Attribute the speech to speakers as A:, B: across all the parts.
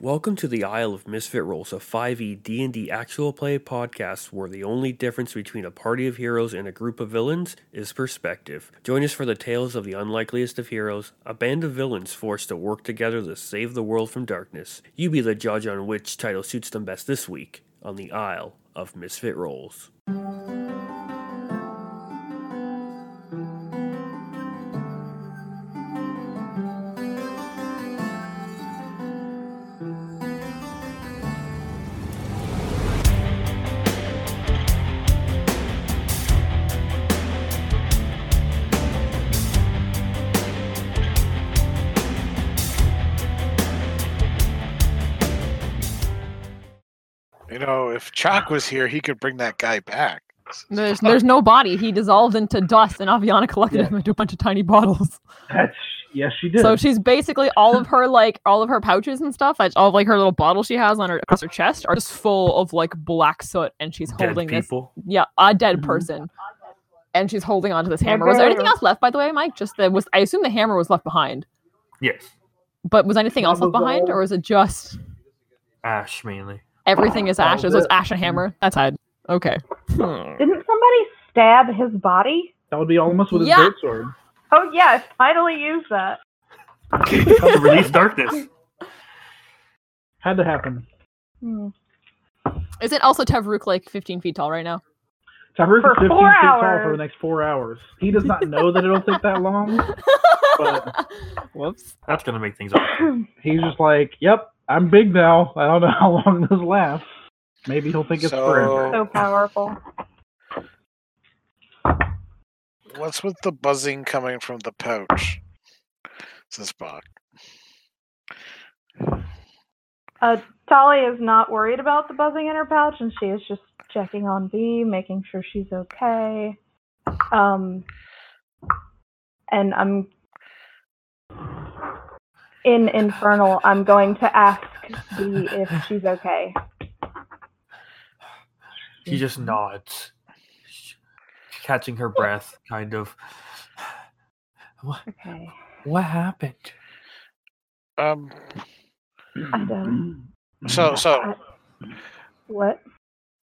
A: Welcome to the Isle of Misfit Rolls, a E 5e D&D actual play podcast where the only difference between a party of heroes and a group of villains is perspective. Join us for the tales of the unlikeliest of heroes, a band of villains forced to work together to save the world from darkness. You be the judge on which title suits them best this week on the Isle of Misfit Rolls.
B: You know, if Chalk was here, he could bring that guy back.
C: There's there's no body. He dissolved into dust, and Aviana collected
D: Yeah.
C: him into a bunch of tiny bottles.
D: That's yes, she did.
C: So she's basically all of her like all of her pouches and stuff, like all of like her little bottles she has on her across her chest are just full of like black soot, and she's holding
A: Dead
C: this
A: people.
C: yeah a dead
D: Mhm.
C: person, and she's holding onto this hammer. Was there anything else left by the way, Mike? Just that was I assume the hammer was left behind,
E: Yes,
C: but was anything else left behind, or was it just
E: Ash mainly.
C: everything is
D: That
C: ash?
D: was
C: It was
D: it.
C: ash and hammer. That's it. Okay. Hmm.
F: Didn't somebody stab his body?
D: that would be almost with his
C: Yeah.
D: great sword.
F: Oh yeah, I finally used that.
E: How to release darkness.
D: Had to happen.
F: Hmm.
C: Isn't also Tavrook like 15 feet tall right now?
D: Tavrook
F: For
D: is 15 feet
F: four
D: tall for the
F: hours.
D: next four hours. He does not know that it'll take that long. But-
C: Whoops.
E: That's gonna make things awkward.
D: He's just like, "Yep, I'm big now. I don't know how long this lasts. Maybe he'll think it's forever."
F: so
B: So,
F: powerful.
B: what's with the buzzing coming from the pouch? Says Bach.
F: Uh, Dolly is not worried about the buzzing in her pouch, and she is just checking on Bee, making sure she's okay. Um, and I'm in Infernal. I'm going to ask Bee if she's okay.
E: She just nods, sh- catching her breath, kind of. What?
F: Okay.
E: What happened?
B: Um.
F: I don't.
E: Mm.
B: So so
F: What?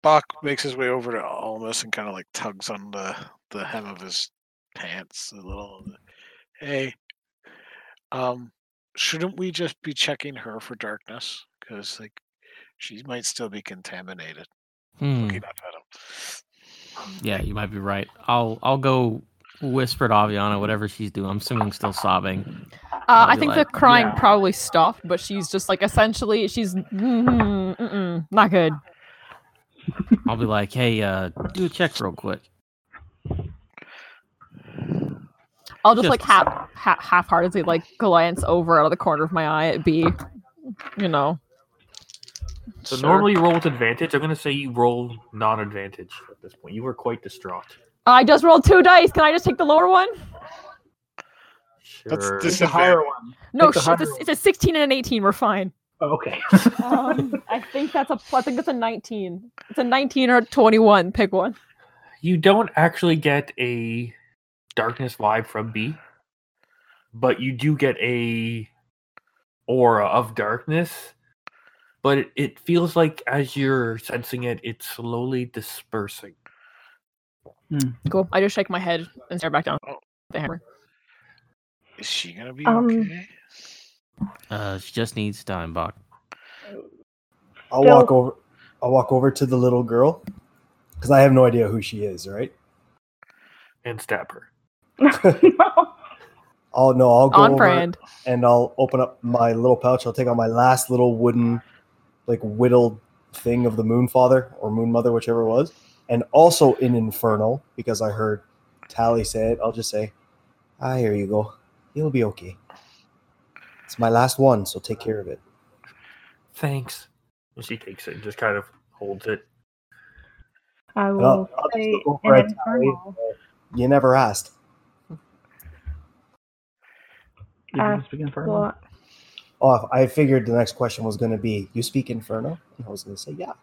B: Bach makes his way over to Almus and kind of like tugs on the the hem of his pants a little. Hey, um, shouldn't we just be checking her for darkness? Because like, she might still be contaminated.
G: Hmm.
B: Looking up at him.
G: Yeah, you might be right. I'll I'll go whisper to Aviana whatever she's doing. I'm assuming still sobbing.
C: Uh, I
G: be
C: think
G: like,
C: the crying
D: yeah.
C: probably stopped, but she's just like essentially she's mm, mm-mm, not good.
G: I'll be like, "Hey, uh, do a check real quick."
C: I'll just, like
G: Just-
C: half ha- half heartedly like glance over out of the corner of my eye at B. You know,
E: So
G: Sure.
E: normally you roll with advantage. I'm gonna say you roll non-advantage at this point. You were quite distraught.
C: I just rolled two dice. Can I just take the lower one?
B: That's
E: Sure.
B: dis-
D: It's a higher one.
C: No,
D: Take the
C: shit. It's,
D: higher
C: a- it's a 16 and an 18. We're fine.
D: Oh, okay.
F: Uh,
C: Um, I think that's a. I think that's a 19. It's a 19 or a 21. Pick one.
E: you don't actually get a darkness vibe from B, but you do get a aura of darkness. But it, it feels like as you're sensing it, it's slowly dispersing.
C: Cool. I just shake my head and stare back down. at The hammer.
B: Is she gonna be
F: Um,
B: okay?
G: Uh, she just needs time, Bach.
H: I'll
F: Bill-
H: walk over. I'll walk over to the little girl because I have no idea who she is. Right?
E: and stab her.
H: I'll no. I'll go
C: On
H: over
C: brand.
H: and I'll open up my little pouch. I'll take out my last little wooden, like whittled thing of the Moon Father or Moon Mother, whichever it was, and also in Infernal because I heard Tally say it. I'll just say, "Ah, here you go. You'll be okay. It's my last one, so take care of it."
E: Thanks. And she takes it and just kind of holds it.
F: I
H: And I'll,
F: will
H: I'll just
F: say
H: look
F: in
H: over at Tally.
F: Infernal.
H: You never asked.
D: You can
F: Uh,
D: speak in front of him.
F: Well,
H: Oh, I figured the next question was going to be, "You speak Inferno?" And I was going to say, "Yeah."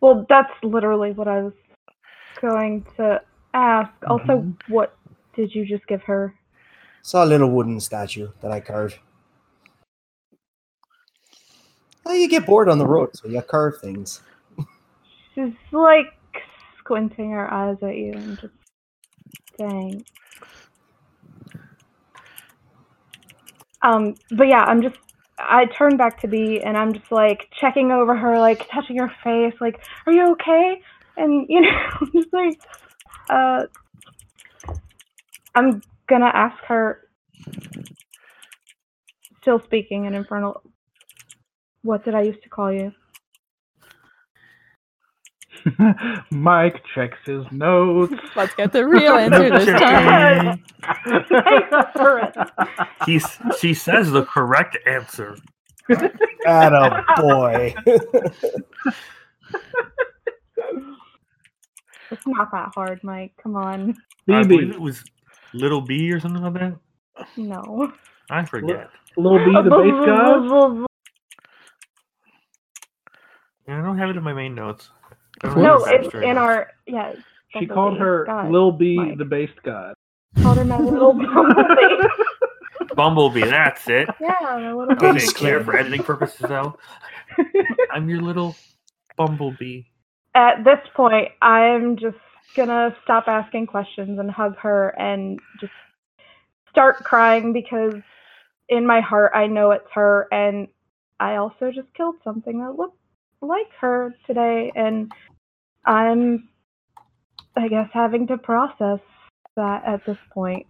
F: Well, that's literally what I was going to ask. Also, what did you just give her?
H: Saw a little wooden statue that I carved. Well, you get bored on the road, so you carve things.
F: She's like squinting her eyes at you and just saying. Um, but yeah, I'm just. I turn back to B and I'm just like checking over her, like touching her face, like, "Are you okay?" And you know, I'm just like, uh, I'm gonna ask her. Still speaking in infernal. What did I used to call you?
D: Mike checks his notes.
C: Let's get the real answer this time.
E: He's, she says the correct answer.
H: Atta boy.
F: It's not that hard, Mike. Come on.
E: I believe it
D: BB,
E: was Little B or something like that.
F: No.
E: I forget.
D: little B, the bass god.
E: I don't have it in my main notes. I don't
F: No,
E: remember that
F: it's
E: straight
F: in
E: up.
F: our yeah.
D: She
F: Little
D: called
F: B,
D: her
F: God,
D: Lil B,
F: Mike.
D: the bass god.
F: Called her my little bumblebee.
E: Bumblebee. That's it.
F: Yeah, my little
E: Okay,
H: Bumblebee.
E: clear for editing purposes though. I'm your little bumblebee.
F: At this point, I'm just gonna stop asking questions and hug her and just start crying because in my heart I know it's her and I also just killed something that looked like her today and I'm I guess having to process that at this point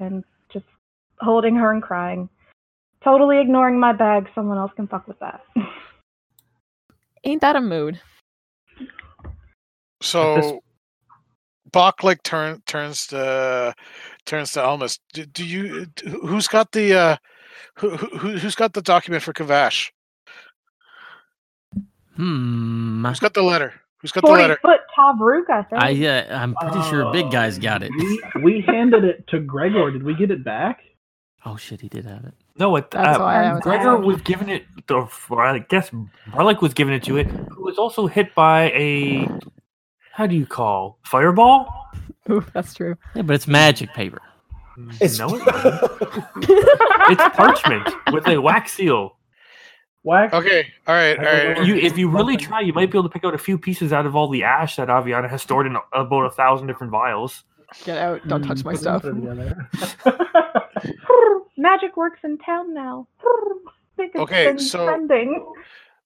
F: and just holding her and crying. Totally ignoring my bag, someone else can fuck with that.
C: Ain't that a mood?
B: So Bach like turn turns to turns to Almas. Do, do you d- who's got the uh who, who who's got the document for Kavash?
G: Hmm.
B: Who's got the letter? Who's got the
F: Forty
B: letter?
F: foot Tavruk, I think.
G: I uh, I'm pretty sure big guy's got it.
D: we, we handed it to Gregor. Did we get it back?
G: Oh shit, he did have it.
E: No, it,
C: That's
E: uh,
C: why I was
E: Gregor was given it. The or I guess Barlick was given it to it. Who was also hit by a how do you call fireball?
C: Ooh, that's true.
G: Yeah, but it's magic paper.
H: It's
E: no, it wasn't. it's parchment with a wax seal.
D: Wax.
B: Okay, all right, all right.
E: You, if you really try, you might be able to pick out a few pieces out of all the ash that Aviana has stored in about a thousand different vials.
C: Get out! Don't
D: Hmm.
C: touch my stuff.
F: Magic works in town now. Think it's
B: Okay,
F: been
B: so-
F: trending.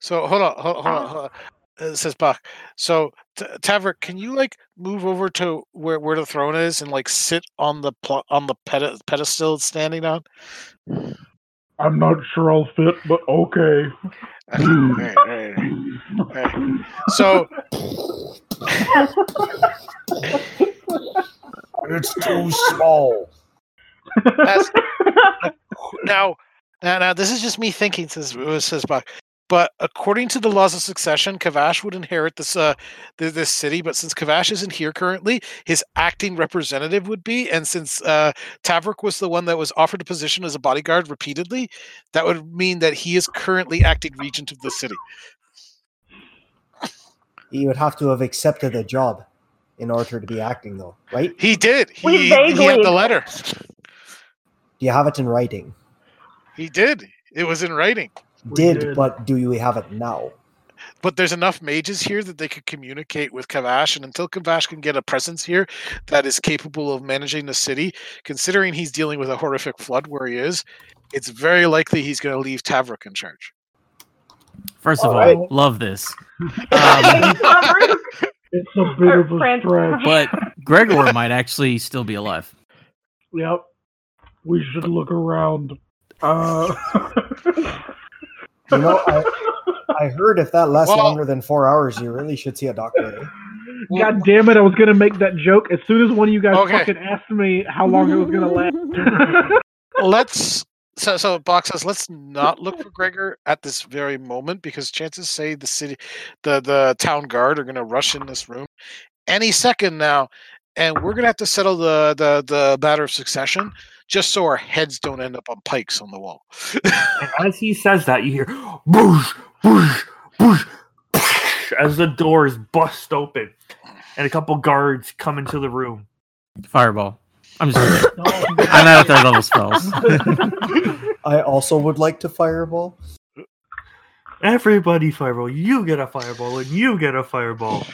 B: So hold on, hold, hold
D: Uh-huh.
B: on. Hold on. Uh, says Bach. So t- Taverick, can you like move over to where where the throne is and like sit on the pl- on the pedi- pedestal it's standing on?
D: I'm not sure I'll fit, but okay.
B: Okay, all right, all right, all right. Alright. So
H: It's too small.
B: that's, now, now, now, this is just me thinking, says uh, says Buck. But according to the laws of succession, Kavash would inherit this uh th- this city. But since Kavash isn't here currently, his acting representative would be. And since uh, Tavrik was the one that was offered a position as a bodyguard repeatedly, that would mean that he is currently acting regent of the city.
H: He would have to have accepted a job in order to be acting, though, right?
B: He did. He,
F: We
B: he had
F: vaguely
B: the letter.
H: Do you have it in writing?
B: He did. It was in writing.
H: Did,
D: did.
H: but do you have it now?
B: but there's enough mages here that they could communicate with Kavash. And until Kavash can get a presence here that is capable of managing the city, considering he's dealing with a horrific flood where he is, it's very likely he's going to leave Tavrik in charge.
G: First of all,
H: Alright.
G: love this. Um,
F: Tavruk,
D: It's a bit
F: Or
D: of a
F: French
D: stretch.
G: but Gregor might actually still be alive.
D: Yep. We should look around. Uh,
H: You know, I, I heard if that lasts
B: Well-
H: longer than four hours, you really should see a doctor. eh?
D: God damn it! I was gonna make that joke as soon as one of you guys
B: Okay.
D: fucking asked me how long it was gonna last.
B: Let's. So, so Box says, let's not look for Gregor at this very moment because chances say the city, the the town guard are going to rush in this room any second now, and we're going to have to settle the the the matter of succession just so our heads don't end up on pikes on the wall.
E: And as he says that, you hear boosh, boosh, boosh, boosh, as the doors bust open, and a couple guards come into the room.
G: Fireball. I'm just. I'm out of third level spells.
H: I also would like to fireball.
E: Everybody fireball. You get a fireball, and you get a fireball.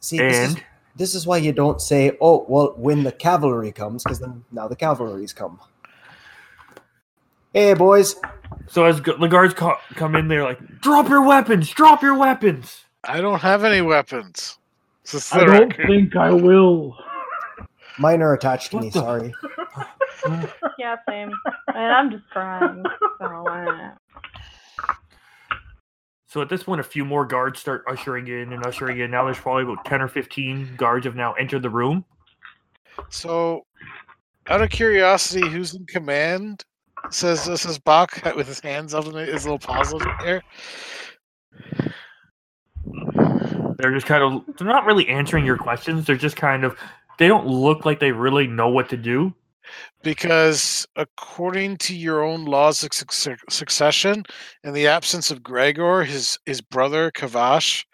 H: See, this is,
E: And
H: this is why you don't say, "Oh, well, when the cavalry comes," because then now the cavalry's come. Hey, boys!
E: so as gu- the guards co- come in, they're like, "Drop your weapons! Drop your weapons!"
B: I don't have any weapons. This is
D: I
B: the
D: don't
B: raccoon.
D: think I will.
H: Mine are attached to
E: What
H: me.
E: the-
H: Sorry.
F: Yeah, same. And I'm just crying. So, uh,
E: So at this point, a few more guards start ushering in and ushering in. Now there's probably about ten or fifteen guards have now entered the room.
B: So, out of curiosity, who's in command? Says this is Bach with his hands up and his little paws there.
E: They're just kind of they're not really answering your questions. They're just kind of they don't look like they really know what to do.
B: Because according to your own laws of suc- succession, in the absence of Gregor, his his brother Kavash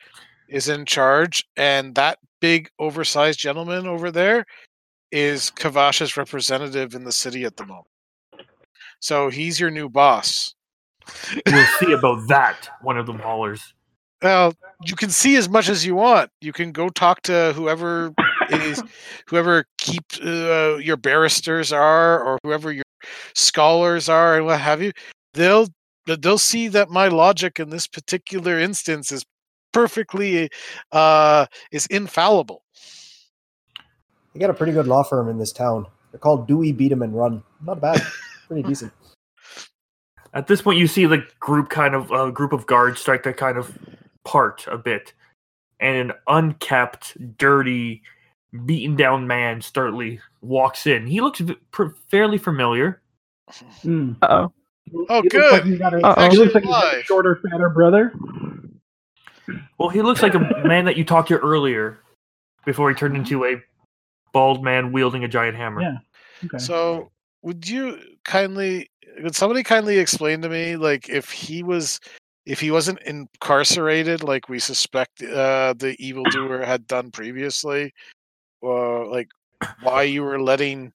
B: is in charge, and that big oversized gentleman over there is Kavash's representative in the city at the moment. So he's your new boss.
E: We'll see about that. One of them hollers.
B: Well, you can see as much as you want. You can go talk to whoever is, whoever keep uh, your barristers are, or whoever your scholars are, and what have you. They'll but they'll see that my logic in this particular instance is perfectly uh, is infallible.
H: They got a pretty good law firm in this town. They're called Dewey, Beat 'em, and Run. Not bad. Pretty decent.
E: At this point, you see the group kind of uh, group of guards start to kind of part a bit, and an unkept, dirty, beaten down man startly walks in. He looks v- pr- fairly familiar.
D: Hmm.
C: Uh-oh.
B: Oh,
D: He looks like
B: good.
D: he's got a-
C: Uh-oh.
D: he looks like he's got a
B: Actually,
D: shorter, fatter brother.
E: Well, he looks like a man that you talked to earlier, before he turned into a bald man wielding a giant hammer.
D: Yeah. Okay.
B: So, would you kindly, would somebody kindly explain to me, like, if he was, if he wasn't incarcerated, like we suspect uh, the evildoer had done previously, uh, like, why you were letting,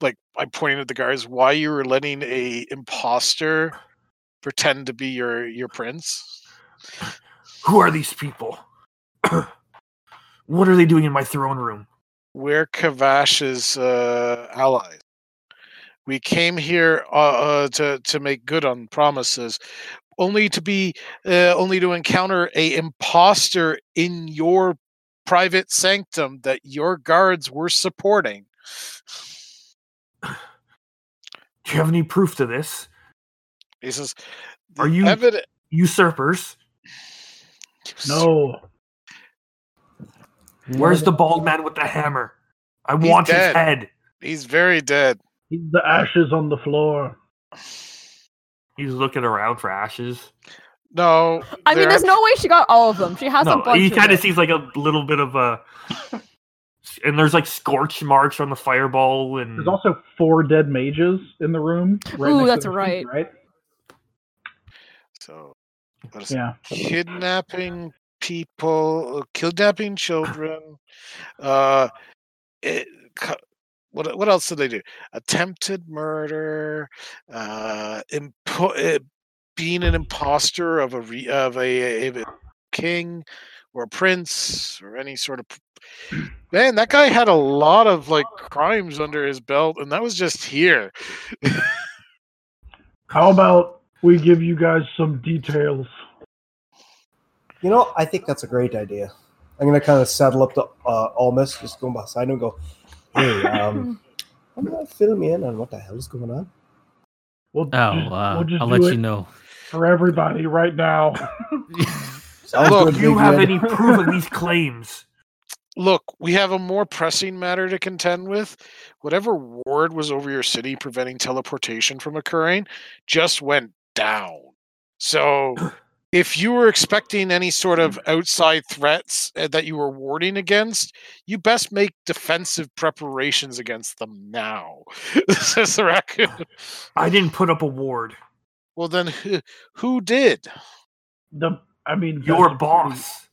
B: like, I'm pointing at the guards, why you were letting a imposter pretend to be your your prince?
E: Who are these people? what are they doing in my throne room?
B: we're Kavash's uh, allies. We came here uh, uh, to to make good on promises, only to be uh, only to encounter a imposter in your private sanctum that your guards were supporting.
E: Do you have any proof to this?
B: He says,
E: Are you-
B: evident?"
E: Usurpers.
D: No.
E: Where's the bald man with the hammer? I
B: He's
E: want
B: dead.
E: his head.
B: He's very dead.
D: He's the ashes on the floor.
E: He's looking around for ashes.
B: No,
C: I mean,
B: there
C: there's
B: are-
C: no way she got all of them. She has a
E: no,
C: bunch.
E: he
C: kind of it.
E: sees like a little bit of a, and there's like scorch marks on the fireball, and
D: There's also four dead mages in the room. Right
C: Ooh,
D: next to
C: that's
D: the
C: right.
D: sheep, Right?
B: So, what is
D: Yeah.
B: kidnapping people, uh, kidnapping children. Uh, it, co- what what else did they do? Attempted murder, uh, impo- uh, being an imposter of a re- of a, a- a king or a prince or any sort of. p- Man, that guy had a lot of like crimes under his belt, and that was just here.
D: How about we give you guys some details?
H: You know, I think that's a great idea. I'm gonna kind of saddle up to uh, Almas, just go beside him and go, "Hey, um, I'm gonna fill me in on what the hell is going on."
D: We'll,
G: Oh,
D: just,
G: uh,
D: we'll just
G: I'll
D: do
G: let
D: it
G: you know.
D: for everybody right now.
H: Sounds
B: Look,
H: good,
E: do you
H: big
E: have
H: red.
E: any proof of these claims?
B: Look, we have a more pressing matter to contend with. Whatever ward was over your city preventing teleportation from occurring just went down. So, if you were expecting any sort of
E: Mm.
B: outside threats uh, that you were warding against, you best make defensive preparations against them now. Says the raccoon.
E: Ah. I didn't put up a ward.
B: Well, then, who, who did?
D: The, I mean, that's
E: Your
D: pretty-
E: boss,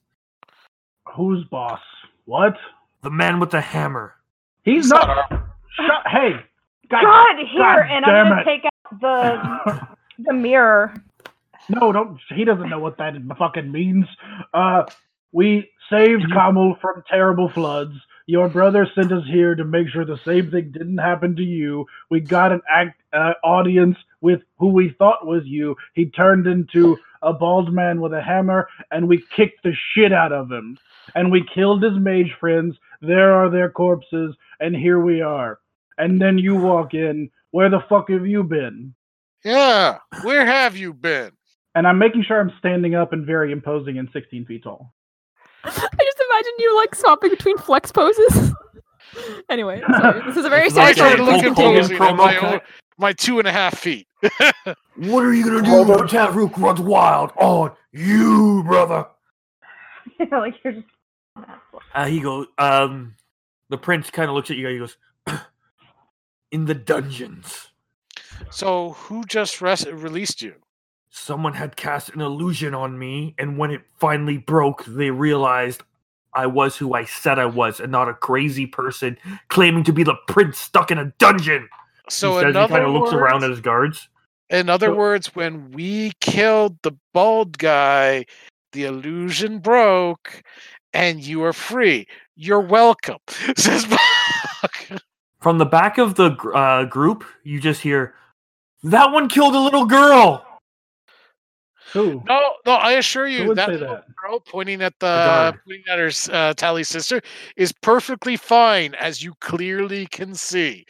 D: Who's boss? What?
E: the man with the hammer.
D: He's,
B: He's
D: not.
B: not
D: Shut. Hey. God.
F: God, here, and I'm
D: damn
F: gonna
D: it.
F: take out the the mirror
D: No, don't. He doesn't know what that fucking means. Uh, we saved Kamal from terrible floods. Your brother sent us here to make sure the same thing didn't happen to you. We got an act uh, audience with who we thought was you. He turned into a bald man with a hammer, and we kicked the shit out of him. And we killed his mage friends. There are their corpses, and here we are. And then you walk in. Where the fuck have you been?
B: Yeah. Where have you been?
D: and I'm making sure I'm standing up and very imposing and 16 feet tall.
C: I just imagine you like swapping between flex poses. anyway, sorry. this is a very
E: It's
B: I
E: like
C: serious.
E: a
B: started
E: Hulk
B: looking
E: Hogan
B: posing at my,
E: promo
B: own,
E: cut.
B: my two and a half feet.
E: What are you gonna do
H: Hold
E: when
H: up.
E: Taruk runs wild on you, brother?
F: like you're just an asshole.
E: Uh, he goes. Um, the prince kind of looks at you guys. He goes, "In the dungeons,
B: so who just res- released you?
E: someone had cast an illusion on me, and when it finally broke, they realized I was who I said I was, and not a crazy person claiming to be the prince stuck in a dungeon."
B: So
E: he says he
B: another
E: kind of looks around
B: words-
E: at his guards.
B: In other
E: So-
B: words, when we killed the bald guy, the illusion broke, and you are free. You're welcome. Says Bog.
E: From the back of the gr- uh, group, you just hear, "That one killed a little girl."
D: Who?
B: no, no, I assure
D: Who
B: you
D: would
B: that
D: say
B: little
D: that?
B: girl pointing at the
E: guard.
B: pointing at her s- uh, Tally's sister is perfectly fine, as you clearly can see.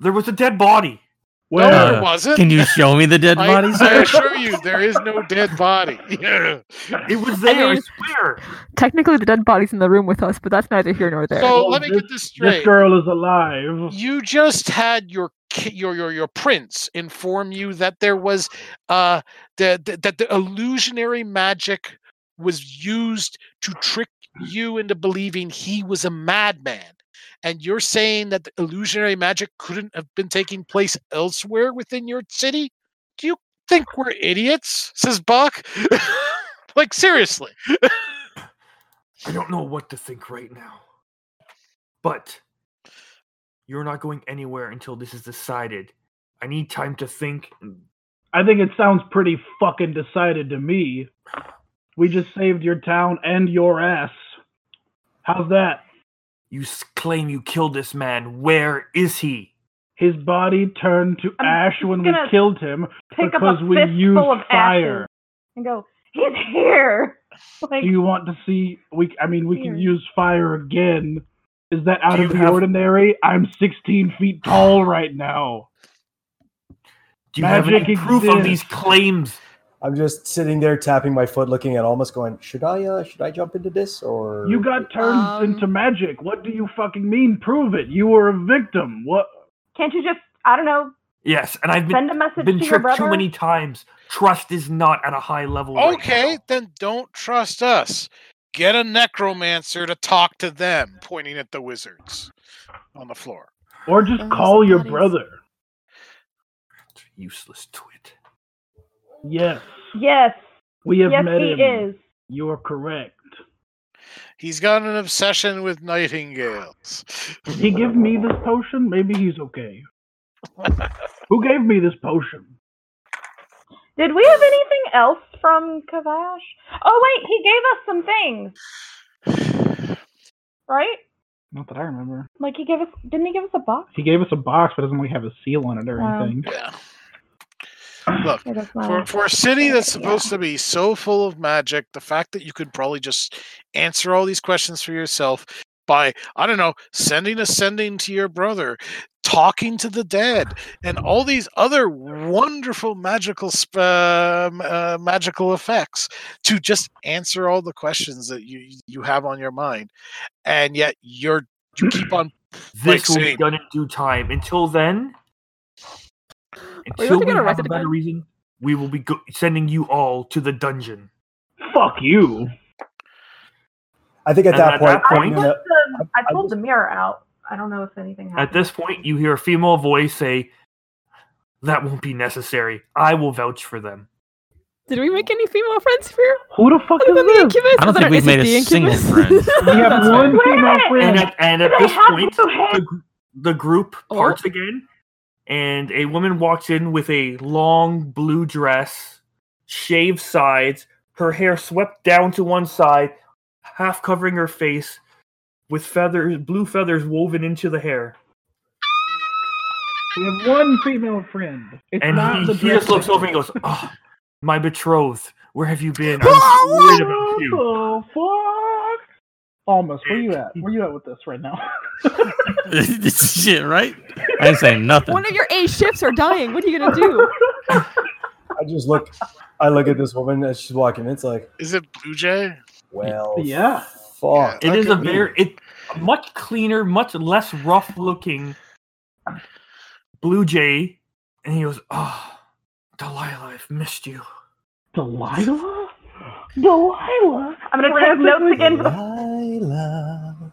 E: There was a dead body.
B: No,
D: Well,
B: there
G: Uh,
B: wasn't.
G: Can you show me the dead
B: I,
G: body,
B: I
G: sir?
B: assure you, there is no dead body.
E: It was there. I
C: mean-
E: swear.
C: Technically, the dead body's in the room with us, but that's neither here nor there.
B: So
D: Well,
B: let me get this
D: this
B: straight.
D: girl is alive.
B: you just had your ki- your your your prince inform you that there was uh the, the, that the illusionary magic was used to trick you into believing he was a madman and you're saying that the illusionary magic couldn't have been taking place elsewhere within your city do you think we're idiots says buck like seriously
E: I don't know what to think right now. But you're not going anywhere until this is decided. I need time to think.
D: I think it sounds pretty fucking decided to me. We just saved your town and your ass. How's that?
E: You s- claim you killed this man. Where is he?
D: His body turned to
F: I'm
D: ash
F: just
D: when we
F: gonna
D: killed him
F: Pick
D: because
F: up a
D: we used
F: fistful of
D: fire.
F: ashes and go. He's here. Like
D: Do you want to see? We, I mean, we
F: Here.
D: can use fire again. Is that out
E: Do
D: of
E: you
D: the
E: have-
D: ordinary? I'm 16 feet tall right now.
E: Do you have any
D: Magic
E: proof of these
D: exists.
E: claims?
H: I'm just sitting there tapping my foot, looking at almost going, should I uh, should I jump into this or
D: You got turned
C: Um,
D: into magic. What do you fucking mean? Prove it. You were a victim. What?
F: can't you just I don't know
E: Yes, and I've been,
F: send a message
E: been
F: to your
E: tricked
F: brother?
E: too many times. Trust is not at a high level. right
B: Okay,
E: now.
B: then don't trust us. Get a necromancer to talk to them, pointing at the wizards on the floor.
D: Or just
F: Oh,
C: Those
D: call your
C: bodies.
D: brother.
E: Useless twit.
D: Yes,
F: Yes.
D: we have
F: yes,
D: met
F: he
D: him.
F: is.
D: You are correct.
B: He's got an obsession with nightingales.
D: Did he give me this potion? Maybe he's okay. Who gave me this potion?
F: Did we have anything else from Kavash? Oh wait, he gave us some things, right?
D: Not that I remember.
F: Like he gave us didn't he give us a box?
D: He gave us a box, but doesn't really have a seal on it or
F: Wow.
D: anything.
B: yeah. Look,
F: Yeah, that's
B: for,
F: not-
B: for a city that's
F: Yeah.
B: supposed to be so full of magic, the fact that you could probably just answer all these questions for yourself by, I don't know, sending a sending to your brother, talking to the dead, and all these other wonderful magical sp- uh, m- uh, magical effects to just answer all the questions that you you have on your mind, and yet you're you keep on like
E: This will be
B: saying-
E: done in due time. Until then,
C: to
E: until we
C: get
E: have a
C: arrested
E: better
C: again?
E: reason, we will be go- sending you all to the dungeon.
D: Fuck you.
H: I think at
E: And
H: that
E: at
H: point,
E: that
H: I'm
E: point-
H: gonna-
F: the, I
H: I
F: pulled the mirror out. I don't know if anything happened.
E: At this point, you hear a female voice say, That won't be necessary. I will vouch for them.
C: Did we make any female friends here?
D: Who the fuck
C: Other than the
D: is this?
C: incubus?
G: I don't
C: Other-
G: think we've
C: is it
G: made
C: the
G: a single
C: incubus?
G: friend.
D: We have one
F: Wait a
D: female
F: minute!
D: friend.
E: And at, and at
F: They
E: this
F: have
E: point,
F: blue hair!
E: the, gr- the group
C: Oh.
E: parts again, and a woman walks in with a long blue dress, shaved sides, her hair swept down to one side, half covering her face, with feathers, blue feathers woven into the hair.
D: We have one female friend. It's
E: and
D: not
E: he,
D: the
E: he just
D: dress
E: looks over and
D: lady.
E: goes, "Oh, my betrothed, where have you been? I'm so worried about you."
D: Oh, fuck. Almost. Where you at? Where you at with this right now?
G: Shit, right? I ain't saying nothing.
C: One of your A ships are dying. What are you gonna do?
H: I just look, I look at this woman as she's walking. It's like,
B: Is it Blue Jay?
H: well,
E: Oh.
D: yeah.
H: fuck.
E: It is a
B: Okay.
E: very it much cleaner, much less rough looking blue jay, and he goes, "Oh, Delilah, I've missed you."
D: Delilah? Delilah?
F: I'm gonna take notes again. For the-
H: Delilah.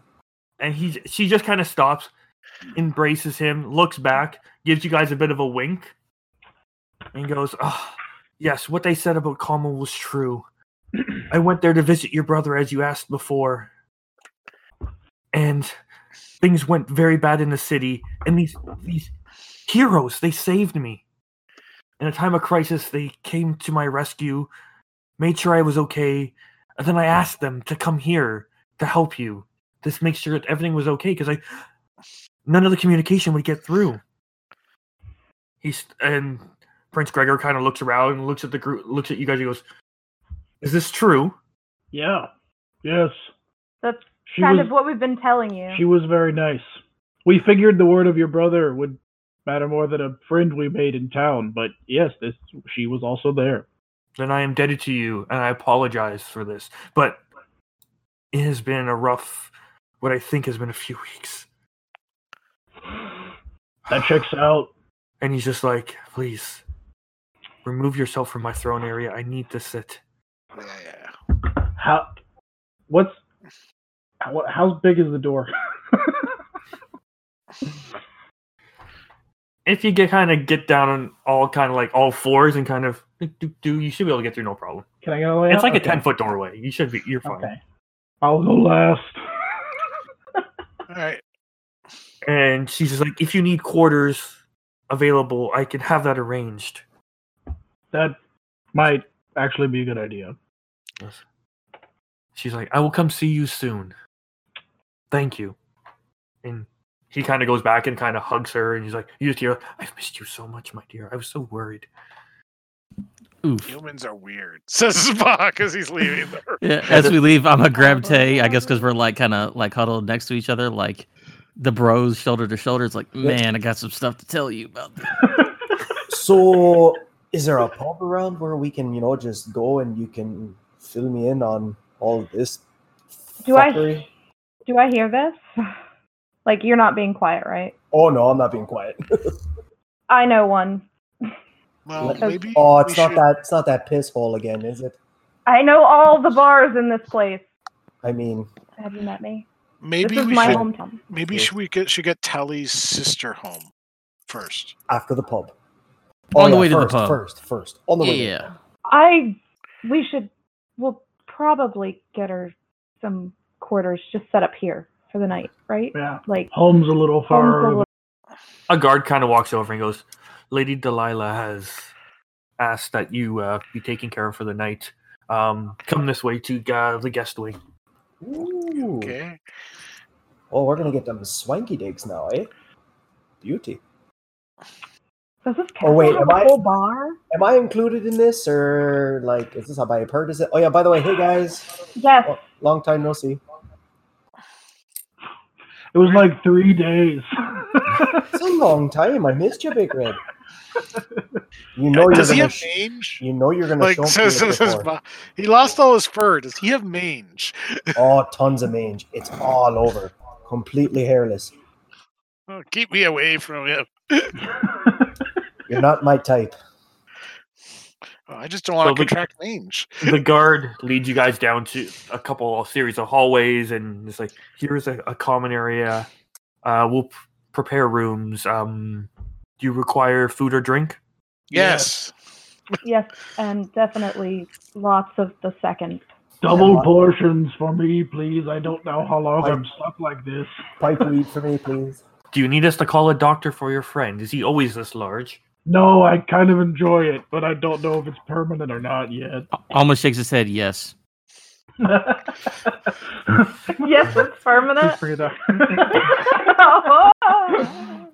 E: And he she just kind of stops, embraces him, looks back, gives you guys a bit of a wink, and goes, "Oh, yes, what they said about Carmel was true. I went there to visit your brother as you asked before, and things went very bad in the city. And these these heroes they saved me. In a time of crisis, they came to my rescue, made sure I was okay, and then I asked them to come here to help you. This make sure that everything was okay because I none of the communication would get through. He's and Prince Gregor kind of looks around and looks at the group, looks at you guys, and goes, "Is this true?"
D: Yeah. Yes.
F: That's
D: She
F: kind
D: was,
F: of what we've been telling you.
D: she was very nice. We figured the word of your brother would matter more than a friend we made in town, but yes, this she was also there.
E: Then I am indebted to you, and I apologize for this. But it has been a rough, what I think has been a few weeks.
D: That checks out.
E: And he's just like, "Please, remove yourself from my throne area. I need to sit."
B: Yeah, yeah.
D: How? What's? How, how big is the door?
E: if you get kind of get down on all kind of like all fours and kind of do, do you should be able to get through no problem.
D: Can I get away?
E: It's like a
D: Okay.
E: ten foot doorway. You should be you're fine.
D: Okay. I'll go last.
B: All right.
E: And she's just like, if you need quarters available, I can have that arranged.
D: That might actually be a good idea.
E: She's like, I will come see you soon. Thank you. And he kind of goes back and kind of hugs her, and he's like, "You just hear, I've missed you so much, my dear. I was so worried."
G: Oof.
B: Humans are weird, says Spock as he's leaving. The Earth.
G: Yeah, as we leave, I'm gonna grab Tay. I guess because we're like kind of like huddled next to each other, like the bros shoulder to shoulder. It's like, man, I got some stuff to tell you about. This.
H: So, is there a pub around where we can, you know, just go and you can fill me in on all of this?
F: do I
H: fuckery?
F: do I hear this? Like you're not being quiet, right?
H: Oh no, I'm not being quiet.
F: I know one.
B: Well,
F: Because-
B: maybe.
H: Oh,
B: we
H: it's not
B: should-
H: that. It's not that piss hole again, is it?
F: I know all the bars in this place.
H: I mean,
F: Have you met me?
B: Maybe
F: this is
B: we
F: my
B: should.
F: hometown.
B: Maybe
H: Yeah.
B: should we get should get Telly's sister home first.
H: after the pub. Oh,
G: On the way to the
H: first,
G: pub.
H: First, first, on the way. to the
G: Yeah.
F: I we should we'll probably get her some quarters just set up here for the night, right?
D: Yeah.
F: Like
D: Home's a little
F: home's a
D: far.
F: little-
E: A guard kind of walks over and goes, "Lady Delilah has asked that you uh, be taken care of for the night. Um, come this way to uh, the guest wing."
H: Ooh.
B: Okay.
H: Oh, we're gonna get them swanky digs now, eh? Beauty.
F: does this
H: Oh, wait,
F: count as
H: am
F: a
H: I-
F: whole bar?
H: Am I included in this, or like, is this how I heard? Is it? Oh yeah. By the way, hey guys,
F: Yes.
H: Oh, long time no see.
D: It was like three days.
H: It's a long time. I missed you, Big Red. You know you're
B: Does he
H: gonna.
B: have
H: Sh-
B: mange?
H: you know you're gonna
B: Like
H: show me
B: says,
H: it
B: says
H: before.
B: Spock, he lost all his fur. Does he have mange?
H: Oh, tons of mange. It's all over. Completely hairless.
B: Oh, keep me away from him.
H: You're not my type.
B: Oh, I just don't want
E: So
B: to
E: the-
B: contract mange.
E: the guard leads you guys down to a couple of series of hallways and it's like here's a, a common area uh we'll p- prepare rooms um do you require food or drink
B: Yes.
F: Yes, and definitely lots of the second.
D: Double portions for me, please. I don't know how long I'm stuck like this.
H: Pipe weed for me, please.
E: Do you need us to call a doctor for your friend? Is he always this large?
D: No, I kind of enjoy it, but I don't know if it's permanent or not yet.
G: Almost shakes his head. Yes.
F: yes, it's permanent.
D: Figured out.
F: oh.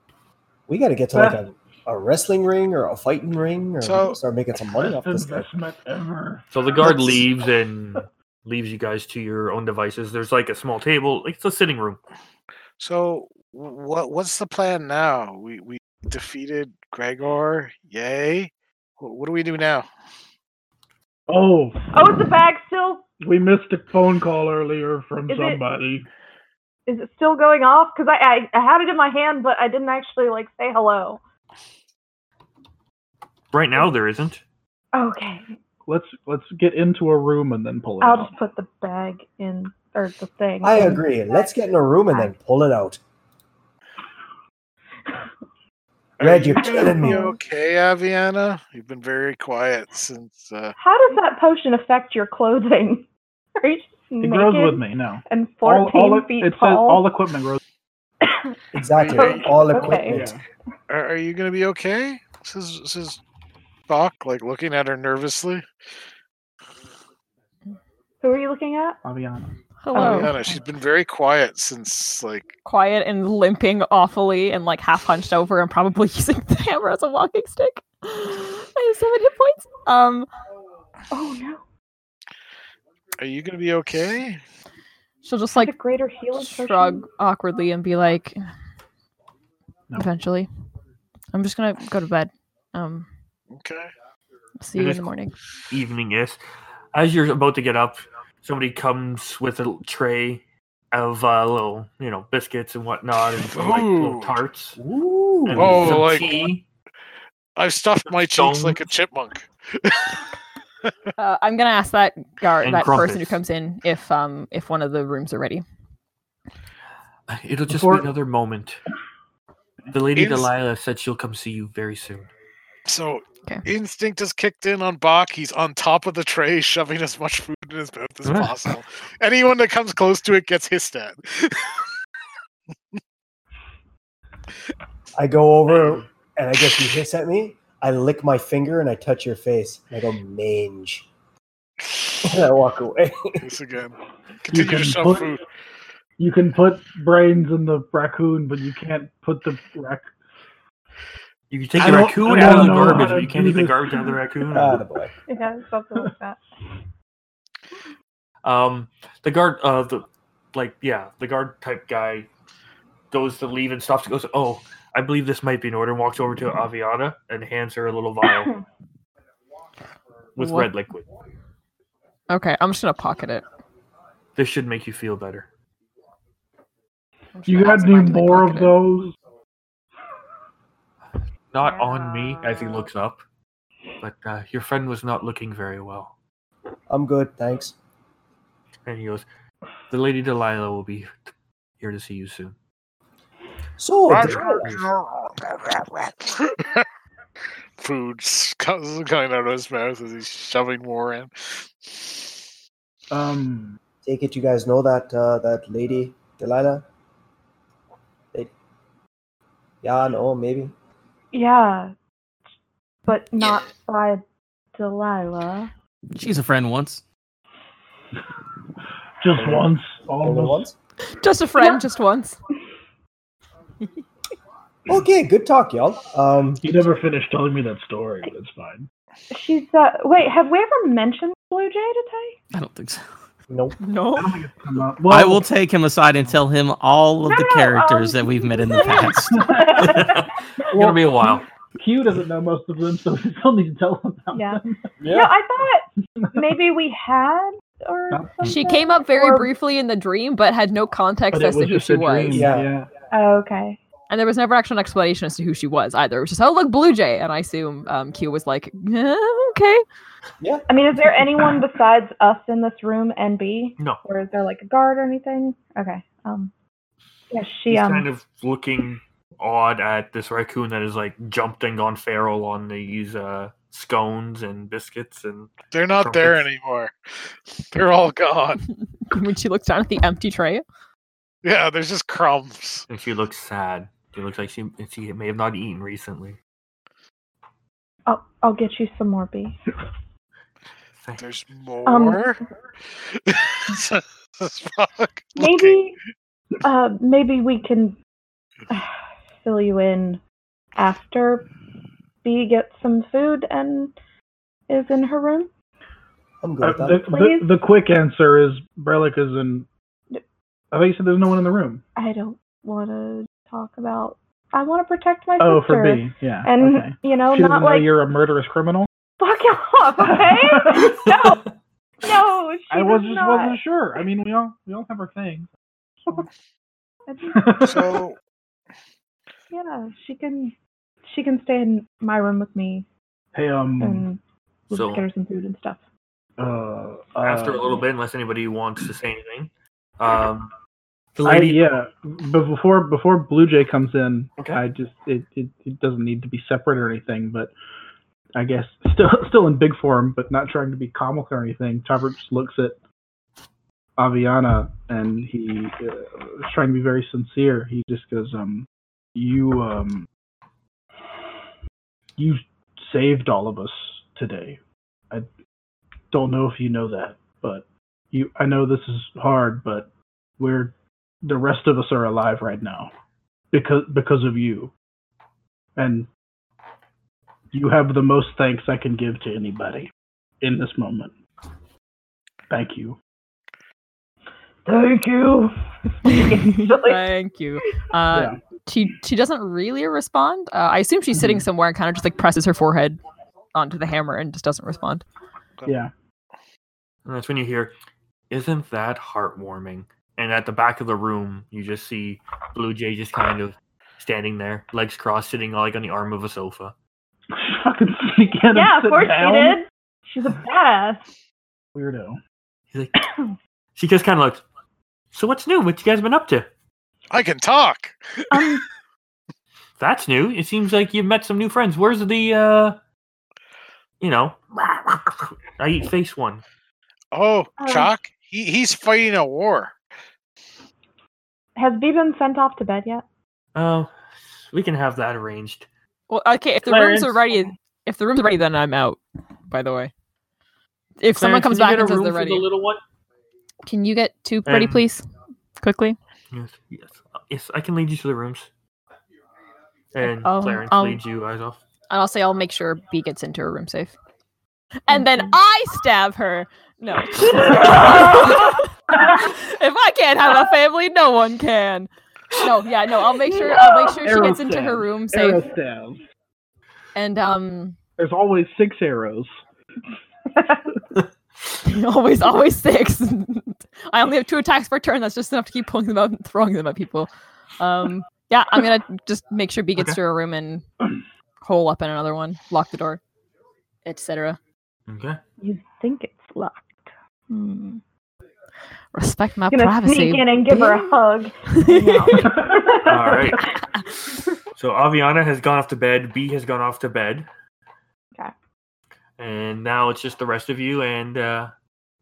H: We got to get to like a, a wrestling ring or a fighting ring or
B: So-
H: start making some money off
D: Best
H: this thing.
D: investment ever.
E: So the guard
H: That's-
E: leaves and leaves you guys to your own devices. There's like a small table. It's a sitting room.
B: So what what's the plan now? We we defeated Gregor. Yay. What, what do we do now?
D: Oh,
F: oh, is the bag still?
D: we missed a phone call earlier from
F: Is it-
D: somebody.
F: Is it still going off? Because I, I I had it in my hand, but I didn't actually like say hello.
E: Right now there isn't.
F: Okay,
D: Let's let's get into a room and then pull it
F: I'll
D: out.
F: just put the bag in or the thing.
H: I
F: in.
H: agree. Let's get in a room and then pull it out. Red, you're killing me.
B: You okay, Aviana? You've been very quiet since uh
F: How does that potion affect your clothing? Are you just
D: It
F: naked
D: grows with me now.
F: and
D: All,
F: fourteen
D: all it,
F: feet
D: it says all
F: tall?
D: equipment grows.
H: Exactly.
B: Okay.
H: All
F: Okay.
H: equipment.
B: are, are you gonna be okay? Says says Bach, like looking at her nervously.
F: Who are you looking at?
D: Aviana.
C: Hello.
B: Aviana, she's been very quiet since like
C: Quiet and limping awfully and like half hunched over and probably using the hammer as a walking stick. I have so many hit points. Um,
F: Oh no!
B: are you gonna be okay?
C: she'll just
F: Like
C: like
F: a greater healing potion?
C: shrug awkwardly and be like,
D: No.
C: eventually, I'm just gonna go to bed. Um,
B: Okay.
C: see
E: It
C: you in
E: is-
C: the morning.
E: Evening is. As you're about to get up, somebody comes with a little tray of uh, little, you know, biscuits and whatnot, and some, like little
B: Ooh.
E: tarts
H: Ooh.
E: and
D: Oh,
B: Whoa,
E: some
B: like-
E: tea.
B: I've stuffed my cheeks like a chipmunk.
C: Uh, I'm gonna ask that guard,
E: And
C: that person who
E: crumpets.
C: comes in, if um if one of the rooms are ready.
E: Uh, It'll just
D: Before-
E: be another moment. The lady
B: Is-
E: Delilah said she'll come see you very soon.
B: So
C: Okay.
B: instinct has kicked in on Bach. He's on top of the tray, shoving as much food in his mouth as
E: Yeah.
B: possible. Anyone that comes close to it gets hissed at.
H: I go over and I guess you hiss at me. I lick my finger and I touch your face. And I go, mange. And I walk away.
B: This again. Continue to
D: can
B: shove
D: put-
B: food.
D: You can put brains in the raccoon, but you can't put the rac-
E: You can take
D: I
E: the
D: don't-
E: raccoon
D: I
E: out of
D: don't
E: the
D: know how
E: garbage,
D: to
E: but you can't
D: do
E: eat the
D: this.
E: garbage out of the raccoon.
H: Attaboy.
F: Yeah, something like that.
E: Um, the guard, uh, the like, yeah, the guard type guy goes to leave and stops and goes, "Oh, I believe this might be an order." And walks over to Aviana and hands her a little vial with
C: What?
E: red liquid.
C: Okay, I'm just gonna pocket it.
E: This should make you feel better.
C: I'm just
D: You
C: gonna
D: got
C: ask
D: any
C: mine to, like,
D: more
C: pocket
D: of
C: it.
D: those?
E: Not on me, as he looks up, but uh, your friend was not looking very well.
H: I'm good, thanks.
E: And he goes, "The lady Delilah will be here to see you soon."
B: Oh,
H: So,
B: food s- comes coming out of his mouth as he's shoving more in.
D: Um,
H: take it you guys know that uh, that lady, Delilah? Lady? Yeah, no, maybe.
F: Yeah, but not by Delilah.
G: She's a friend once.
D: just once,
H: Only
D: almost.
H: once?
C: Just a friend,
F: Yeah.
C: just once.
H: Okay, good talk, y'all. Um,
D: You never finished telling me that story, but it's fine.
F: She's uh. Wait, have we ever mentioned Blue Jay to Tay?
G: I don't think so.
H: nope.
C: No.
D: I'm not- well,
G: I will take him aside and tell him all of the
F: No,
G: characters
F: um,
G: that we've met in the past.
E: It's gonna be a while.
D: Q doesn't know most of them, so we still need to tell them. About
F: Yeah.
D: them.
F: No, I thought maybe we had or
D: No.
C: She
F: something,
C: came up very
F: or-
C: briefly in the dream, but had no context
D: But it
C: as to
D: was
C: who
D: just
C: she
D: a dream.
C: was.
H: Yeah.
F: Oh, okay.
C: And there was never actually an explanation as to who she was either. It was just, oh, look, Blue Jay. And I assume um, Q was like, "Yeah, okay.
F: I mean, is there anyone besides us in this room and B?
E: No.
F: Or is there like a guard or anything? Okay. Um. Yeah, she
E: He's
F: um.
E: kind of looking odd at this raccoon that is like jumped and gone feral on these uh, scones and biscuits and
B: They're not there
E: Trumpets.
B: anymore. They're all gone.
C: when she looks down at the empty tray.
B: Yeah, there's just crumbs.
E: and she looks sad. She looks like she she may have not eaten recently.
F: I'll, I'll get you some more bee.
E: Thank-
B: There's
F: Um,
B: more. Fuck. Looking.
F: Maybe, uh, maybe we can fill you in after B gets some food and is in her room.
H: I'm good
D: Uh,
H: with
D: the,
H: that.
D: the, the quick answer is Brelica's in. I thought you said there's no one in the room.
F: I don't want to talk about. I want to protect my
D: Oh,
F: sister.
D: for B. Yeah.
F: And
D: okay.
F: you know,
D: she doesn't
F: not
D: know
F: like
D: you're a murderous criminal.
F: fuck off, okay? no, no, she
D: I was
F: does
D: just
F: not.
D: wasn't sure. I mean, we all we all have our things.
B: So
F: yeah, she can, she can stay in my room with me
D: hey, um,
F: and we'll
E: So-
F: just get her some food and stuff.
D: uh,
E: After a
D: uh,
E: little bit, unless anybody wants to say anything, um, the
D: I,
E: lady
D: yeah, but before before Blue Jay comes in,
E: Okay.
D: I just it, it, it doesn't need to be separate or anything, but I guess still still in big form, but not trying to be comic or anything. Topper just looks at Aviana and he uh, is trying to be very sincere. He just goes, um, you um, you saved all of us today. I don't know if you know that, but you I know this is hard, but we're the rest of us are alive right now because because of you and you have the most thanks i can give to anybody in this moment thank you
F: Thank you.
C: Thank you. Uh,
D: Yeah.
C: She she doesn't really respond. Uh, I assume she's
D: Mm-hmm.
C: sitting somewhere and kind of just like presses her forehead onto the hammer and just doesn't respond.
D: yeah
E: And that's when you hear, isn't that heartwarming? And at the back of the room, you just see Blue Jay just kind of standing there, legs crossed, sitting like on the arm of a sofa.
D: fucking sneak in
F: yeah,
D: and
F: of
D: sit
F: course
D: down.
F: she did. She's a badass.
D: weirdo
E: He's like, she just kind of looks. So what's new? What you guys been up to?
B: I can talk.
F: Um,
E: That's new. It seems like you've met some new friends. Where's the, uh, you know, I eat face one.
B: Oh,
F: Um,
B: Chalk. He he's fighting a war.
F: has B been sent off to bed yet?
E: Oh, we can have that arranged.
C: Well, okay. If the
E: Clarence.
C: rooms are ready, if the rooms are ready, then I'm out. By the way, if someone
E: Clarence,
C: comes
E: can you
C: back
E: get
C: and
E: a
C: says
E: room
C: they're
E: for
C: ready,
E: the little one.
C: can you get two ready,
E: Um,
D: Mm.
C: please, quickly?
E: Yes, yes, yes. I can lead you to the rooms. And
C: I'll-
E: Clarence
C: I'll-
E: leads you eyes off.
C: And I'll say I'll make sure B gets into her room safe. And then I stab her. No. if I can't have a family, no one can. No, yeah, no. I'll make sure. I'll make sure she gets into her
D: Aerostab.
C: room
D: arrow
C: safe.
D: stabs
C: And um,
D: there's always six arrows
C: always, always six. I only have two attacks per turn. That's just enough to keep pulling them out and throwing them at people. Um, yeah, I'm gonna just make sure B gets
E: Okay.
C: to her room and hole up in another one, lock the door, etc.
E: Okay.
F: You think it's locked. Hmm.
C: Respect my
F: gonna
C: privacy.
F: sneak in and give her a hug.
E: All right. so Aviana has gone off to bed. B has gone off to bed.
F: Okay.
E: And now it's just the rest of you and uh,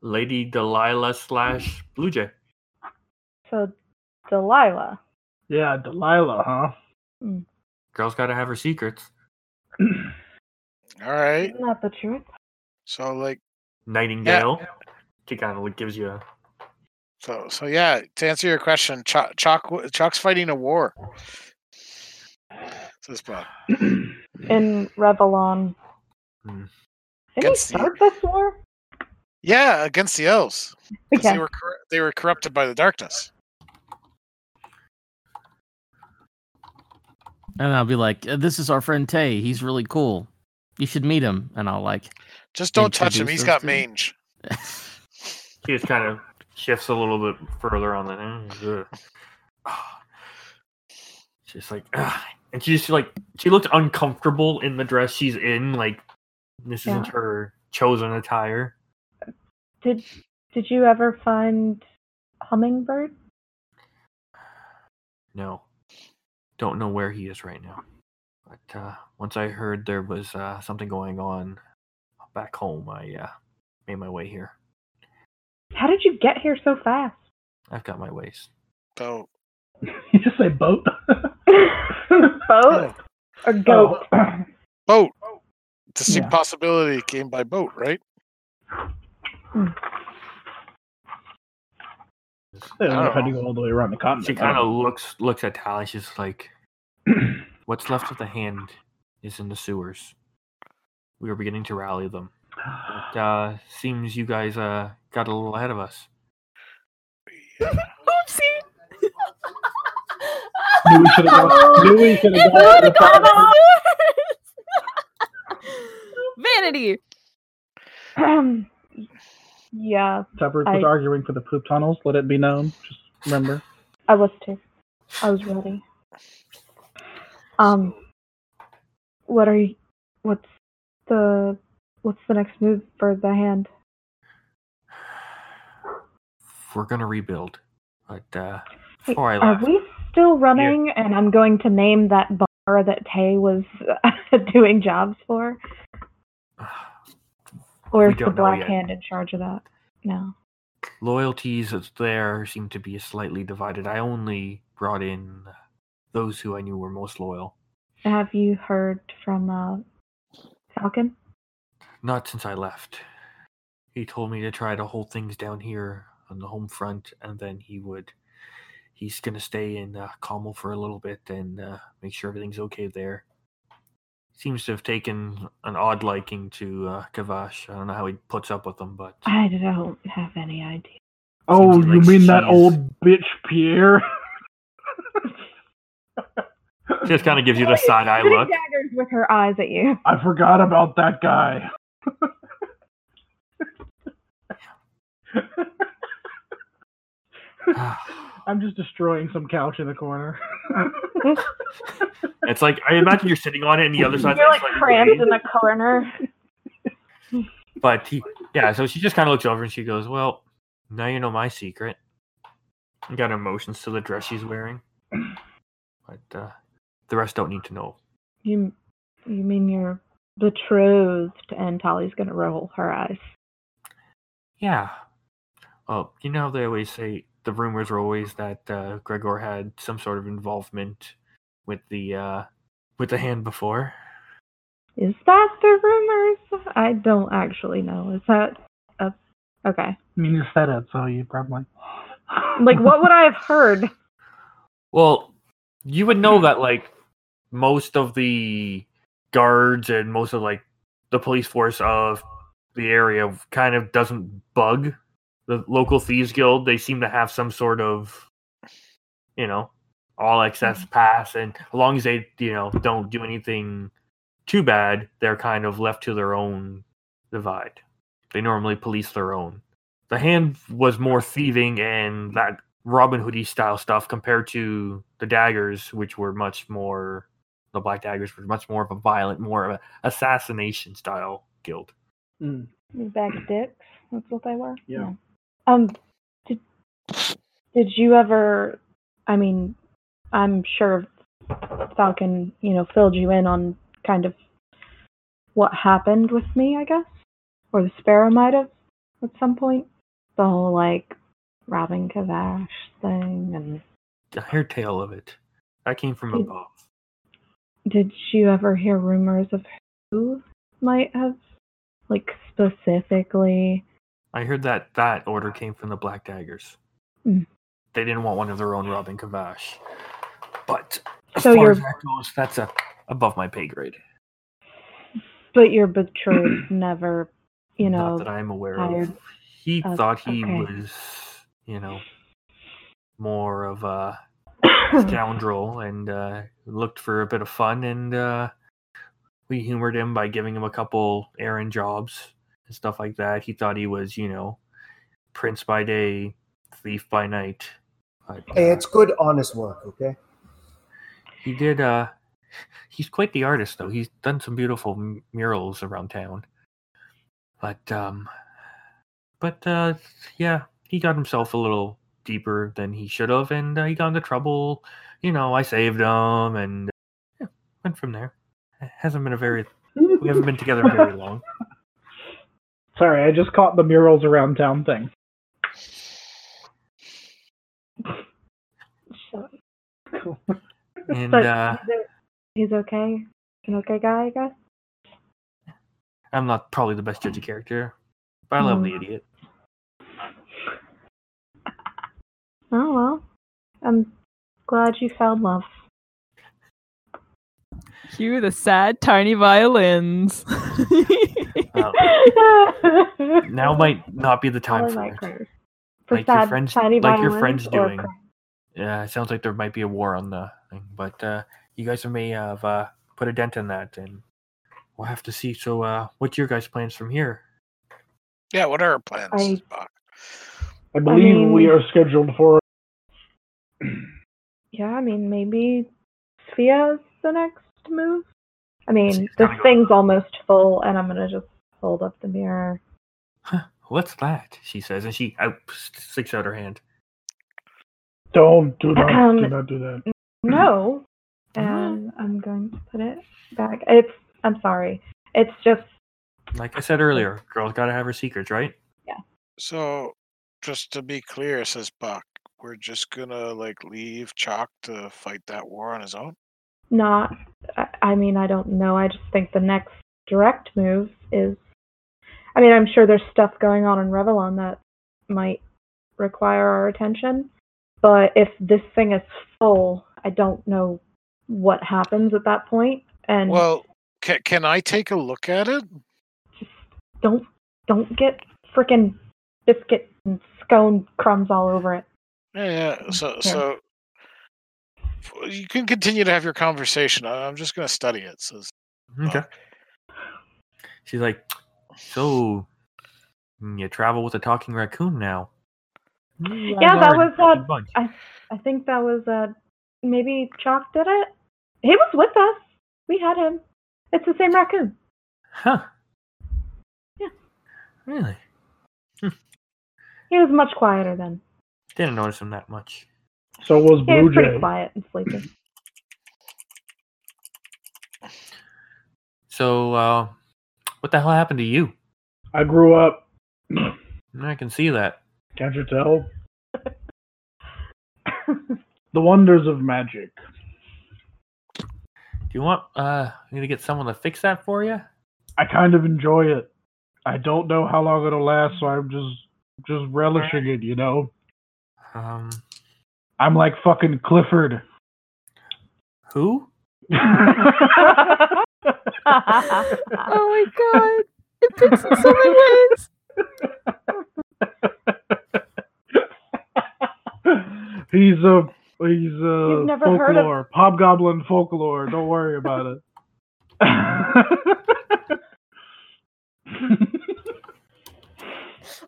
E: Lady Delilah slash Blue Jay.
F: So, Delilah.
D: yeah delilah huh
E: Girl's got to have her secrets.
B: All right.
F: Isn't that the truth?
B: So like
E: Nightingale. She kind of gives you a.
B: so so yeah. To answer your question, Chalk Chalk w- Chalk's fighting a war. Says Bob.
F: In Revelon.
E: Hmm.
F: Did he
B: Against the-
F: start this war?
B: Yeah, against the elves. 'cause
F: Okay.
B: They were corru- they were corrupted by the darkness.
G: And I'll be like, "Uh, "This is our friend Tay. He's really cool. You should meet him." And I'll like,
B: Just don't touch him.
G: Introduce
B: He's
G: us
B: got
G: to-
B: mange.
E: She just kind of shifts a little bit further on the. Mm, ugh. Ah. She's like, "Ugh." and she just like she looked uncomfortable in the dress she's in. Like this isn't
F: Yeah.
E: her chosen attire.
F: Did Did you ever find Hummingbird?
E: No. Don't know where he is right now. But uh, once I heard there was uh, something going on back home, I uh, made my way here.
F: How did you get here so fast?
E: I've got my ways.
B: So
D: You just say boat.
E: Oh.
F: Boat or goat?
D: Oh.
B: Boat. Distinct
D: Yeah.
B: possibility came by boat, right?
D: They don't
B: I
D: know
B: don't
D: how to
B: know.
D: go all the way around the continent.
E: She kind of looks looks at Tally. She's just like, "What's left of the hand is in the sewers. We are beginning to rally them. But, uh, seems you guys uh, got a little ahead of us.
C: Oopsie.
D: Knew we should have gone. Knew we should have
C: If I
D: gone.
C: would've
D: with
C: gone
D: the-
C: to sewers. Vanity.
E: Oh.
F: yeah,
D: Tuppers was
F: I-
D: arguing for the poop tunnels. Let it be known. Just remember.
F: I was too. I was ready. Um, what are you? What's the what's the next move for the hand?
E: We're gonna rebuild. But uh,
F: Hey,
E: before I
F: Are
E: left,
F: we still running? And I'm going to name that bar that Tay was doing jobs for. Or
E: We
F: is the
E: don't know
F: Black
E: yet.
F: Hand in charge of that? No.
E: loyalties that's there seem to be slightly divided. I only brought in those who I knew were most loyal.
F: Have you heard from uh, Falcon?
E: Not since I left. He told me to try to hold things down here on the home front, and then he would. He's gonna stay in uh, Carmel for a little bit and uh, make sure everything's okay there. Seems to have taken an odd liking to uh, Kavash. I don't know how he puts up with them, but
F: I don't have any idea.
D: Oh,
E: Seems
D: you
E: like
D: mean that
E: she's-
D: old bitch Pierre?
E: just kind of gives you the side eye
F: Shooting
E: look.
F: daggers with her eyes at you.
D: I forgot about that guy. I'm just destroying some couch in the corner.
E: It's like I imagine you're sitting on it, and the other side's
F: You're like
E: slightly
F: cramped
E: raised.
F: in the corner.
E: But he, yeah, so she just kind of looks over and she goes, "Well, now you know my secret." I got emotions to the dress she's wearing, but uh, the rest don't need to know.
F: You, you mean you're betrothed? And Tolly's gonna roll her eyes.
E: Yeah. Well, you know how they always say the rumors were always that uh, Gregor had some sort of involvement with the uh, with the hand before.
F: Is that the rumors? I don't actually know. Is that a okay?
D: I mean, you said it, so you probably.
F: Like, what would I have heard?
E: Well, you would know that like most of the guards and most of like the police force of the area kind of doesn't bug the local thieves guild. They seem to have some sort of you know all access pass, and as long as they you know don't do anything too bad, they're kind of left to their own divide. They normally police their own. The hand was more thieving and that Robin Hoodie style stuff compared to the daggers, which were much more the black daggers were much more of a violent, more of an assassination style guild.
D: Mm.
F: Bag of dicks. That's what they were.
D: Yeah.
F: No. Um. Did Did you ever? I mean, I'm sure Falcon, you know, filled you in on kind of what happened with me, I guess, or the Sparrow might have at some point. The whole like Robin Kavash thing, and
E: The hair tail of it. That came from
F: Hmm.
E: above.
F: did you ever hear rumors of who might have, like, specifically?
E: I heard that that order came from the black daggers.
F: Hmm.
E: They didn't want one of their own Robin Kavash. But as
F: So
E: far
F: you're-
E: as that goes, that's a, above my pay grade.
F: But your betrothed never, you know,
E: Not that I'm aware
F: hired-
E: of. He
F: Oh,
E: thought he
F: okay.
E: was, you know, more of a scoundrel and uh, looked for a bit of fun and uh, we humored him by giving him a couple errand jobs and stuff like that he thought he was you know prince by day thief by night but uh,
H: Hey, it's good, honest work, okay?
E: he did uh he's quite the artist though he's done some beautiful m- murals around town but um but uh yeah he got himself a little deeper than he should have and uh, he got into trouble you know i saved him and yeah, went from there It hasn't been a very we haven't been together very long
D: Sorry, I just caught the murals around town thing.
F: so
E: And
F: But
E: uh,
F: he's o- he's okay. An okay guy, I guess.
E: I'm not probably the best judge of character, but I love the
F: Mm.
E: idiot.
F: Oh well. I'm glad you found love.
C: Cue the sad, tiny violins. Oh
E: Um, Oh. now might not be the time
F: Probably
E: for
F: my
E: it.
F: curse. For
E: Like your
F: sad,
E: friends-
F: tiny
E: like your
F: violins
E: friends
F: or
E: doing.
F: crime.
E: Yeah, it sounds like there might be a war on the thing, but uh, you guys may have uh, put a dent in that, and we'll have to see. So, uh, what's your guys' plans from here?
B: Yeah, what are our plans?
F: I-
B: Buck?
D: I believe we
F: mean-
D: are scheduled for.
F: Yeah, I mean maybe Sophia's the next move. I mean,
E: Sophia's
F: this
E: gotta go.
F: thing's almost full, and I'm gonna just hold up the mirror.
E: Huh, what's that? She says, and she out, sticks out her hand.
D: Don't do not do
F: Um,
D: not do that.
F: No, and I'm going to put it back. It's. I'm sorry. It's just.
E: Like I said earlier, girls gotta have her secrets, right?
B: So, just to be clear, says Buck, we're just gonna like leave Chalk to fight that war on his own.
F: not I, I mean i don't know i just think the next direct move is i mean i'm sure there's stuff going on in revelon that might require our attention but if this thing is full i don't know what happens at that point and
B: Well, can, can I take a look at it?
F: just don't don't get freaking biscuit and scone crumbs all over it
B: Yeah,
E: Mm,
B: yeah. So,
F: Sure.
B: so f- you can continue to have your conversation. I- I'm just gonna study it. Says
E: Okay. She's like, so you travel with a talking raccoon now? You
F: Yeah,
E: guys
F: that
E: are a
F: was,
E: fucking
F: uh,
E: bunch.
F: i think that was uh maybe chalk did it he was with us we had him it's the same raccoon
E: Huh?
F: Yeah.
E: Really?
F: He was much quieter then.
E: Didn't notice him that much.
D: So was
F: He was
D: Blue
F: pretty
D: Jay.
F: quiet and sleepy.
E: So, uh, what the hell happened to you?
D: I grew up.
E: I can see that.
D: Can't you tell? The wonders of magic.
E: Do you want uh, me to get someone to fix that for you?
D: I kind of enjoy it. I don't know how long it'll last, so I'm just just relishing it. You know,
E: Um,
D: I'm like fucking Clifford.
E: who?
C: oh my god! It picks in so many ways.
D: he's a he's a
F: You've never heard of-
D: folklore, hobgoblin folklore. Don't worry about it.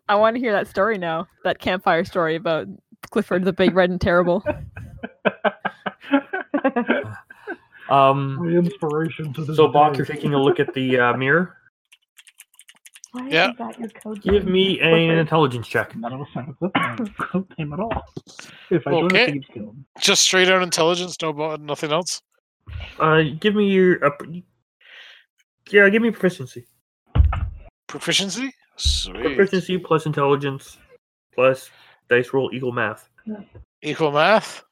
C: I want to hear that story now. That campfire story about Clifford the Big Red and Terrible.
E: Um,
D: My inspiration to this.
E: so, Bob,
D: day.
E: you're taking a look at the uh, mirror.
F: Why
B: Yeah.
F: is that your code
E: Give
F: name?
E: me an intelligence check.
D: None of us have a clip name, clip name at all. If I join a
B: Okay.
D: thieves guild,
B: just straight out intelligence, no, bo- nothing else.
E: Uh, give me your. Uh, yeah, give me proficiency.
B: Proficiency. Sweet.
E: Proficiency plus intelligence plus dice roll equal math.
B: Equal math.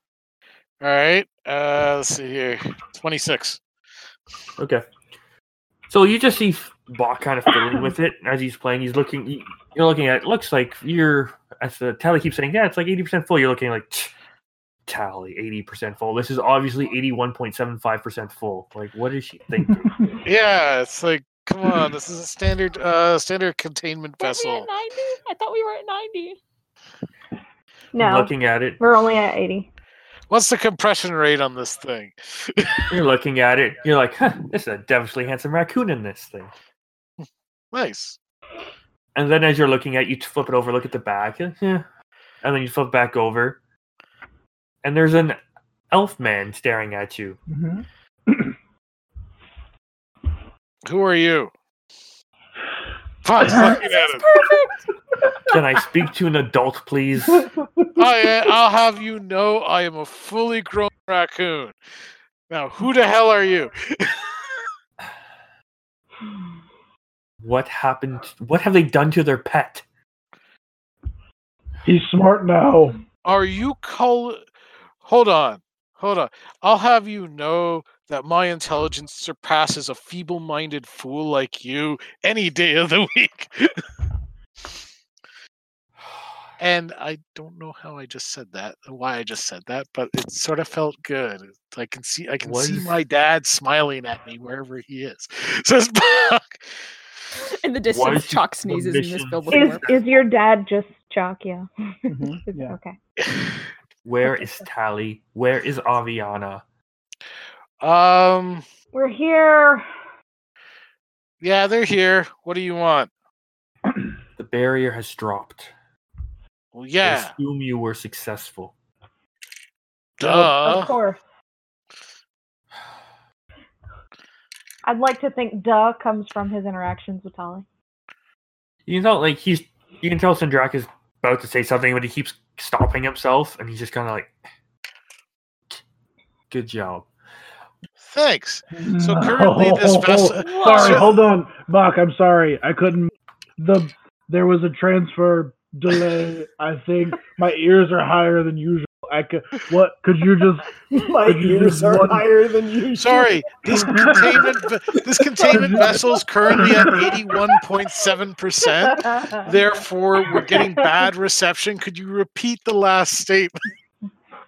B: All right. Uh, let's see here. Twenty-six.
E: Okay. So you just see Bach kind of fiddling with it as he's playing. He's looking. he- You're looking at. It looks like you're. As the tally keeps saying, yeah, it's like eighty percent full. You're looking like "Tch, tally eighty percent full. This is obviously eighty-one point seven five percent full. Like, what is she thinking?
B: Yeah, it's like, come on, this is a standard, uh, standard containment vessel.
C: I thought we were at ninety.
F: No,
E: Looking at it,
F: we're only at 80.
B: What's the compression rate on this thing?
E: you're looking at it. You're like, huh, this is a devilishly handsome raccoon in this thing.
B: Nice.
E: And then as you're looking at, it, you t- flip it over, look at the back, eh, yeah. and then you flip back over, and there's an elf man staring at you.
B: Who are you? Fuck's looking at it.
E: Can I speak to an adult, please?
D: Mm-hmm.
B: I, I'll have you know, I am a fully grown raccoon. Now, who the hell are you?
E: What happened? What have they done to their pet?
D: he's smart now.
B: Are you call? Hold on, Hold on. I'll have you know that my intelligence surpasses a feeble minded fool like you any day of the week. and I don't know how I just said that, why I just said that, but it sort of felt good. I can see I can see
E: Was-
B: my dad smiling at me wherever he is. Says Buck.
C: In the distance,
E: is
C: Chalk
E: the
C: sneezes and this
E: mission-
C: bill before.
F: Is is your dad just Jock? Yeah. It's
D: yeah.
F: Okay.
E: Where is Tally? Where is Aviana?
B: Um
F: We're here.
B: yeah, they're here. What do you want?
E: The barrier has dropped.
B: Well
E: I
B: yeah.
E: assume you were successful.
B: Duh. Uh.
F: Of course. I'd like to think "duh" comes from his interactions with Tali.
E: You know, like he's. You can tell Sindrak is about to say something, but he keeps stopping himself, and he's just kind of like, "Good job."
B: Thanks. So currently this vessel
D: Sorry,
B: so-
D: hold on, Buck. I'm sorry. I couldn't. The there was a transfer delay. I think my ears are higher than usual. I could. What could you just?
H: My
D: Could you
H: ears
D: just
H: are
D: one-
H: higher than you.
B: Sorry, this containment ve- this containment vessel is currently at eighty one point seven percent. Therefore, we're getting bad reception. Could you repeat the last statement?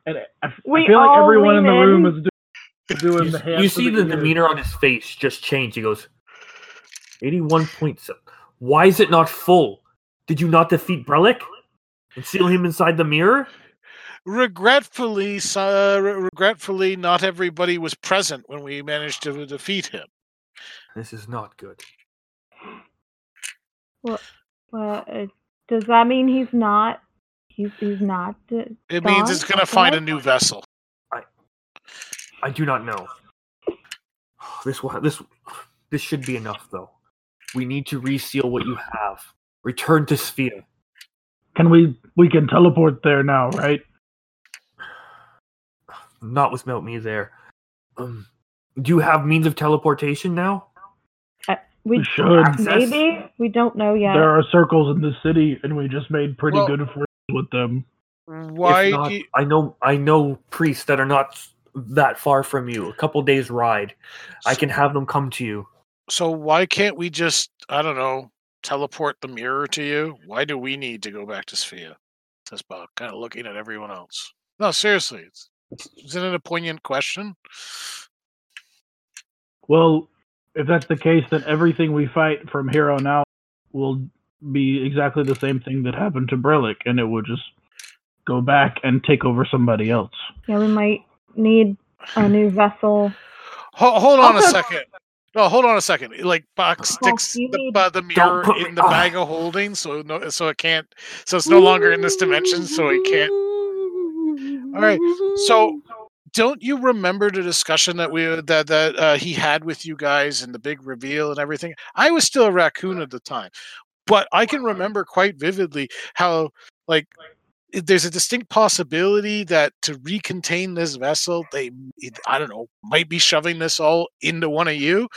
D: And I, f- I
F: We
D: feel like
F: all
D: everyone in the
F: lean
D: room
F: in.
D: is do- doing
E: You,
D: the
E: s-
D: hand.
E: you
D: for
E: see the,
D: ears.
E: demeanor on his face just change. He goes, 81 points. Why is it not full? Did you not defeat Brelik? And seal him inside the mirror?
B: Regretfully, so- uh, re- regretfully, not everybody was present when we managed to defeat him.
E: This is not good.
F: Well, uh, does that mean he's not? He's he's not. uh,
B: It means it's
F: Don?
B: going to find a new vessel.
E: I do not know. This wa- this this should be enough though. We need to reseal what you have. Return to Sphere.
D: Can we? We can teleport there now, right?
E: Not without me there. Um, do you have means of teleportation now?
F: We
D: We should.
E: Access?
F: maybe we don't know yet.
D: There are circles in this city, and we just made pretty
B: Well-
D: good friends with them.
E: If
B: Why?
E: not,
B: do you-
E: I know I know priests that are not that far from you, a couple days ride. I can have them come to you.
B: so why can't we just? I don't know. Teleport the mirror to you. Why do we need to go back to Sphia? Says Bob, kind of looking at everyone else. No, seriously, it's, isn't it a poignant question?
D: Well, if that's the case, then everything we fight from here on out will be exactly the same thing that happened to Brelik, and it will just go back and take over somebody else.
F: Yeah, we might need a new vessel.
B: Ho- hold on a
F: Also-
B: second. No, hold on a second. Like Bach sticks
F: you
B: the,
F: need-
B: uh, the mirror
E: Oh, put me-
B: in the
E: ah.
B: bag of holding, so no, so it can't. So it's no longer in this dimension, so it can't. All right. So don't you remember the discussion that we that that uh, he had with you guys and the big reveal and everything? I was still a raccoon at the time, but I can remember quite vividly how like i- there's a distinct possibility that to recontain this vessel, they it- I don't know might be shoving this all into one of you.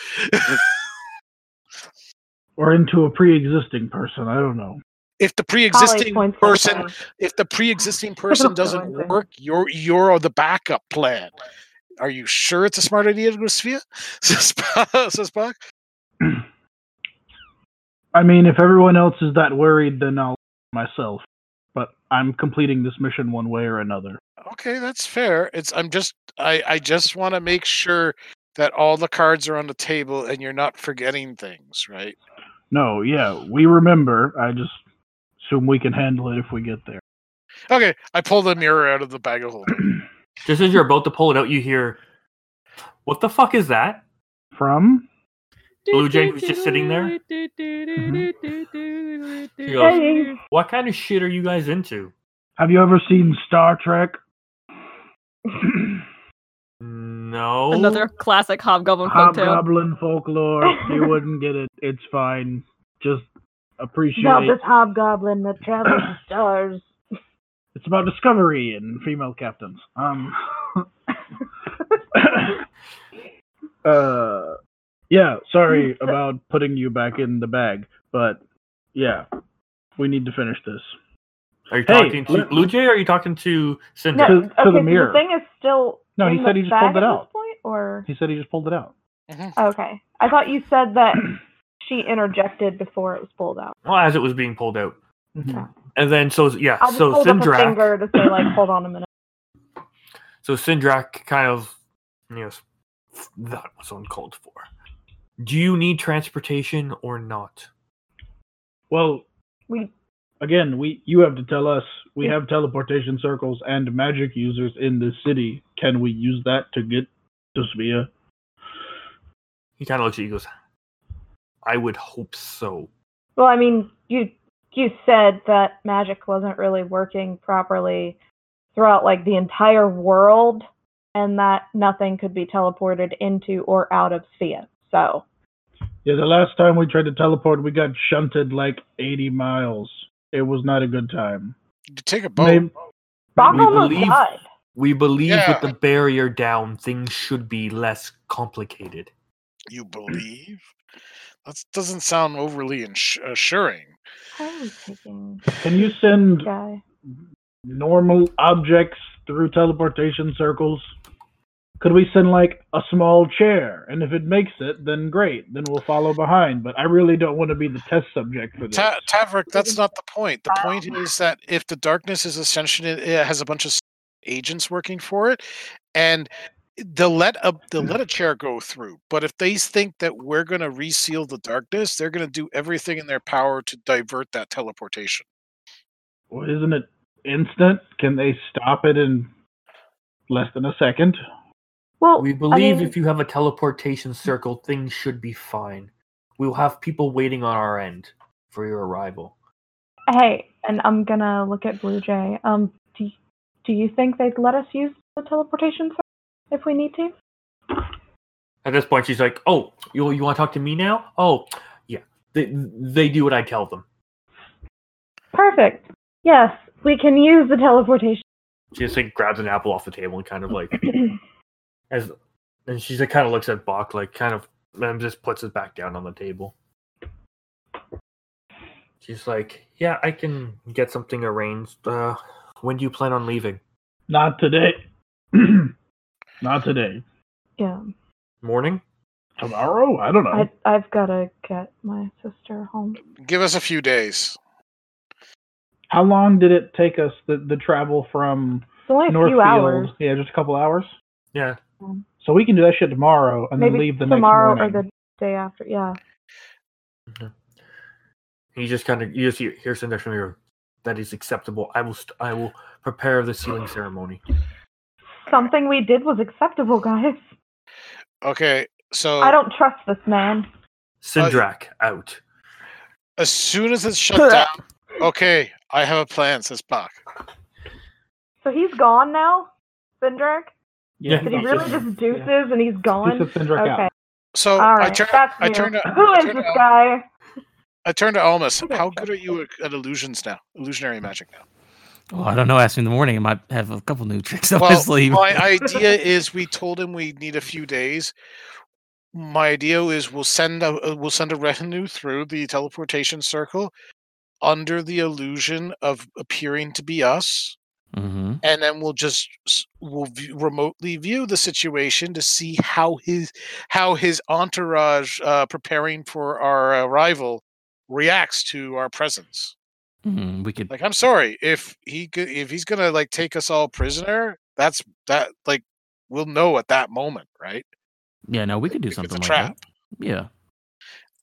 D: Or into a pre existing person, I don't know.
B: If the
F: Polly
B: pre-existing
F: points at
B: person
F: her.
B: if the pre-existing person doesn't
F: Influencer.
B: work, you're you're the backup plan. Are you sure it's a smart idea to go to Sophia? Says Spock. says Spock.
D: I mean, if everyone else is that worried, then I'll myself. But I'm completing this mission one way or another.
B: Okay, that's fair. It's I'm just I I just want to make sure that all the cards are on the table and you're not forgetting things, right?
D: No, yeah, we remember. I just assume we can handle it if we get there.
B: Okay, I pull the mirror out of the bag of holding.
E: Just as you're about to pull it out, you hear, "What the fuck is that?"
D: From?
E: Blue Jay who's just sitting there? He goes,
F: Hey,
E: "What kind of shit are you guys into?"
D: Have you ever seen Star Trek?
E: No.
C: Another classic hobgoblin folktale.
D: Hobgoblin folklore. You wouldn't get it. It's fine. Just appreciate
F: about this hobgoblin that travels the stars.
D: It's about discovery and female captains. Um. uh, yeah. Sorry about putting you back in the bag, but yeah, we need to finish this.
E: Are you
D: Hey,
E: talking to
D: let-
E: Blue Jay? Or are you talking to Cinder?
D: No. to the
F: okay, so
D: mirror.
F: the thing is still
D: No, he
F: in
D: said
F: the
D: he just
F: bag
D: pulled it
F: at
D: out.
F: This point, or
D: He said he just pulled it out.
F: okay, I thought you said that she interjected before it was pulled out.
E: Well, as it was being pulled out,
D: Mhm.
E: and then so yeah,
F: I'll just
E: so
F: hold up a
E: Sindrak.
F: finger to say like, hold on a minute.
E: So Sindrak kind of, you know, s- that was uncalled for. Do you need transportation or not?
D: Well,
F: We
D: again, we you have to tell us. We have teleportation circles and magic users in this city. Can we use that to get to Svea?
E: He kind of looks at you. and Goes, I would hope so.
F: well, I mean, you you said that magic wasn't really working properly throughout like the entire world, and that nothing could be teleported into or out of Sphere. So
D: Yeah, the last time we tried to teleport, we got shunted like 80 miles. It was not a good time.
B: You take a boat.
D: Maybe-
F: Bach
E: We
F: almost
E: believe-
F: died.
E: We believe
B: Yeah.
E: with the barrier down, things should be less complicated.
B: You believe? That doesn't sound overly ins- assuring.
F: I was taking
D: can you send
F: guy.
D: normal objects through teleportation circles? Could we send like a small chair? And if it makes it, then great. Then we'll follow behind. But I really don't want to be the test subject for this.
B: Ta- Tavrik, that's not the point. The point
F: Um
B: is that if the darkness is ascension, it it has a bunch of s- agents working for it, and they'll let a they'll let
F: Mm-hmm.
B: a chair go through. But if they think that we're going to reseal the darkness, they're going to do everything in their power to divert that teleportation.
D: Well, isn't it instant? Can they stop it in less than a second?
F: Well,
E: We believe
F: mean-
E: if you have a teleportation circle, things should be fine. We will have people waiting on our end for your arrival.
F: Hey, and I'm gonna look at Blue Jay. Um, do, do you think they'd let us use the teleportation circle if we need to?
E: At this point, she's like, "Oh, you you want to talk to me now? Oh, yeah. They they do what I tell them."
F: Perfect. Yes, we can use the teleportation.
E: She just like grabs an apple off the table and kind of like as and she's like kind of looks at Bach like kind of and just puts it back down on the table. She's like, "Yeah, I can get something arranged. Uh, when do you plan on leaving?
D: Not today. Not today.
F: yeah,
E: Morning?
D: Tomorrow? I don't know.
F: I, I've gotta get my sister home.
B: Give us a few days.
D: How long did it take us the, the travel from
F: It's only a few
D: Northfield?
F: hours.
D: Yeah, just a couple hours.
E: Yeah,
D: So we can do that shit tomorrow and
F: Maybe
D: then leave the
F: tomorrow
D: next morning.
F: or the day after. Yeah.
E: He just kind of you just hear, hear Sindar from here. That is acceptable. I will st- I will prepare the sealing ceremony.
F: Something we did was acceptable, guys.
B: Okay, so
F: I don't trust this man.
E: Sindrak out.
B: as soon as it's shut down, okay, I have a plan. Says Bach.
F: So he's gone now, Sindrak?
E: Yeah,
F: Did he
E: he's
F: really
E: just-
F: just
D: yeah.
F: deuces and he's gone?
D: He said Cindric
F: okay.
D: out.
B: So
F: All
B: I
F: right,
B: turn.
F: that's
B: I
F: new.
B: turn. to-
F: Who
B: I
F: is
B: turn to
F: this
B: Al-
F: guy?
B: I turn to Almas.
F: Okay,
B: How
F: okay.
B: good are you at, at illusions now? Illusionary magic now.
G: Well, I don't know. Ask me in the morning. I might have a couple new tricks up my
B: Well,
G: sleeve.
B: my idea is we told him we need a few days. My idea is we'll send a uh, we'll send a retinue through the teleportation circle under the illusion of appearing to be us,
G: hmm
B: and then we'll just s- we'll view, remotely view the situation to see how his how his entourage uh, preparing for our arrival reacts to our presence.
F: Mm-hmm.
G: hmm We could.
B: Like, I'm sorry if he go- if he's gonna like take us all prisoner. That's that like we'll know at that moment, right?
G: Yeah, no, we could do
B: If it's a
G: something like
B: trap.
G: that. Yeah.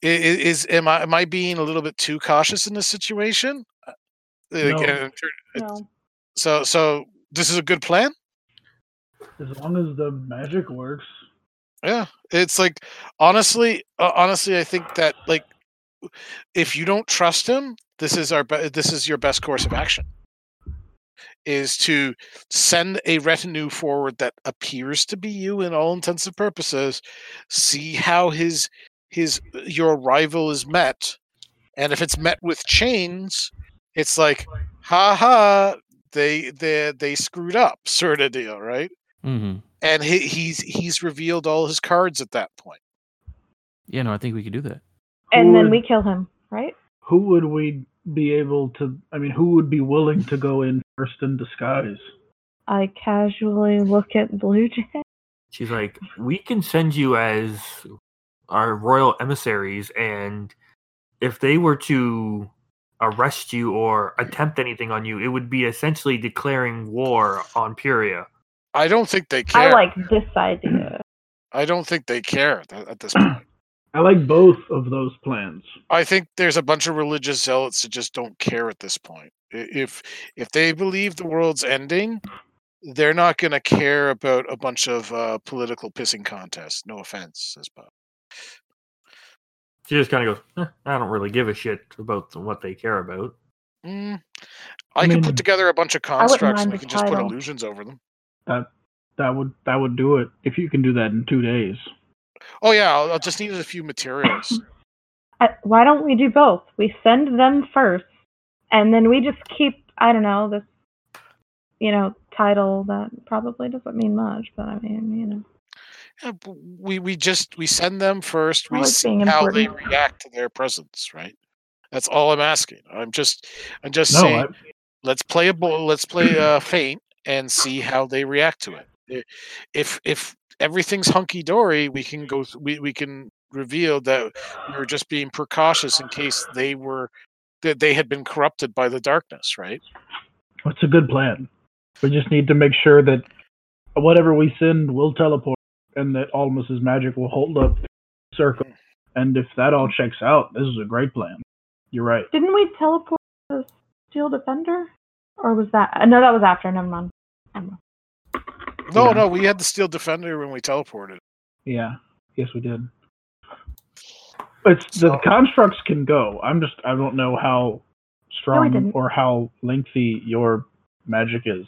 B: I- i- Is, am I am I being a little bit too cautious in this situation? Uh, like,
D: No.
B: uh, tur-
F: No.
B: So so this is a good plan.
D: As long as the magic works.
B: Yeah, it's like honestly, uh, honestly, I think that like if you don't trust him, this is our be- this is your best course of action is to send a retinue forward that appears to be you in all intents and purposes see how his his uh, your rival is met and if it's met with chains it's like ha ha they they they screwed up sort of deal right
G: hmm
B: and he, he's he's revealed all his cards at that point
G: Yeah, no, I think we could do that.
F: And
D: Who
F: then
D: would-
F: we kill him, right?
D: Who would we be able to? I mean, who would be willing to go in first in disguise?
F: I casually look at Blue Jay.
E: She's like, we can send you as our royal emissaries, and if they were to arrest you or attempt anything on you, it would be essentially declaring war on Puria.
B: I don't think they
F: I
B: care.
F: like this idea.
B: I don't think they care at th- at this point.
D: I like both of those plans.
B: I think there's a bunch of religious zealots that just don't care at this point. I- If if they believe the world's ending, they're not going to care about a bunch of uh, political pissing contests. No offense, says Bob.
E: She just kind of goes, "Eh, I don't really give a shit about what they care about.
B: Mm,
D: I
B: I, can
D: mean,
B: put together a bunch of
F: wouldn't
B: constructs
F: mind
B: and we
F: the
B: can just put
F: title.
B: illusions over them.
D: That would that would do it if you can do that in two days.
B: Oh yeah, I'll, I'll just need a few materials.
F: I- why don't we do both? We send them first, and then we just keep, I don't know, this, you know, title that probably doesn't mean much, but I mean, you know.
B: Yeah, b- we we just we send them first.
F: I
B: We
F: like
B: see
F: being
B: how they
F: important.
B: react to their presence. Right. That's all I'm asking. I'm just I'm just
D: No,
B: saying.
D: I,
B: let's play a bull let's play a feint and see how they react to it I- if if everything's hunky dory we can go th- we, we can reveal that we were just being precautious in case they were that they had been corrupted by the darkness right
D: it's a good plan. We just need to make sure that whatever we send will teleport, and that Almus's magic will hold up the circle. And if that all checks out, this is a great plan. You're right.
F: Didn't we teleport to Steel Defender? Or was that? No, that was after. Never mind. Never mind.
B: no
D: Yeah.
B: no we had the steel defender when we teleported
D: Yeah. Yes, we did. It's the
H: So-
D: constructs can go. I'm just I don't know how strong
F: didn't.
D: or how lengthy your magic is.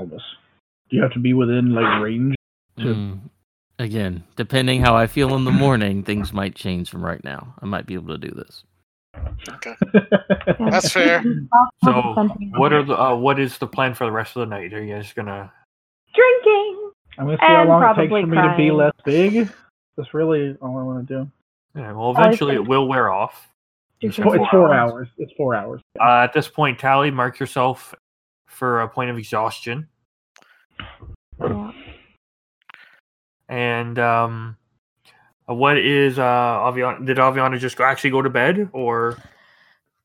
D: Almost. Do you have to be within like range?
G: Mm. Again, depending how I feel in the morning, things might change from right now. I might be able to do this.
F: Yeah.
B: That's fair.
E: So,
F: Something
E: what are
F: else.
E: the uh, what is the plan for the rest of the night? Are you guys gonna?
F: drinking?
D: I'm gonna see how
F: And
D: long it takes
F: probably
D: for me to be
F: crying.
D: less big. That's really all I want to do.
E: Yeah, well, eventually
F: think-
E: it will wear off.
F: It's
D: It's four,
E: Four
D: it's four
E: hours.
D: hours. It's four hours.
E: Uh, at this point, Tally, mark yourself for a point of exhaustion.
F: Yeah.
E: And um, what is uh, Aviana? Did Aviana just go, actually go to bed, or of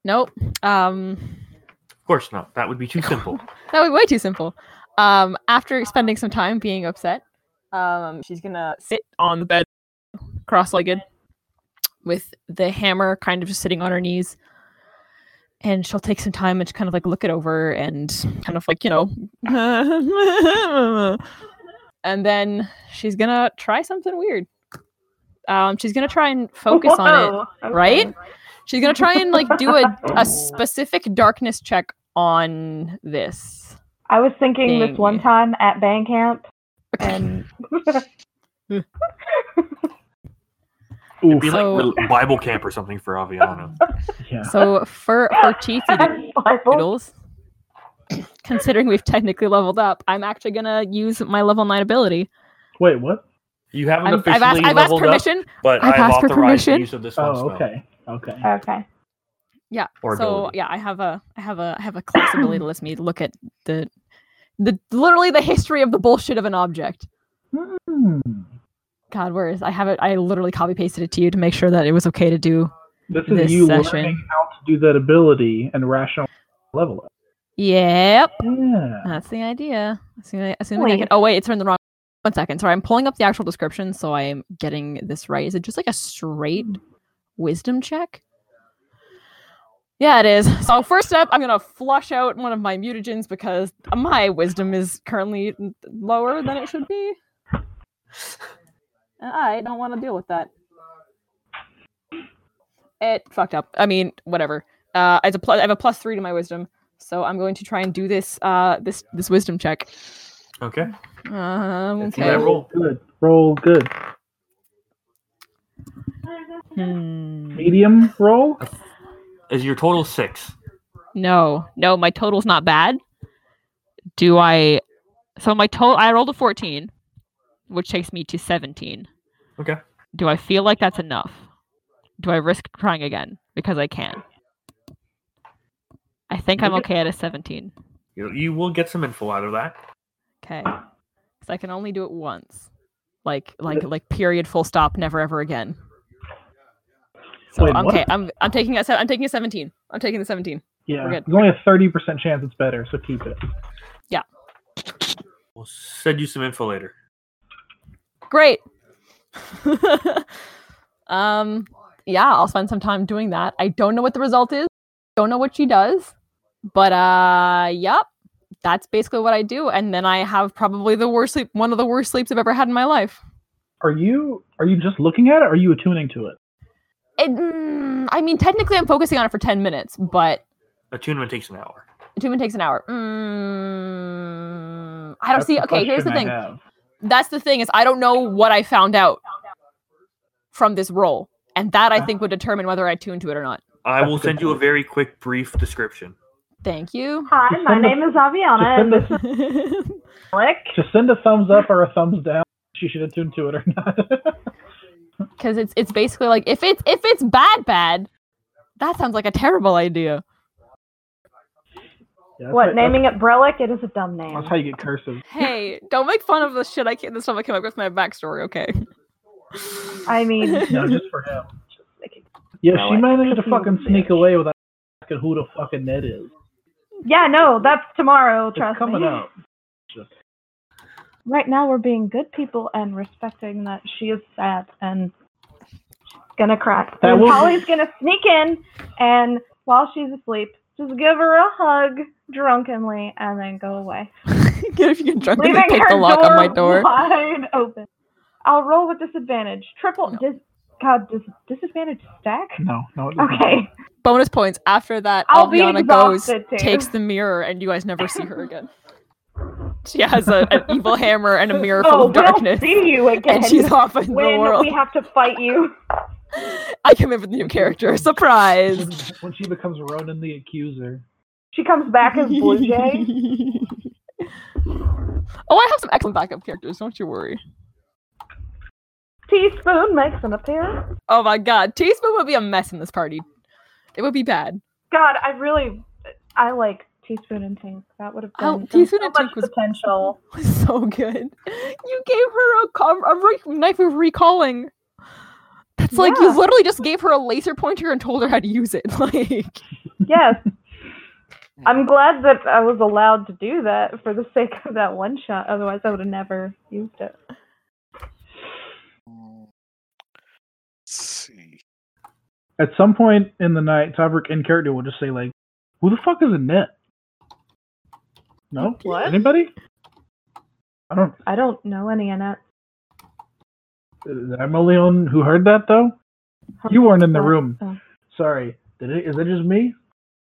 C: Nope. Um,
E: course not? That would be too simple.
C: that would be way too simple. Um, after spending some time being upset, um, she's gonna sit on the bed, cross-legged, with the hammer kind of just sitting on her knees, and she'll take some time and just kind of like look it over and kind of like you know, and then she's gonna try something weird. Um, she's gonna try and focus on it.
F: Whoa,
C: right?
F: okay.
C: She's gonna try and like do a, a specific darkness check on this.
F: I was thinking this
C: Dang.
F: one time at band camp, and
E: It'd be like
D: Oof.
E: rel-
C: So-
E: Bible camp or something for Aviana.
D: Yeah.
C: So for for cheaty
F: Bible.
C: doodles, considering we've technically leveled up, I'm actually gonna use my level nine ability.
D: Wait, what?
E: You haven't
C: I'm, I've
E: officially
C: asked, I've asked
E: leveled up,
C: permission.
E: but
C: I've
E: I've,
C: asked for
E: authorized the
C: permission.
E: use of this one
D: Oh,
E: spell.
D: okay. Okay.
F: Okay.
C: Yeah.
E: Or
C: so
E: ability.
C: yeah, I have a I have a I have a class ability that lets me look at the the literally the history of the bullshit of an object.
D: Hmm.
C: God, where is I have it? I literally copy pasted it to you to make sure that it was okay to do.
D: This is
C: This
D: you
C: session.
D: learning how to do that ability and rational level up.
C: Yep.
D: Yeah.
C: That's the idea. Assuming, assuming I
F: Wait.
C: can. Oh wait, it's in the wrong. One second. Sorry, I'm pulling up the actual description, so I am getting this right. Is it just like a straight wisdom check? Yeah, it is. So first up, I'm gonna flush out one of my mutagens because my wisdom is currently lower than it should be, and I don't want to deal with that. It fucked up. I mean, whatever. Uh, it's a plus. I have a plus three to my wisdom, so I'm going to try and do this. Uh, this this wisdom check.
E: Okay.
C: Um,
E: Let's see that
C: okay.
E: roll.
D: Good. Roll good.
C: Hmm.
D: Medium roll?
E: Is your total six?
C: No, no, my total's not bad. Do I? So my total, I rolled a fourteen, which takes me to seventeen.
E: Okay.
C: Do I feel like that's enough? Do I risk trying again because I can? I think I'm
E: Okay.
C: okay at a seventeen.
E: You, you will get some info out of that.
C: okay. Because I can only do it once. Like like like period full stop never ever again. So
D: Wait, what?
C: okay, I'm I'm taking a se- I'm taking a 17. I'm taking the 17.
D: Yeah,
C: We're good.
D: there's only a thirty percent chance it's better, so keep it.
E: We'll send you some info later.
C: Great. um yeah, I'll spend some time doing that. I don't know what the result is. Don't know what she does. But uh yep. That's basically what I do and then I have probably the worst sleep one of the worst sleeps I've ever had in my life.
D: Are you are you just looking at it? or Are you attuning to
C: Oh,
D: it?
C: It, mm, I mean technically I'm focusing on it for 10 minutes, but
E: Attunement takes an hour.
C: attunement takes an hour. Mm, I don't
D: That's
C: see okay, here's the
D: question I
C: thing.
D: have.
C: that's the thing is I don't know what I found out from this role, and that
D: Uh-huh.
C: I think would determine whether I tune to it or not.
E: I
D: That's
E: will
D: a good
E: send you a
D: point.
E: very quick, brief description.
C: Thank you.
F: Hi, my
D: send a-
F: name is Aviana,
D: send
F: and
D: a-
F: Uh, this is Alec.
D: Just send a thumbs up or a thumbs down. She should attune to it or not.
C: Because it's it's basically like if it's if it's bad bad, that sounds like a terrible idea.
D: Yeah, that's
F: What
D: how-
F: naming it Brelic? It is a dumb
D: That's,
F: name.
D: that's how you get cursive.
C: Hey, don't make fun of the shit I can the stuff I came up with my backstory, okay?
F: I mean,
D: No, just for him.
F: like,
D: Yeah,
E: No,
D: she
E: I-
D: managed to fucking sneak away without asking who the fucking Ned is.
F: yeah, no, that's tomorrow.
D: It's
F: Trust
D: coming
F: me.
D: out.
F: Right now, we're being good people and respecting that she is sad and she's gonna cry.
D: That
F: And
D: will-
F: Polly's gonna sneak in, and while she's asleep, just give her a hug drunkenly, and then go away.
C: if you get drunk and
F: leaving
C: pick
F: her
C: the lock
F: door
C: on my door.
F: wide open. I'll roll with disadvantage. Triple
C: No.
F: dis. God, does disadvantage stack?
D: No, no. It doesn't.
F: Okay.
C: Bonus points after that.
F: I'll be
C: Albiana goes,
F: exhausted, too.
C: takes the mirror, and you guys never see her again. She has a, an evil hammer and a mirror full
F: Oh,
C: of darkness.
F: we'll see you again
C: and she's off in the
F: when
C: world.
F: we have to fight you.
C: I came in with a new character. Surprise!
D: When she becomes Ronan the Accuser.
F: She comes back as Blue Jay.
C: oh, I have some excellent backup characters. Don't you worry.
F: Teaspoon makes an appearance.
C: Oh my god, Teaspoon would be a mess in this party. It would be bad.
F: God, I really, I like Teaspoon and Tink. That would have been
C: Oh,
F: done
C: Teaspoon
F: so
C: and
F: much
C: Tink was-
F: potential.
C: so good. You gave her a, com- a re- knife of recalling. That's like you
F: Yeah.
C: literally just gave her a laser pointer and told her how to use it. Like,
F: yes. I'm glad that I was allowed to do that for the sake of that one shot. Otherwise, I would have never used it.
B: Mm. Let's see.
D: At some point in the night, Tavrik in character will just say like, "Who the fuck is a Ned?" No,
F: What?
D: Anybody? I don't.
F: I don't know any Annette.
D: I'm only on who heard that though. You weren't in the room.
F: Oh.
D: Sorry. Did it? Is it just me?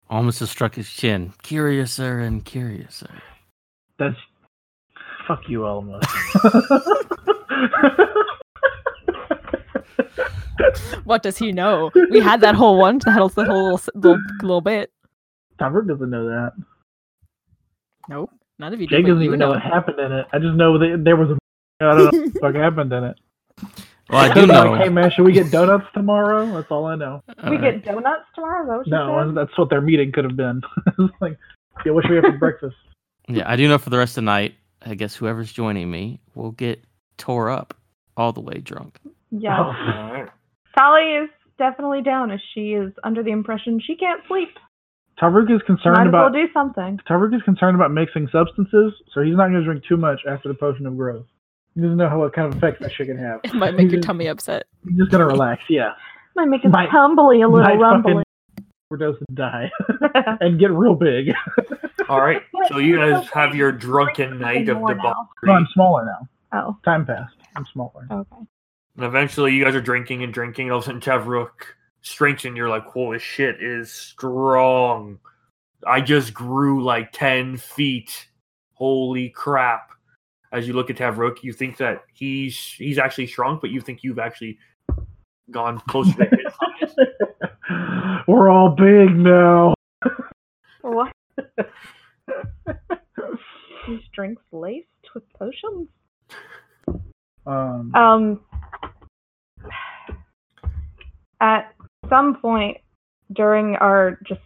G: Almost has struck his chin. Curiouser and curiouser.
D: That's fuck you, Alma.
C: what does he know? We had that whole one, that whole, that whole little, s- little, little bit.
D: Tavrik doesn't know that.
C: Nope, none of you. did,
D: Jake
C: but
D: doesn't
C: you
D: even know what happened in it. I just know that there was a. I don't know what the fuck happened in it.
G: Well, I
D: I
G: do
D: could've been
G: know. uh,
D: Like, hey man, should we get donuts tomorrow? That's all I know.
F: we
C: Uh,
F: get
G: Alright.
F: donuts tomorrow? Is that what you
D: No,
F: said?
D: that's what their meeting could have been. it's like, yeah, what should we have for breakfast?
G: Yeah, I do know for the rest of the night, I guess whoever's joining me will get tore up all the way drunk.
F: Yeah.
D: Oh.
E: Alright.
F: Sally is definitely down as she is under the impression she can't sleep.
D: Tavrik is
F: Might
D: concerned
F: as well
D: about
F: do something.
D: Tavrik is concerned about mixing substances, so he's not going to drink too much after the potion of growth. He doesn't know how what kind of effects that shit can have.
C: It might make your
D: He's just-
C: tummy upset.
D: He's just gonna relax. Yeah,
F: Might make it
D: Might-
F: tumbly a little
D: Might
F: rumbly.
D: fucking overdose and die and get real big.
E: All right. So you guys have your drunken night of debauchery.
D: No, I'm smaller now.
F: Oh,
D: Time passed. I'm smaller.
F: okay.
E: And eventually you guys are drinking and drinking. And all of a sudden Chavruk strengths and you're like, holy shit, it is strong. I just grew like 10 feet. Holy crap. As you look at Tavrok, you think that he's he's actually shrunk, but you think you've actually gone closer to his size.
C: Oh.
D: We're all big now.
F: What? These drinks laced with potions?
D: Um,
C: Oh.
F: Um, at some point during our just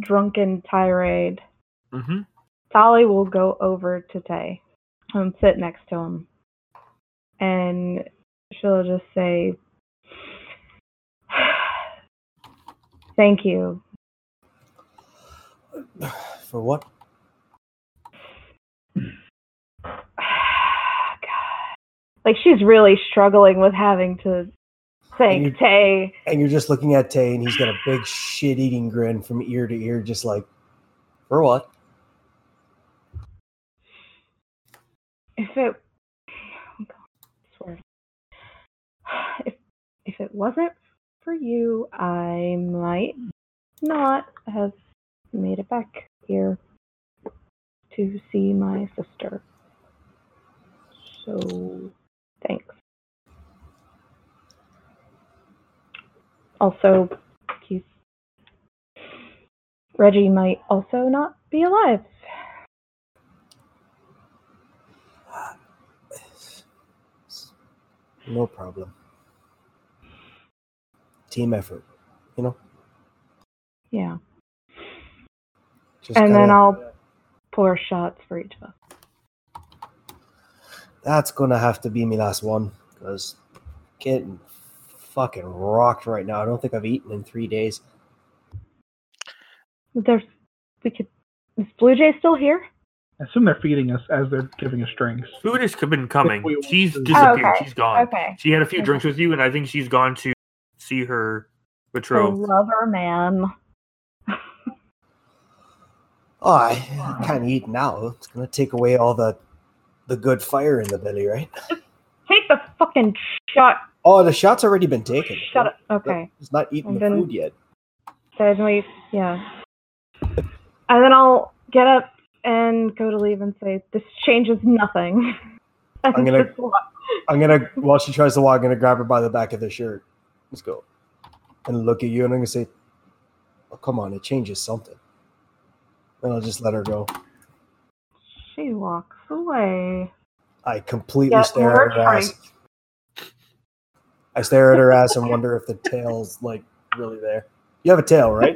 F: drunken tirade,
E: Mm-hmm.
F: Sally will go over to Tay um, sit next to him. And she'll just say, Thank you
H: For what?
F: like she's really struggling with having to
H: And you-
F: thank Tay.
H: And you're just looking at Tay, and he's got a big shit-eating grin from ear to ear, just like, for what?
F: If it, oh God, I swear, if if it wasn't for you, I might not have made it back here to see my sister. So, thanks. Also, he's Reggie might also not be alive.
H: No problem. Team effort, you know.
F: Yeah.
H: Just
F: and then
H: kinda-
F: I'll pour shots for each of us.
H: That's gonna have to be my last one because getting fucking rocked right now. I don't think I've eaten in three days.
F: But There's, we could. Is Blue Jay still here?
D: I assume they're feeding us as they're giving us drinks.
E: Food has been coming.
D: we want
E: She's
D: food.
E: disappeared.
F: Oh, okay.
E: She's gone.
F: Okay.
E: She had a few
F: Okay.
E: drinks with you, and I think she's gone to see her betrothed.
F: lover man.
H: Oh, I can't eat now. It's gonna take away all the the good fire in the belly, right?
F: Take the fucking shot.
H: Oh, the shot's already been taken.
F: Shut up. Okay.
H: It's not eating
F: And
H: the
F: then-
H: food yet.
F: So then we, yeah. And then I'll get up and go to leave and say, this changes nothing. And
H: I'm gonna-
F: just walk.
H: I'm gonna while she tries to walk, I'm gonna grab her by the back of the shirt. Let's go. And look at you and I'm gonna say, Oh come on, it changes something. And I'll just let her go.
F: She walks away.
H: I completely
F: Yeah,
H: stare at her
F: we're
H: ass. I stare at her ass and wonder if the tail's like really there. You have a tail, right?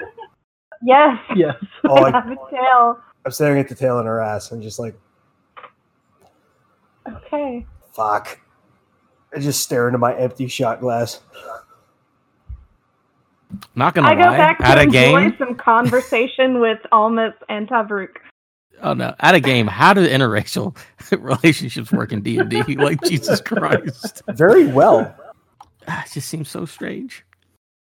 F: Yes.
D: Yes.
H: Oh,
F: I
H: I,
F: have a tail.
H: I'm staring at the tail and her ass. I'm just like,
F: Okay.
H: fuck. I just stare into my empty shot glass.
G: Not gonna
F: I go
G: lie,
F: back to
G: at a
F: enjoy
G: game.
F: some conversation with Almas and Tavruk.
G: Oh no, at a game. How do interracial relationships work in D and D? Like Jesus Christ,
H: Very well.
G: Ah, it just seems so strange.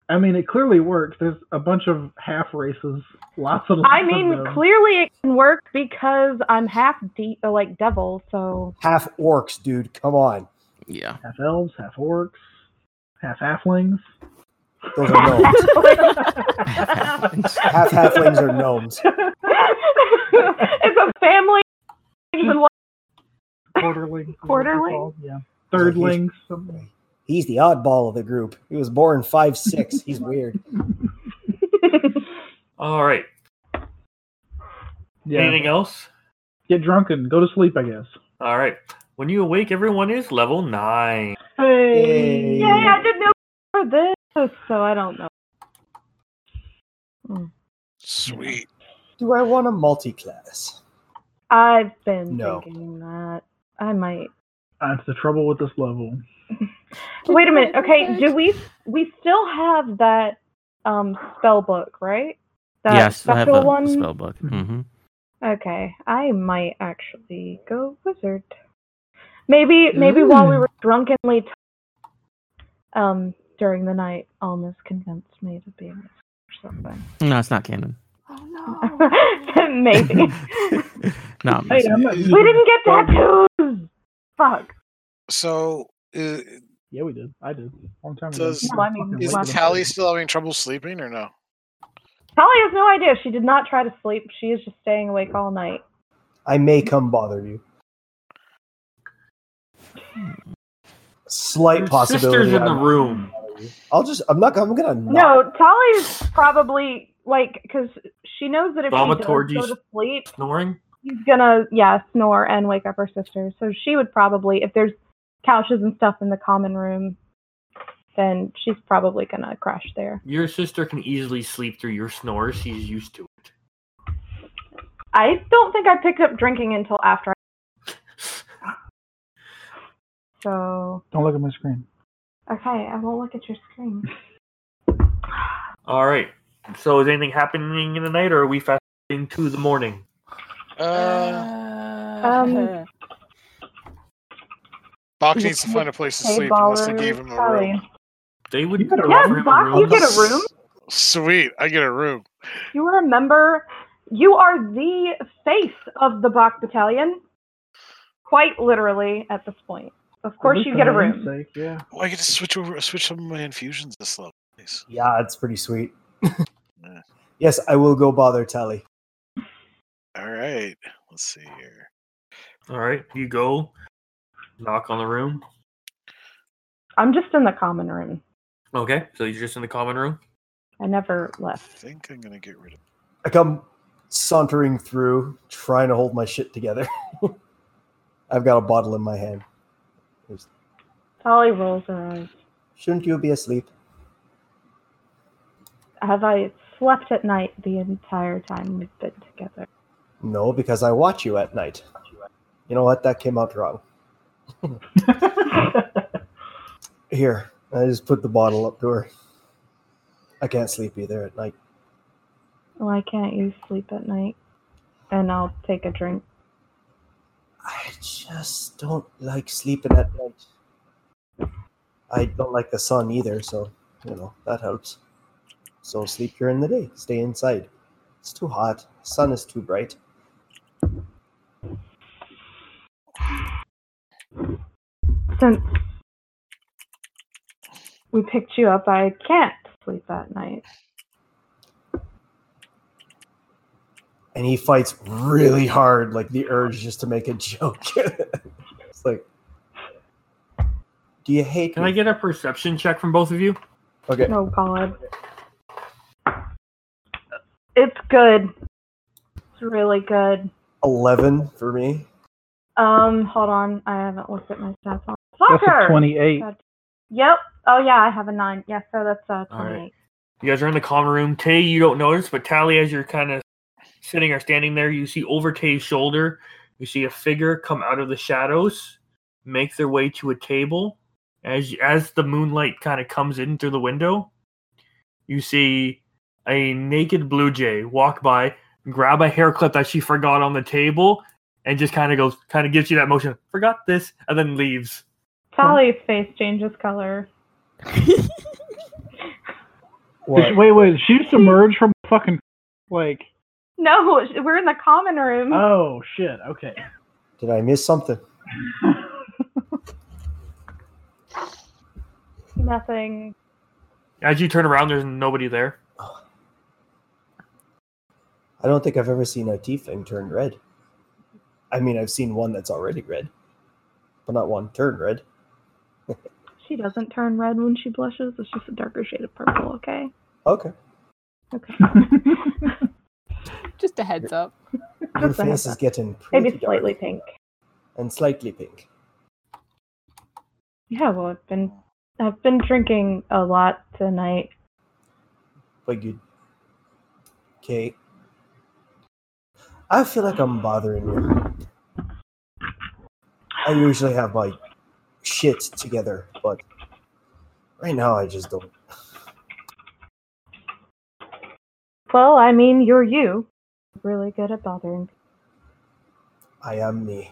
D: I mean, it clearly works. There's a bunch of half races. Lots and lots
F: I
D: of
F: mean,
D: them.
F: clearly it can work because I'm half de- uh, like devil, so
H: Half orcs, dude. Come on.
G: Yeah,
D: half elves, half orcs, half halflings.
H: Those are gnomes.
G: Halflings.
H: Half halflings are gnomes.
F: it's a family. Even like-
D: Quarterlings. is what they're
F: Quarterling?
D: called, Yeah. Thirdlings. Something.
H: He's the oddball of the group. He was born five six. He's weird.
E: All right.
D: Yeah.
E: Anything else?
D: Get drunk and go to sleep, I guess.
E: All right. When you awake, everyone is level nine.
D: Hey.
F: yeah, I didn't know for this, so I don't know.
B: Sweet.
H: Do I want a multi-class?
F: I've been
H: No.
F: thinking that I might.
D: That's Uh, the trouble with this level.
F: Wait a minute. Okay, do we we still have that um spell book, right? That
G: yes, I have
F: special
G: a
F: one.
G: spell book. hmm
F: Okay, I might actually go wizard. Maybe maybe while we
D: Ooh.
F: were drunkenly t- um during the night, Almas convinced me to be a wizard or something.
G: No, it's not canon.
F: maybe
G: no, I'm
D: Hey,
G: messing.
D: I'm not
B: We
F: we didn't get tattoos. Fuck.
B: So is,
D: Yeah, we did. I did. Long time
B: Does-
D: ago.
F: No, I mean,
D: Fucking
B: is
D: late
F: Wow.
B: Tally still having trouble sleeping or no?
F: Tali has no idea. She did not try to sleep. She is just staying awake all night.
H: I may come bother you. Slight
E: Your
H: possibility.
E: sister's in the
H: I'm-
E: room.
H: I'll just. I'm not. I'm gonna. Knock.
F: No, Tali's probably like because she knows that if she does go
E: Thaumaturgy's-
F: to sleep,
E: Snoring?
F: he's gonna yeah snore and wake up her sister so she would probably if there's couches and stuff in the common room then she's probably gonna crash there
E: Your sister can easily sleep through your snores. She's used to it.
F: i don't think i picked up drinking until after So
D: Don't look at my screen.
F: okay, I won't look at your screen.
E: All right. So is anything happening in the night, or are we fasting to the morning?
B: Uh,
F: Um,
B: Bach
F: you
B: needs to
F: can
B: find a place to
F: Hey,
B: sleep unless they
F: Baller,
B: gave him a
F: Tali.
B: room.
E: They would.
D: You better
E: offer
F: Yeah,
E: him a
F: Bach, you
E: room.
F: get a room.
B: Sweet, I get a room.
F: You remember, you are the face of the Bach Battalion, quite literally at this point. Of course,
D: At least
F: you
D: for
F: get a
D: my own
F: room.
D: sake, yeah.
B: Oh, I get to switch over, switch some of my infusions this level. Nice.
H: Yeah, it's pretty sweet.
B: Yeah.
H: yes, I will go bother Tally.
B: All right, let's see here.
E: All right. You go. Knock on the room.
F: I'm just in the common room.
E: Okay. So you're just in the common room.
F: I never
B: I
F: left.
B: think I'm gonna get rid of.
H: I come sauntering through, trying to hold my shit together. I've got a bottle in my hand.
F: Tali rolls her eyes.
H: Shouldn't you be asleep?
F: Have I slept at night the entire time we've been together?
H: No, because I watch you at night. You know what? That came out wrong. Here, I just put the bottle up to her. I can't sleep either at night.
F: Why can't you sleep at night? And I'll take a drink.
H: I just don't like sleeping at night. I don't like the sun either, so you know that helps. So sleep during the day. Stay inside. It's too hot. Sun is too bright.
F: Since we picked you up, I can't sleep at night.
H: And he fights really hard, like the urge just to make a joke. it's like, do you hate
E: Can
H: me?
E: I get a perception check from both of you?
H: okay.
F: Oh god. It's good. It's really good.
H: Eleven for me.
F: Um, hold on. I haven't looked at my stats on
D: That's
F: soccer.
D: a 28.
F: God. Yep. Oh yeah, I have a nine. Yeah, so that's uh
E: All right.
F: twenty eight.
E: You guys are in the common room. Tay, you don't notice, but Tally, as you're kind of sitting or standing there, you see over Tay's shoulder, you see a figure come out of the shadows, make their way to a table. As as the moonlight kind of comes in through the window, you see a naked blue jay walk by, grab a hair clip that she forgot on the table, and just kind of goes, kind of gives you that motion, forgot this, and then leaves.
F: Tally's face changes color.
H: What?
D: Wait, wait. She used to merge from fucking like.
F: No, we're in the common room.
D: Oh shit. Okay.
H: Did I miss something?
F: Nothing.
E: As you turn around, there's nobody there.
H: I don't think I've ever seen a tea thing turn red. I mean, I've seen one that's already red, but not one turn red.
F: She doesn't turn red when she blushes. It's just a darker shade of purple. Okay.
H: Okay.
F: Okay.
C: Just a heads up.
H: Your
F: Just a heads
H: face is getting pretty
F: Maybe slightly
H: dark
F: pink.
H: and slightly pink.
F: Yeah. Well, I've been I've been drinking a lot tonight.
H: But you. Okay. I feel like I'm bothering you. I usually have my shit together, but right now I just don't.
F: Well, I mean, you're you. Really good at bothering.
H: I am me.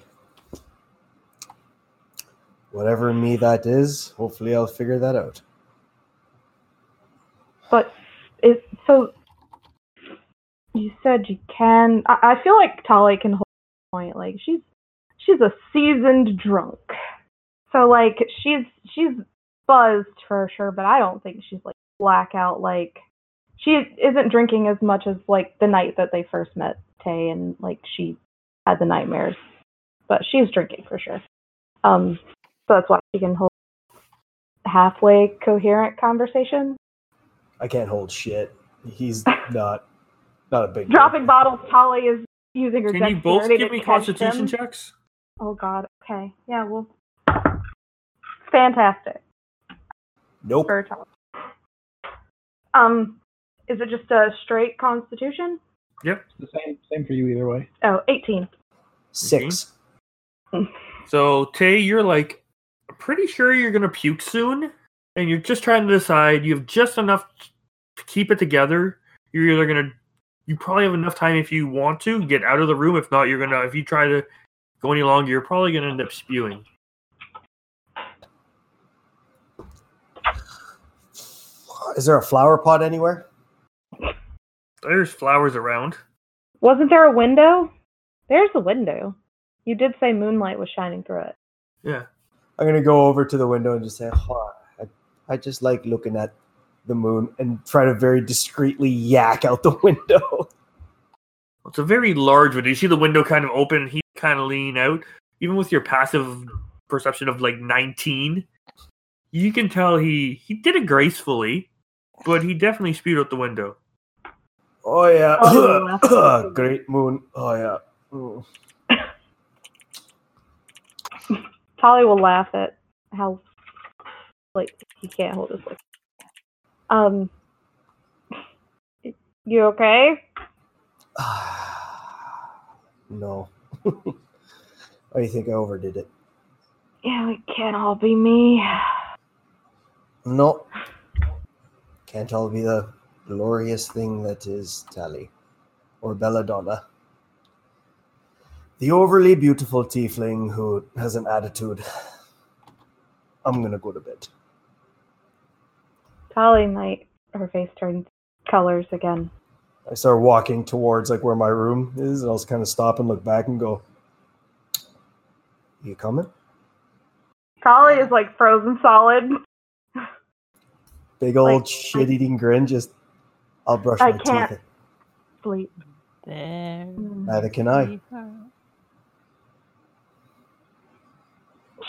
H: Whatever me that is, hopefully I'll figure that out.
F: But it so you said you can. I, I feel like Tali can hold the point. Like she's she's a seasoned drunk. So like she's she's buzzed for sure, but I don't think she's like blackout. Like she isn't drinking as much as like the night that they first met Tay, and like she had the nightmares. But she's drinking for sure. Um, so that's why she can hold halfway coherent conversation.
H: I can't hold shit. He's not not a big
F: dropping bottles. Tali is using her
E: Can you both
F: dexterity
E: give
F: to
E: me
F: catch
E: constitution
F: them.
E: checks?
F: Oh God. Okay. Yeah. Well. Fantastic
H: Nope.
F: for Tali. Um, is it just a straight Constitution?
D: It's the same same for you either way.
F: Oh, 18.
H: Six.
E: So Tay, you're like I'm pretty sure you're going to puke soon, and you're just trying to decide. You have just enough to keep it together. You're either going to, you probably have enough time if you want to get out of the room. If not, you're going to, if you try to go any longer, you're probably going to end up spewing.
H: Is there a flower pot anywhere?
E: There's flowers around.
F: Wasn't there a window? There's a window. You did say moonlight was shining through it.
E: Yeah.
H: I'm gonna go over to the window and just say, "Huh, I, I just like looking at the moon and try to very discreetly yak out the window.
E: It's a very large window. You see the window kind of open, and he kind of lean out. Even with your passive perception of like 19, you can tell he he did it gracefully, but he definitely spewed out the window.
H: Oh yeah,
F: Oh, that's so good.
H: great moon. Oh yeah. Mm.
F: Tolly will laugh at how like he can't hold his liquor. Um you okay?
H: no. oh, you think I overdid it?
F: Yeah, it can't all be me.
H: No. Can't all be the glorious thing that is Tally or Belladonna. The overly beautiful tiefling who has an attitude. I'm gonna go to bed.
F: Tolly might her face turns colors again.
H: I start walking towards like where my room is, and I'll just kind of stop and look back and go, "You coming?"
F: Tolly is like frozen solid.
H: Big old
F: Like-
H: shit-eating grin. Just, I'll brush
F: I
H: my
F: can't.
H: teeth.
F: Sleep.
G: There.
H: Neither can I.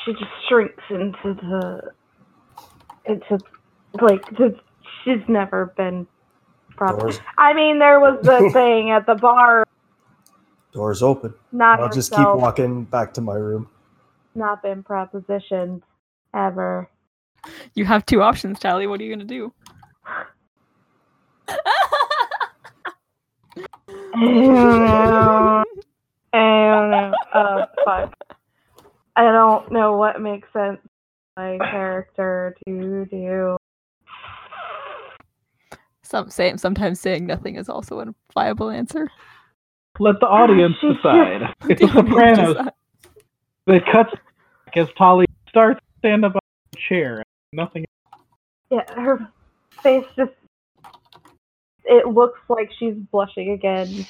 F: She just shrinks into the into like the, she's never been proper.
H: Doors,
F: I mean there was the thing at the bar
H: doors open.
F: not
H: I'll just keep
F: herself.
H: walking back to my room.
F: not been propositioned ever.
C: You have two options, Tally. What are you gonna do?
F: and uh, fuck. I don't know what makes sense for my character to do.
C: Some say sometimes saying nothing is also a viable answer.
D: Let the audience
F: She's
D: decide. It's
C: The
D: The
C: audience
D: Sopranos.
C: decide.
D: It cuts back as Polly starts to stand up on the chair. Nothing.
F: Yeah, her face just it looks like she's blushing again,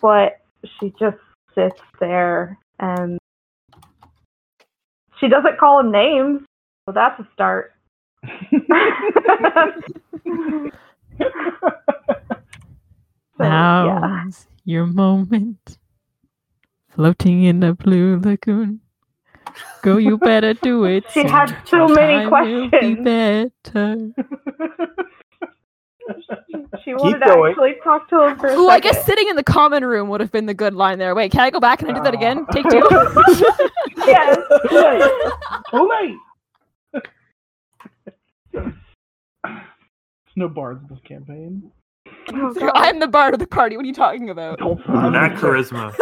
F: but she just sits there and she doesn't call him names. So that's a start. So, yeah.
C: Now's your moment. Floating in the blue lagoon. Go, you better do it.
F: She
C: soon.
F: had so many
C: Time will be
F: questions.
C: better.
F: She wanted to
H: going.
F: actually talk to him for a
C: Ooh, I
F: second.
C: guess sitting in the common room would have been the good line there. Wait, can I go back and I do that again? Take two.
F: Oh, Yes.
D: Too late. Too late. There's no bars in this campaign.
F: Oh, God.
C: I'm the bard of the party. What are you talking about?
D: Don't
E: That charisma.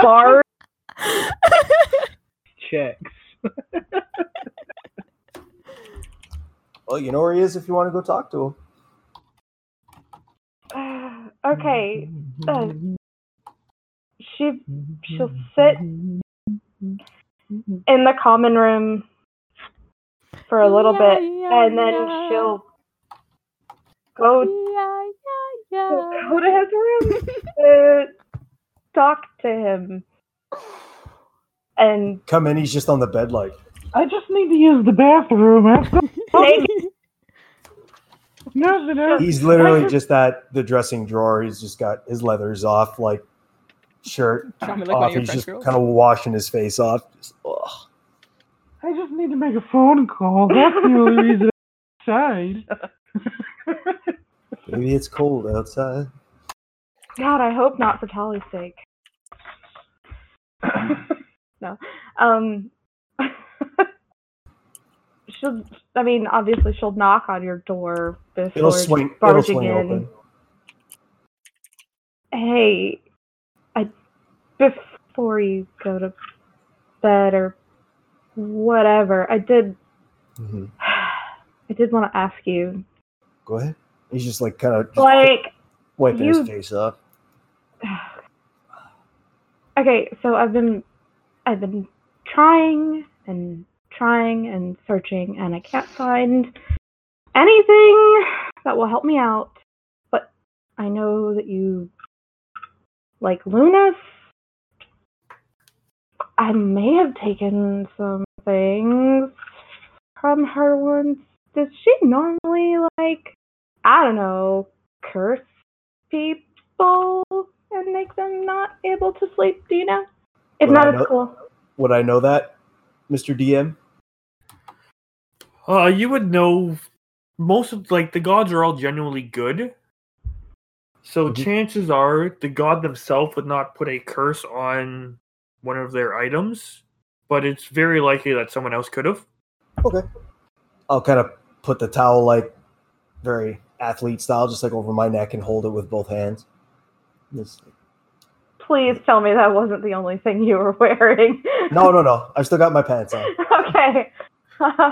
F: Bar-
D: checks.
H: Well, Oh, you know where he is if you want to go talk to him.
F: okay. Uh, she she'll sit in the common room for a little
C: Yeah,
F: bit,
C: yeah,
F: and then
C: yeah.
F: she'll Oh,
C: Oh,
F: go
C: Yeah,
F: go
C: yeah, yeah.
F: to his room to talk to him, and
H: Come in. He's just on the bed, like
D: I just need to use the bathroom. I've got
C: Oh.
F: maybe
D: nothing else.
H: he's literally just at the dressing drawer. He's just got his leathers off, like shirt
C: Tell me like one
H: off.
C: of your
H: He's
C: French
H: just
C: girls.
H: kind of washing his face off. Just, ugh.
D: I just need to make a phone call. That's the only reason I'm outside.
H: Maybe it's cold outside.
F: God, I hope not for Tolly's sake. no. Um she'll I mean, obviously she'll knock on your door before
H: It'll swing. It'll
F: barging
H: swing
F: in.
H: open.
F: Hey, I before you go to bed or whatever. I did.
H: hmm
F: I did want to ask you,
H: Go ahead. He's just like kind of
F: like,
H: wiping
F: you-
H: his face up.
F: okay, so I've been, I've been trying and trying and searching, and I can't find anything that will help me out. But I know that you like Lunas. I may have taken some things from her once. Does she normally like, I don't know, curse people and make them not able to sleep? Do you know? If
H: Well, I
F: not,
H: know-
F: it's cool.
H: Would I know that, Mister DM?
E: Uh, you would know most of like the gods are all genuinely good. So
H: Mhm.
E: chances are the god themselves would not put a curse on one of their items, but it's very likely that someone else could have.
H: I'll kind of put the towel like very athlete style, just like over my neck and hold it with both hands. Just-
F: Please tell me that wasn't the only thing you were wearing.
H: no, no, no. I've still got my pants on.
F: okay.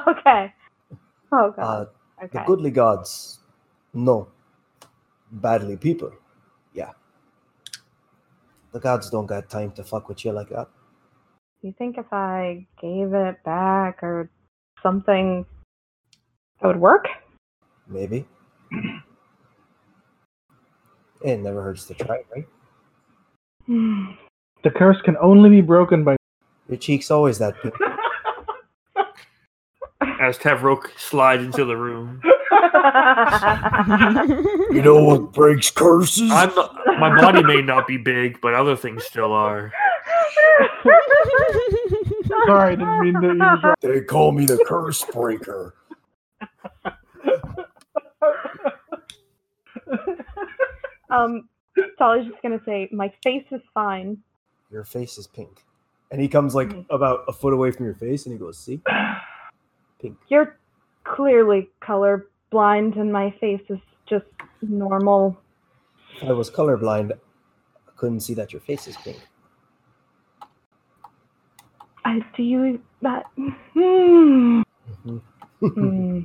F: okay. Oh
H: Uh,
F: god.
H: the
F: okay.
H: goodly gods, no. Badly people, yeah. The gods don't got time to fuck with you like that.
F: Do you think if I gave it back or something that would work?
H: Maybe. it never hurts to try, right?
F: Hmm.
D: The curse can only be broken by.
H: Your cheeks always that pink.
E: As Tevrok slides into the room,
H: You know what breaks curses?
E: I'm not, my body may not be big, but other things still are.
D: Sorry, I didn't mean to use that.
H: They call me the curse breaker.
F: um Sally's just gonna say, My face is fine.
H: Your face is pink. And he comes like
F: Mm-hmm.
H: about a foot away from your face and he goes, See? Pink.
F: You're clearly color blind and my face is just normal.
H: If I was colorblind, I couldn't see that your face is pink.
F: I do you that Hmm.
H: hmm
F: Hmm.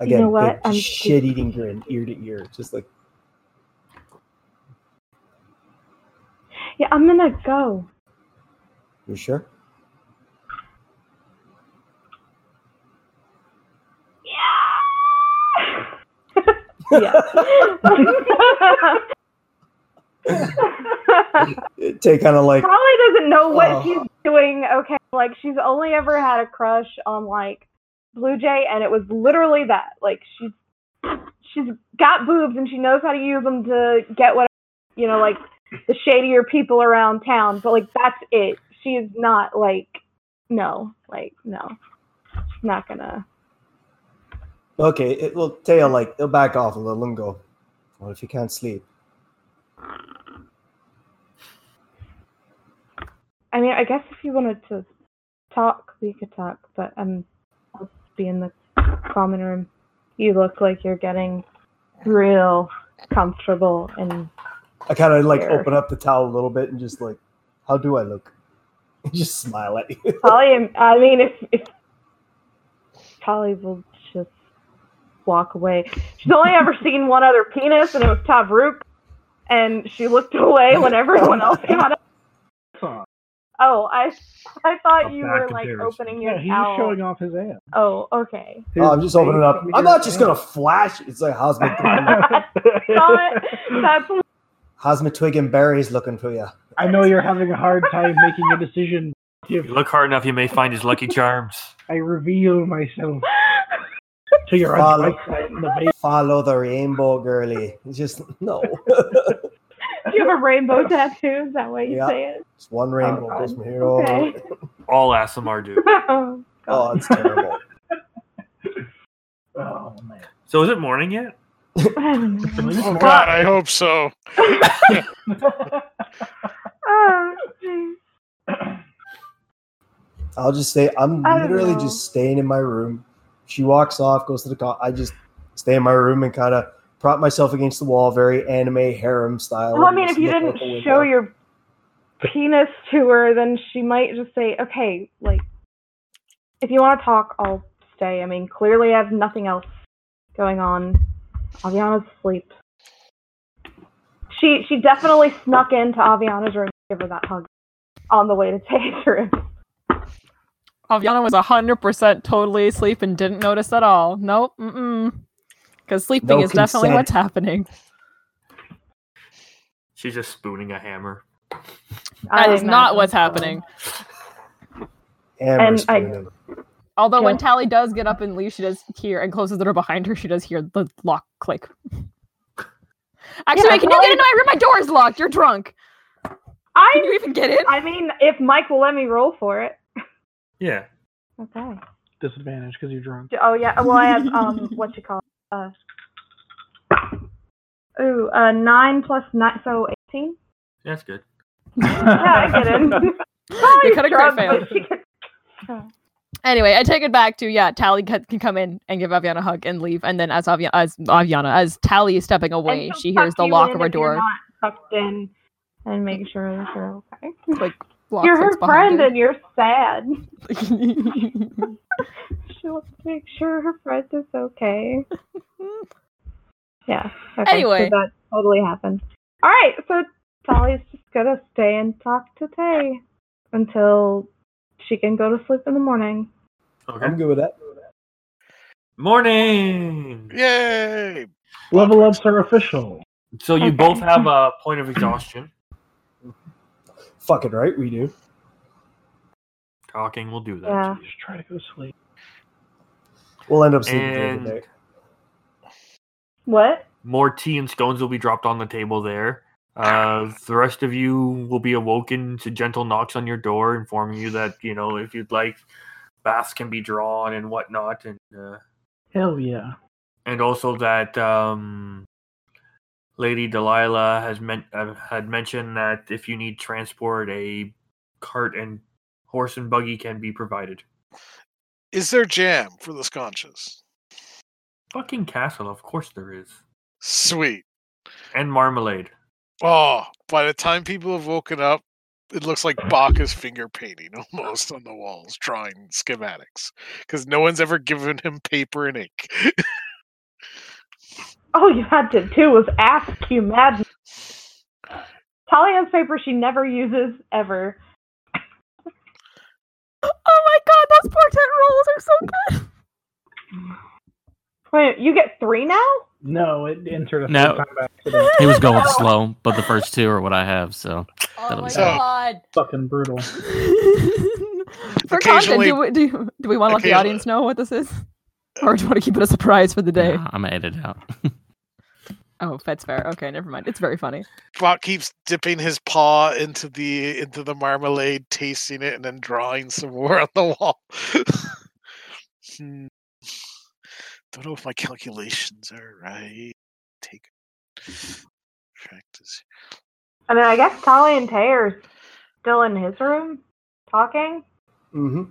H: Again,
F: know what?
H: big
F: I'm-
H: shit eating grin, ear to ear. Just like,
F: Yeah, I'm gonna go.
H: You sure?
F: Yeah.
H: Uh, Tay kind of like,
F: Polly doesn't know what
H: Oh.
F: she's doing, okay? Like she's only ever had a crush on like Blue Jay and it was literally that. Like she's she's got boobs and she knows how to use them to get what you know, like the shadier people around town, but like that's it. She is not like no, like no. She's not gonna
H: okay, it will Tail like, he'll back off a little and go, What if you can't sleep?
F: I mean, I guess if you wanted to talk, we could talk, but um, I'll be in the common room. You look like you're getting real comfortable, and
H: I kind of like
F: Sure.
H: open up the towel a little bit and just like, How do I look? just smile at you.
F: Polly. I mean, if if Polly will just walk away, she's only ever seen one other penis, and it was Tavruk, and she looked away when everyone else got up.
D: Song.
F: Oh, I I thought
E: A
F: you
E: bad
F: were like
E: comparison.
F: opening your
D: Yeah, he's
F: towel.
D: just showing off his ass.
F: oh, okay.
H: Oh, I'm just opening up.
D: His-
H: I'm not just gonna flash. It's like Hosma,
F: Saw it. That's
H: Hosma Twig and Berry's looking for you.
D: I know you're having a hard time making a decision.
E: If you look hard enough, you may find his lucky charms.
D: I reveal myself to your
H: Follow.
D: unliked side in the face.
H: Follow the rainbow, girly. It's just no.
F: Do you have a rainbow tattoo? Is that why you
H: Yeah.
F: say it?
H: It's one rainbow
F: God.
H: goes from here
F: Okay.
H: over.
E: All Asimar do.
F: Oh,
H: Oh,
F: God.
H: it's terrible.
D: Oh man.
E: So is it morning yet?
F: I don't know.
B: Oh God, I hope so.
F: Oh, geez.
H: I'll just say I'm
F: I don't
H: literally
F: know.
H: just staying in my room. She walks off, goes to the car. I just stay in my room and kind of prop myself against the wall, very anime harem style.
F: well, I
H: and
F: mean,
H: just
F: if you
H: look out
F: didn't
H: the
F: show
H: window.
F: your penis to her, then she might just say, "Okay, like, if you want to talk, I'll stay. I mean, clearly I have nothing else going on. Aviana's asleep." She she definitely snuck into Aviana's room to give her that hug on the way to Tay's room.
C: Aviana was 100% totally asleep and didn't notice at all. Nope. Mm-mm. Because sleeping
H: No
C: is definitely
H: consent.
C: what's happening.
E: She's just spooning a hammer.
C: That is not
F: imagine
C: what's
F: so.
C: happening.
H: Amber
F: And I-
H: spooning.
C: Although when
F: Yeah.
C: Tally does get up and leave, she does hear and closes the door behind her. She does hear the lock click. Actually,
F: Yeah,
C: wait, can you
F: Tally-
C: get into my room? My door's locked. You're drunk. Can
F: I
C: you even get in?
F: I mean, if Mike will let me roll for it.
E: Yeah.
F: Okay.
D: Disadvantage because you're drunk.
F: D- Oh yeah. Well, I have um, what you call it? uh, ooh, uh, nine plus nine, so eighteen.
E: That's good.
F: Yeah, I get in.
C: You could have crit
F: Drugs,
C: failed.
F: but she gets-
C: Anyway, I take it back to yeah. Tally ca- can come in and give Aviana a hug and leave, and then as Aviana, as Aviana, as Tally is stepping away,
F: and she'll
C: she hears
F: tuck
C: the
F: you
C: lock
F: in
C: of her
F: if you're
C: door.
F: not Tucked in and make sure that you're okay.
C: Like lock
F: You're her
C: clicks behind
F: friend and you're sad.
C: it.
F: She wants to make sure her friend is okay. yeah. Okay,
C: Anyway.
F: so that totally happened. All right, so Sally's just gonna stay and talk to Tay until she can go to sleep in the morning.
E: Okay.
H: I'm good with that.
E: Morning.
B: Yay!
D: Level ups are official.
E: So you
F: Okay.
E: both have a point of exhaustion.
H: Fuck it, right? We do.
E: Talking will do that.
F: Yeah.
E: to you.
D: Just try to go to sleep.
H: We'll end up sleeping through
E: And-
H: the night.
F: What?
E: More tea and scones will be dropped on the table there. Uh, the rest of you will be awoken to gentle knocks on your door, informing you that you know if you'd like, baths can be drawn and whatnot, and uh,
D: Hell yeah.
E: and also that um, Lady Delilah has meant uh, had mentioned that if you need transport, a cart and horse and buggy can be provided.
B: Is there jam for the sconches?
E: Fucking castle, of course there is,
B: Sweet.
E: and marmalade.
B: Oh, by the time people have woken up, it looks like Bach is finger painting almost on the walls, drawing schematics. Because no one's ever given him paper and ink.
F: All Oh, you had to do was ask you madness. Tally has paper she never uses ever.
C: Oh my god, those portent rolls are so good.
F: Wait, you get three now?
D: No, it entered a
G: No.
D: no. time by accident.
G: He was going slow, but the first two are what I have. So
C: Oh
G: That'll
C: my
G: be
B: sad.
C: god.
D: Fucking brutal.
C: for content, do,
B: Occasionally-
C: we- do, you- do we want to let the
B: occasionally-
C: audience know what this is, or do you want to keep it a surprise for the day?
G: nah, I'm gonna edit it out.
C: Oh, that's fair. Okay, never mind. It's very funny.
B: Bach keeps dipping his paw into the into the marmalade, tasting it, and then drawing some more on the wall. Hmm. Don't know if my calculations are right. Take practice.
F: I mean, I guess Tally and Tay are still in his room talking.
H: Mm-hmm.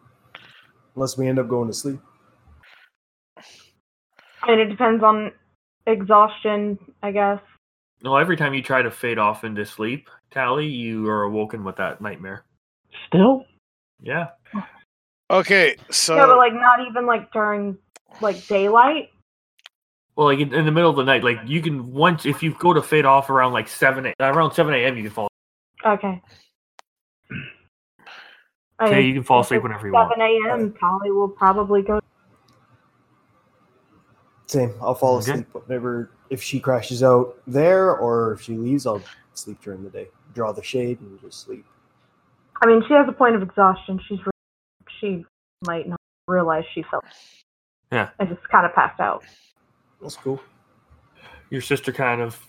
H: Unless we end up going to sleep.
F: I mean, it depends on exhaustion, I guess.
E: No, every time you try to fade off into sleep, Tally, you are awoken with that nightmare.
D: Still?
E: Yeah.
B: Okay, so
F: no, but like not even like during like daylight.
E: Well, like in, in the middle of the night, like you can once if you go to fade off around like seven a, around seven a.m. you can fall.
F: Okay. I
E: Okay,
F: mean,
E: you can fall
F: if
E: asleep
F: it's
E: whenever you want.
F: Seven a.m. Tally will probably go.
H: Same. I'll fall
E: Okay.
H: asleep whenever if she crashes out there or if she leaves, I'll sleep during the day. Draw the shade and just sleep.
F: I mean, she has a point of exhaustion. She's re- she might not realize she felt.
E: Yeah.
F: I just kind of passed out.
H: That's cool.
E: Your sister kind of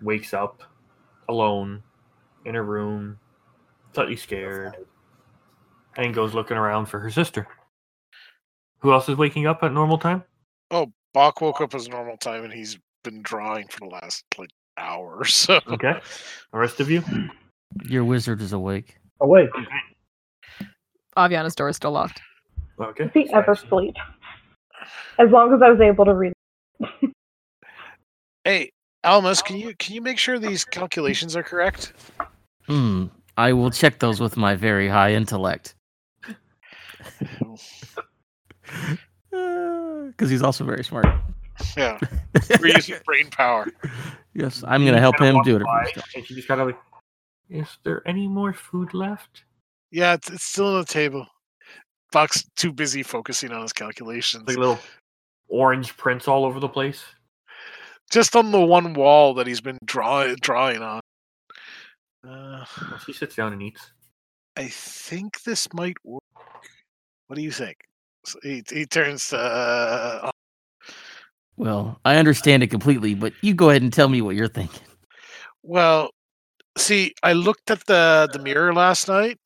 E: wakes up alone in her room, slightly scared, and goes looking around for her sister. Who else is waking up at normal time?
B: oh, Bach woke up as normal time, and he's been drawing for the last like hour or so.
E: Okay. The rest of you?
G: Your wizard is awake.
D: Awake.
C: Aviana's door is still locked.
E: Okay.
F: Does he ever
E: Nice.
F: sleep? As long as I was able to read.
B: Hey, Almas, can you can you make sure these calculations are correct?
G: Hmm. I will check those with my very high intellect. Because he's also very smart.
B: Yeah, we're using brain power.
G: Yes, I'm going to help him do it.
E: And she just kind of like, is there any more food left?
B: Yeah, it's, it's still on the table. Buck's too busy focusing on his calculations.
E: Like little orange prints all over the place.
B: Just on the one wall that he's been draw- drawing on. Uh,
E: Well, she sits down and eats.
B: I think this might work. What do you think? So he, he turns to. Uh,
G: Well, I understand it completely, but you go ahead and tell me what you're thinking.
B: well, see, I looked at the the mirror last night,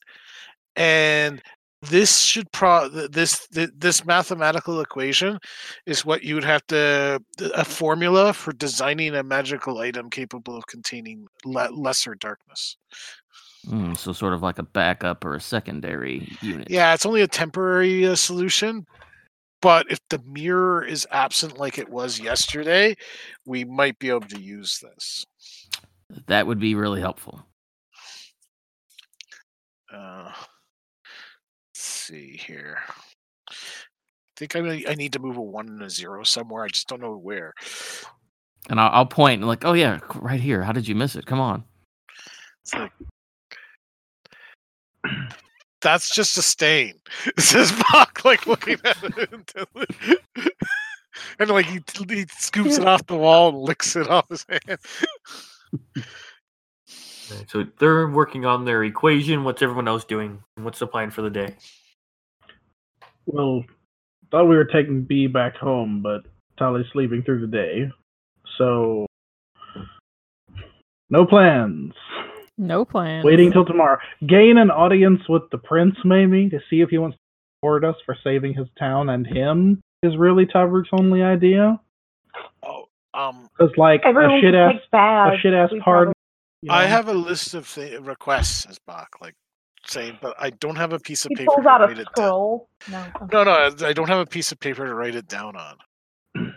B: and this should pro th- this th- this mathematical equation is what you would have to a formula for designing a magical item capable of containing le- lesser darkness.
G: Mm, so, sort of like a backup or a secondary unit.
B: Yeah, it's only a temporary uh, solution. But if the mirror is absent like it was yesterday, we might be able to use this.
G: That would be really helpful.
B: Uh, let's see here. I think I, really- I need to move a one and a zero somewhere. I just don't know where.
G: And I'll, I'll point and, like, oh, yeah, c- right here. How did you miss it? Come on.
B: It's like that's just a stain. Says Bach, like looking at it, until it- and like he, he scoops it off the wall and licks it off his hand.
E: Right, So they're working on their equation. What's everyone else doing? What's the plan for the day?
D: Well, thought we were taking B back home, but Tali's sleeping through the day. So, no plans.
C: No plan.
D: Waiting till tomorrow. Gain an audience with the prince, maybe, to see if he wants to reward us for saving his town and him is really Tavrik's only idea.
B: Oh, um,
D: Because, like,
F: Everyone
D: a shit
F: can
D: ass.
F: take baths.
D: A shit ass
F: We
D: pardon.
F: probably-
D: you
B: I
D: know?
B: have a list of th- requests, says Bach, like saying, but I don't have a piece of
F: He
B: paper
F: pulls
B: to
F: out
B: write
F: a
B: it down.
F: scroll. No. okay.
B: No, no, I- I don't have a piece of paper to write it down on.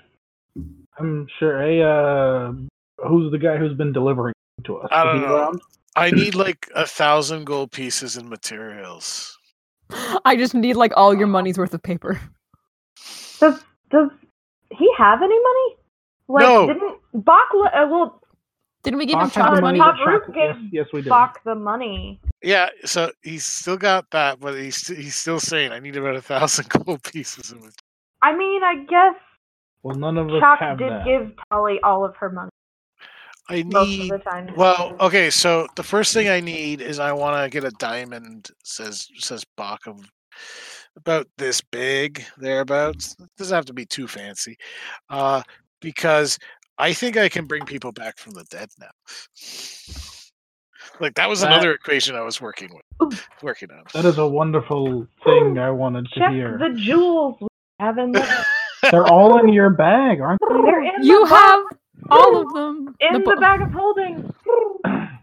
D: I'm sure. Hey, uh, who's the guy who's been delivering to us?
B: I don't
D: Is he
B: know.
D: around?
B: I need like a thousand gold pieces and materials.
C: I just need like all
D: Uh-huh.
C: your money's worth of paper.
F: Does does he have any money? Like,
B: No.
F: didn't Bach? li- Uh, well,
C: Didn't we give him
D: Bach had
C: chop
D: the
C: money?
D: that
F: Bach
D: Shock-
F: gave
D: Yes, yes, we did.
F: Bach the money.
B: Yeah, so he's still got that, but he's st- he's still saying I need about a thousand gold pieces. And mat-
F: I mean, I guess
D: Well, none of us
F: Chuck
D: have
F: did
D: that.
F: give Tolly all of her money
B: I
F: most
B: need
F: of the time.
B: well, oh, okay. So the first thing I need is I want to get a diamond. Says says Bach of about this big thereabouts. Doesn't have to be too fancy, uh, because I think I can bring people back from the dead now. Like that was
D: That-
B: another equation I was working with, working on.
D: That is a wonderful thing I wanted to
F: Check
D: hear.
F: the jewels we have in the.
D: They're all in your bag, aren't
F: They're in
C: You
F: the box,
C: have all of them.
F: in the,
C: bo-
F: bag of holding.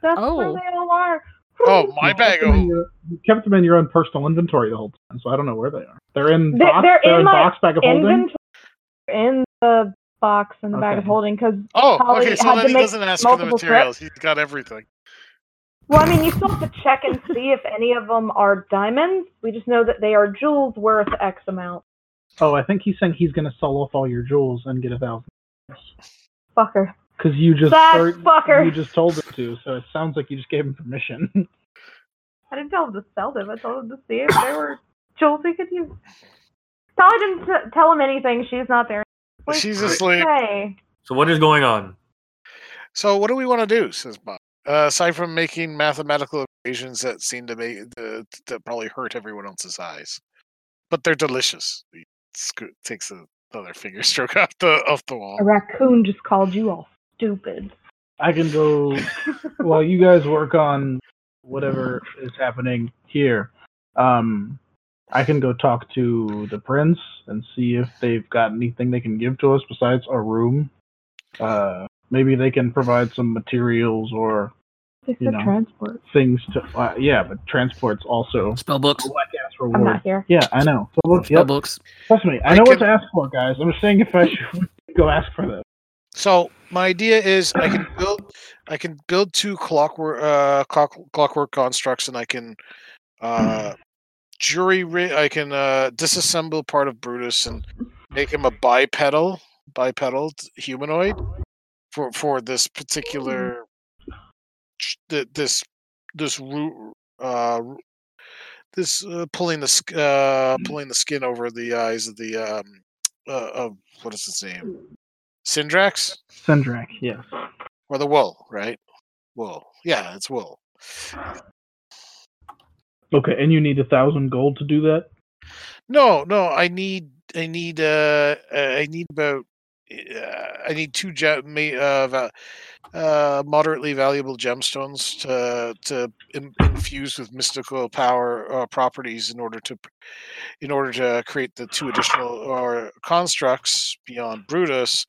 F: That's where
C: Oh.
F: they all are.
B: Oh, my
D: You kept
B: bag
D: them in
B: of
D: your- You kept them in your own personal inventory the whole time, so I don't know where they are. They're in
F: They're-
D: box.
F: they're in my
D: box bag of holding.
F: Inventory in the box in the bag of
D: Okay.
F: holding because
B: oh,
F: Polly
B: okay. So
F: had to
B: then he
F: make
B: doesn't ask for the
F: multiple trips.
B: materials. He's got everything.
F: well, I mean, you still have to check and see if any of them are diamonds. We just know that they are jewels worth X amount.
D: Oh, I think he's saying he's going to sell off all your jewels and get a thousand.
F: Fucker.
D: Because you just
F: That
D: or-
F: fucker.
D: you just told him to, so it sounds like you just gave him permission.
F: I didn't tell him to sell them. I told him to see if there were jewels he could use. Tolly didn't t- tell him anything. She's not there. Like,
B: She's just like,
F: Hey.
E: So what is going on?
B: So what do we want to do? Says Bob. Uh, aside from making mathematical equations that seem to make the, that probably hurt everyone else's eyes, but they're delicious. He sco- takes a- another finger stroke off the off the wall.
F: A raccoon just called you all stupid.
D: I can go while you guys work on whatever is happening here. Um, I can go talk to the prince and see if they've got anything they can give to us besides a room. Uh, maybe they can provide some materials or
F: They
D: You
F: said
D: know.
F: transport.
D: things to. Uh, yeah, but transport's also
G: Spell books.
D: a whack ass
F: I'm not
D: reward.
F: here.
D: Yeah, I know. So look,
G: Spell
D: yep.
G: books.
D: Trust me,
B: I
D: I know what
B: can-
D: to ask for, guys. I'm just saying if I should go ask for them.
B: So my idea is I can build I can build two clockwork uh, clock, clockwork constructs, and I can uh, jury rig. I can uh, disassemble part of Brutus and make him a bipedal bipedal humanoid for for this particular ch- th- this this root uh, ru- this uh, pulling the sk- uh, pulling the skin over the eyes of the um, uh, of what is his name Syndrax
D: Sindrak, yes.
B: or the wool right wool yeah it's wool
D: Okay, and you need a thousand gold to do that?
B: No, no, I need, I need, uh, uh, I need about, uh, I need two gem, ma- uh, va- uh, moderately valuable gemstones to to in- infuse with mystical power uh, properties in order to, p- in order to create the two additional or constructs beyond Brutus,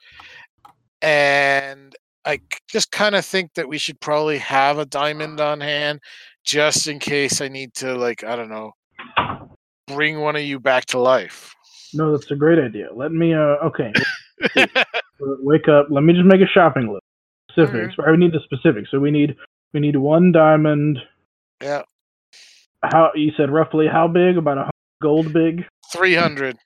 B: and I c- just kind of think that we should probably have a diamond on hand just in case I need to, like, I don't know bring one of you back to life.
D: No, that's a great idea. Let me, uh, okay. w- Wake up. Let me just make a shopping list. Specifics.
B: Mm-hmm.
D: I need the specifics. So we need, we need one diamond.
B: yeah,
D: How you said roughly how big? About a hundred gold big.
B: 300.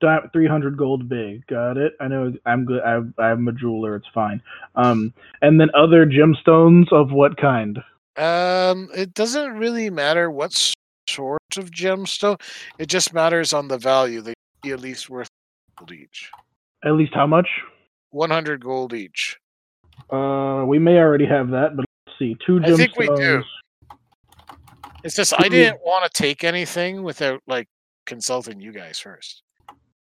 D: Di- 300 gold big. Got it. I know I'm good. I'm, I'm a jeweler. It's fine. Um, and then other gemstones of what kind?
B: Um, it doesn't really matter what s- sort of gemstone. It just matters on the value. They should be at least worth gold each.
D: At least how much?
B: 100 gold each.
D: Uh, we may already have that, but let's see. Two gemstones.
B: I think we do. It's just I
E: Hmm.
D: Mhm.
B: didn't want to take anything without like consulting you guys first.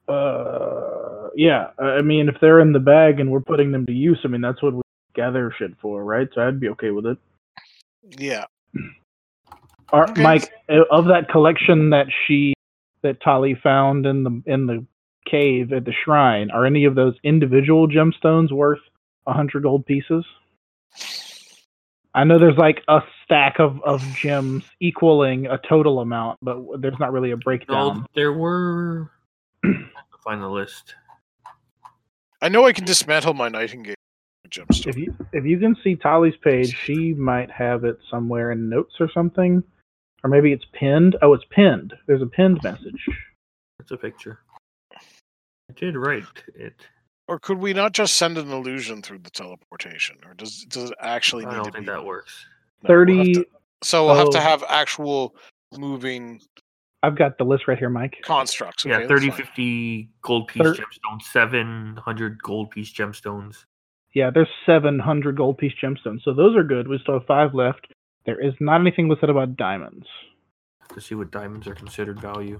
D: Uh, yeah. I I mean, if they're in the bag and we're putting them to use, I mean, that's what we gather shit for, right? So I'd be okay with it.
B: Yeah.
D: Are,
B: Okay.
D: Mike, o- of that collection that she, that Tali found in the in the cave at the shrine, are any of those individual gemstones worth a hundred gold pieces? I know there's like a stack of, of gems equaling a total amount, but w- there's not really a breakdown.
E: No, there were. I have to find the list.
B: I know I can dismantle my nightingale gemstone.
D: If you if you can see Tali's page, she might have it somewhere in notes or something, or maybe it's pinned. Oh, it's pinned. There's a pinned message.
E: It's a picture. I did write it.
B: Or could we not just send an illusion through the teleportation? Or does does it actually
E: I
B: need
E: don't
B: to
E: think
B: be
E: that works.
B: No, we'll have
D: Thirty.
B: to- so we'll have to
D: oh.
B: have actual moving
D: I've got the list right here, Mike.
B: constructs. okay,
E: yeah,
B: that's
E: 30,
B: fine.
E: 50 gold piece
D: Thir-
E: gemstones, 700 gold piece gemstones.
D: Yeah, there's 700 gold piece gemstones, so those are good. We still have five left. There is not anything listed about diamonds.
E: To see what diamonds are considered value.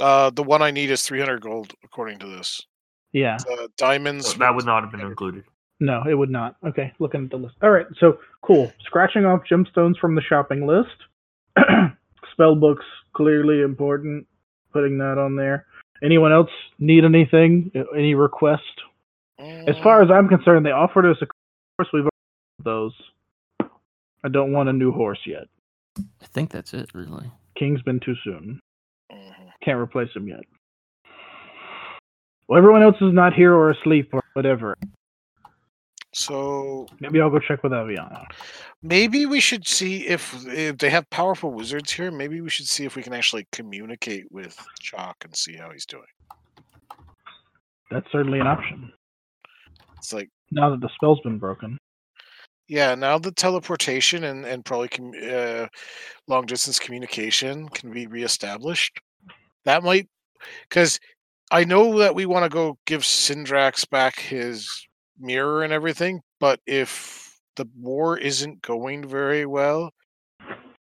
B: Uh, the one I need is 300 gold, according to this.
D: Yeah,
B: Uh,
E: So
B: diamonds.
E: that would not have been included.
D: no, it would not. Okay, looking at the list. All right, so cool. Scratching off gemstones from the shopping list. Spell books clearly important. Putting that on there. Anyone else need anything? Any request?
B: Mm,
D: As far as I'm concerned, they offered us a horse. We've already got those. I don't want a new horse yet.
G: I think that's it, really.
D: King's been too soon.
B: Mhm.
D: Can't replace him yet. Well, everyone else is not here or asleep or whatever.
B: So
D: Maybe I'll go check with Aviana.
B: maybe we should see if if they have powerful wizards here. Maybe we should see if we can actually communicate with Chalk and see how he's doing.
D: That's certainly an option.
B: It's like
D: Now that the spell's been broken.
B: yeah, now the teleportation and and probably com- uh, long distance communication can be reestablished. That might because I know that we want to go give Syndrax back his mirror and everything, but if the war isn't going very well,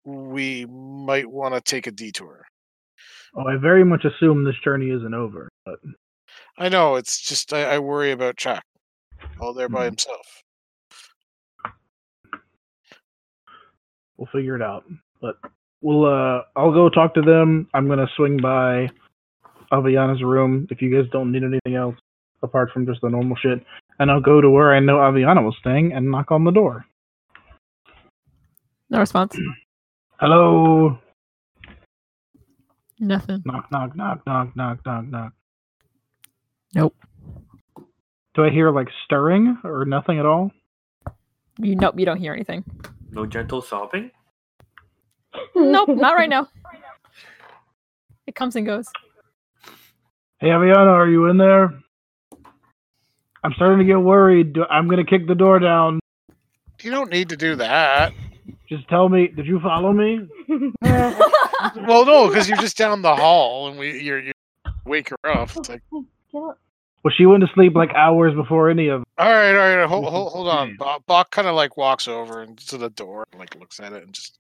B: we might want to take a detour.
D: Oh, I very much assume this journey isn't over, but
B: I know it's just I, I worry about Chuck all there by
D: Mhm.
B: himself.
D: we'll figure it out. But we'll uh I'll go talk to them. I'm gonna swing by Aviana's room if you guys don't need anything else apart from just the normal shit. And I'll go to where I know Aviana was staying and knock on the door.
C: No response.
D: Hello.
C: Nothing.
D: Knock knock knock knock knock knock knock.
C: Nope.
I: Do I hear like stirring or nothing at all?
C: You nope, you don't hear anything.
E: No gentle sobbing.
C: Nope, not right now. It comes and goes.
D: Hey, Aviana, are you in there?
I: I'm starting to get worried. Do- I'm gonna kick the door down.
B: You don't need to do that.
D: Just tell me, did you follow me?
B: Well, no, because you're just down the hall, and we you're, you wake her up. It's like,
D: Well, she went to sleep like hours before any of
B: all right, all right, hold hold, hold on. Bach, Bach kind of like walks over and to the door, and like looks at it, and just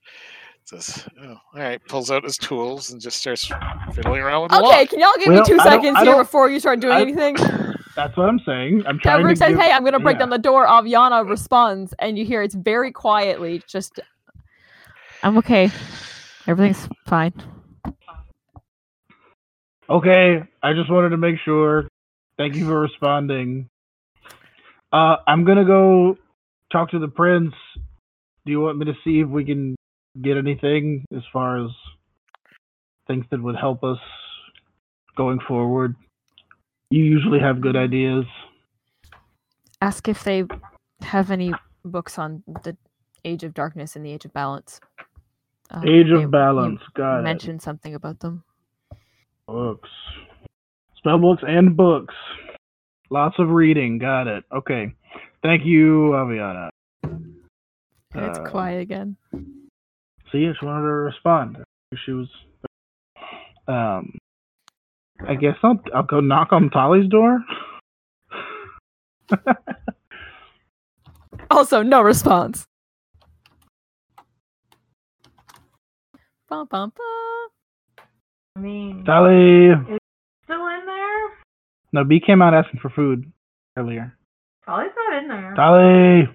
B: says, oh, "All right." Pulls out his tools and just starts fiddling around with the
C: Okay,
B: lock.
C: can y'all give
D: Well,
C: me two
D: I don't-
C: seconds
D: I
C: here
D: don't-
C: before you start doing
D: I-
C: anything?
D: That's what I'm saying. I'm trying
C: Kevrick
D: to
C: says,
D: give-
C: "Hey, I'm gonna break
D: yeah.
C: down the door." Aviana responds, and you hear it's very quietly. Just, I'm okay. Everything's fine.
D: Okay, I just wanted to make sure. Thank you for responding. Uh, I'm gonna go talk to the prince. Do you want me to see if we can get anything as far as things that would help us going forward? You usually have good ideas.
C: Ask if they have any books on the Age of Darkness and the Age of Balance. Uh,
D: Age
C: they-
D: of Balance, got it.
C: Mentioned something about them.
D: Books. Spellbooks and books. Lots of reading. Got it. Okay. Thank you, Aviana.
C: And it's
D: Uh,
C: quiet again.
D: See, I just wanted her to respond. She was. Um, I guess I'll I'll go knock on Tolly's door.
C: Also, no response. Bum, bum, bum.
F: I mean,
D: Tolly,
F: still in there?
D: no, B came out asking for food earlier.
F: Probably's not in there.
D: Tolly,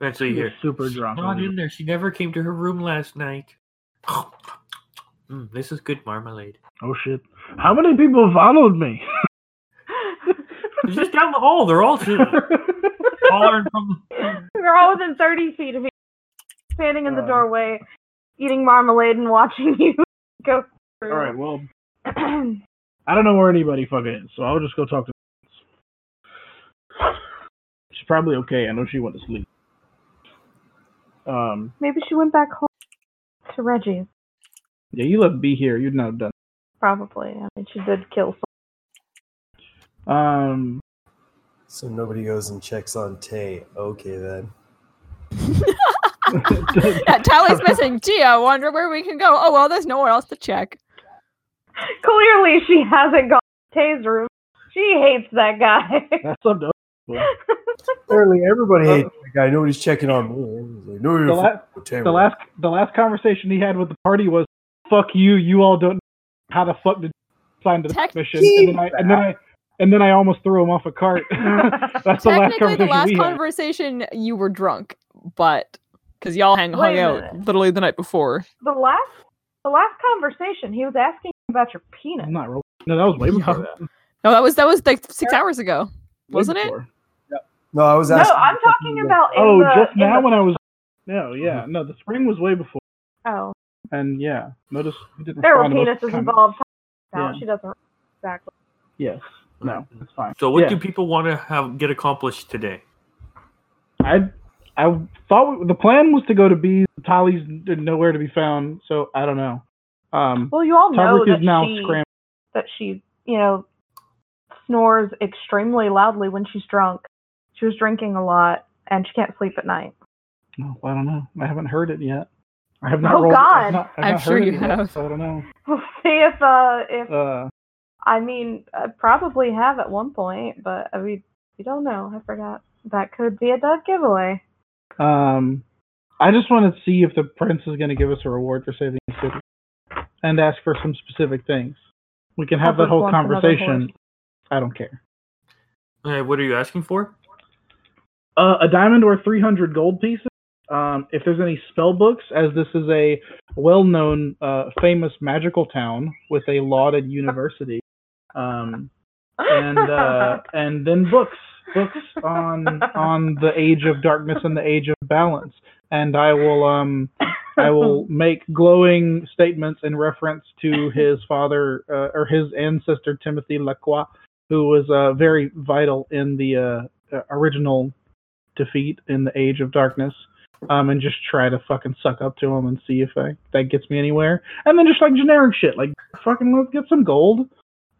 E: Eventually,
D: She
E: you
D: was
E: hear
D: super
E: "She's
D: drunk
E: Not
D: when we-
E: in there. She never came to her room last night. Mm, this is good marmalade.
D: oh shit! How many people followed me?
E: It's just down the hall. They're all sitting- hollering from.
F: We're all within 30 feet of you, standing in the
D: Uh.
F: doorway, eating marmalade and watching you go through.
D: All right, well, I don't know where anybody fucking is, so I'll just go talk to. She's probably okay. I know she went to sleep. Um,
F: Maybe she went back home to Reggie's,
D: yeah, you left B here. You'd not have done.
F: probably. I mean, she did kill
D: Um,
H: So nobody goes and checks on Tay. Okay then.
C: yeah, Tally's missing. Gee, I wonder where we can go. Oh well, there's nowhere else to check.
F: someone. Clearly, she hasn't gone to Tay's room. She hates that guy.
D: that's up to
H: Apparently everybody hates that guy. Nobody's checking on me. Like, no, you're
D: The la-
H: fucking Tay.
D: the last the last conversation he had with the party was fuck you you all don't know how the fuck to sign to the
C: Tech-
D: mission and then I and then I and then I almost threw him off a cart. That's the last
C: Technically, the
D: conversation
C: last
D: we had.
C: conversation you were drunk, but because y'all hang hung
F: Wait a
C: out
F: minute.
C: literally the night before.
F: the last, the last conversation, he was asking about your
D: I'm
F: penis.
D: not rolling. No, that was way before
C: Yeah.
D: that. Way
C: No, that was that was like six hours ago, wasn't it?
D: before.
H: No, I was
F: No,
H: asking.
F: I'm talking about in
D: Oh,
F: the.
D: just
F: in
D: now
F: the-
D: when I was No, yeah. No, the spring was way before.
F: oh,
D: And yeah, notice he didn't
F: there were
D: respond to most
F: penises
D: comments.
F: involved. Now
D: Yeah.
F: she doesn't exactly.
D: Yes. No, it's fine.
E: So, what
D: Yeah.
E: do people want to have get accomplished today?
D: I I thought we, the plan was to go to B's. Tolly's nowhere to be found, so I don't know. Um,
F: Well, you all know
D: Tavrik
F: that
D: is now
F: she
D: scram.
F: that she, you know, snores extremely loudly when she's drunk. She was drinking a lot and she can't sleep at night.
D: No, I don't know. I haven't heard it yet. I have not
F: Oh,
D: rolled.
F: God.
D: I've not, I've
C: I'm
D: not
C: sure
D: heard
C: you
D: it yet,
C: have.
D: so I don't know.
F: We'll see if, uh, if
D: Uh,
F: I mean, I probably have at one point, but I mean, you don't know. I forgot. That could be a dead giveaway.
D: um, I just want to see if the prince is going to give us a reward for saving the city, and ask for some specific things. We can have
F: Papa
D: that whole
F: wants another horse.
D: conversation. I don't care.
E: Uh, what are you asking for?
D: Uh, a diamond worth 300 gold pieces. Um, if there's any spell books, as this is a well-known, uh, famous magical town with a lauded university, um, and uh, and then books, books on on the age of darkness and the age of balance. And I will um I will make glowing statements in reference to his father uh, or his ancestor Timothy Lacroix, who was uh, very vital in the uh, uh, original defeat in the Age of Darkness, um, and just try to fucking suck up to him and see if I, that gets me anywhere. And then just like generic shit, like fucking let's get some gold,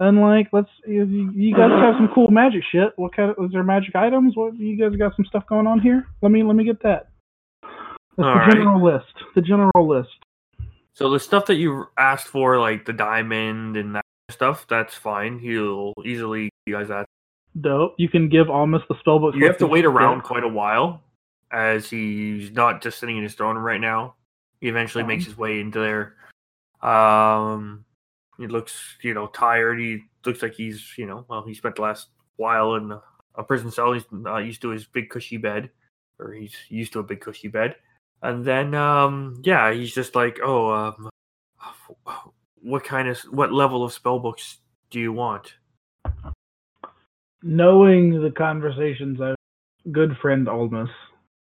D: and like let's you, you guys have some cool magic shit. What kind of is there magic items? What you guys got some stuff going on here? Let me let me get that. That's
E: All
D: the
E: right.
D: general list. The general list.
E: So the stuff that you asked for, like the diamond and that stuff, that's fine. He'll easily you guys that.
D: Dope. You can give Almas the spellbook.
E: You have to
D: collector's
E: wait around
D: kit.
E: quite a while, as he's not just sitting in his throne room right now. He eventually makes his way into there. Um, he looks, you know, tired. He looks like he's, you know, well, he spent the last while in a prison cell. He's not used to his big cushy bed, or he's used to a big cushy bed. And then, um, yeah, he's just like, oh, um, what kind of, what level of spell books do you want?
D: knowing the conversations of good friend Olmus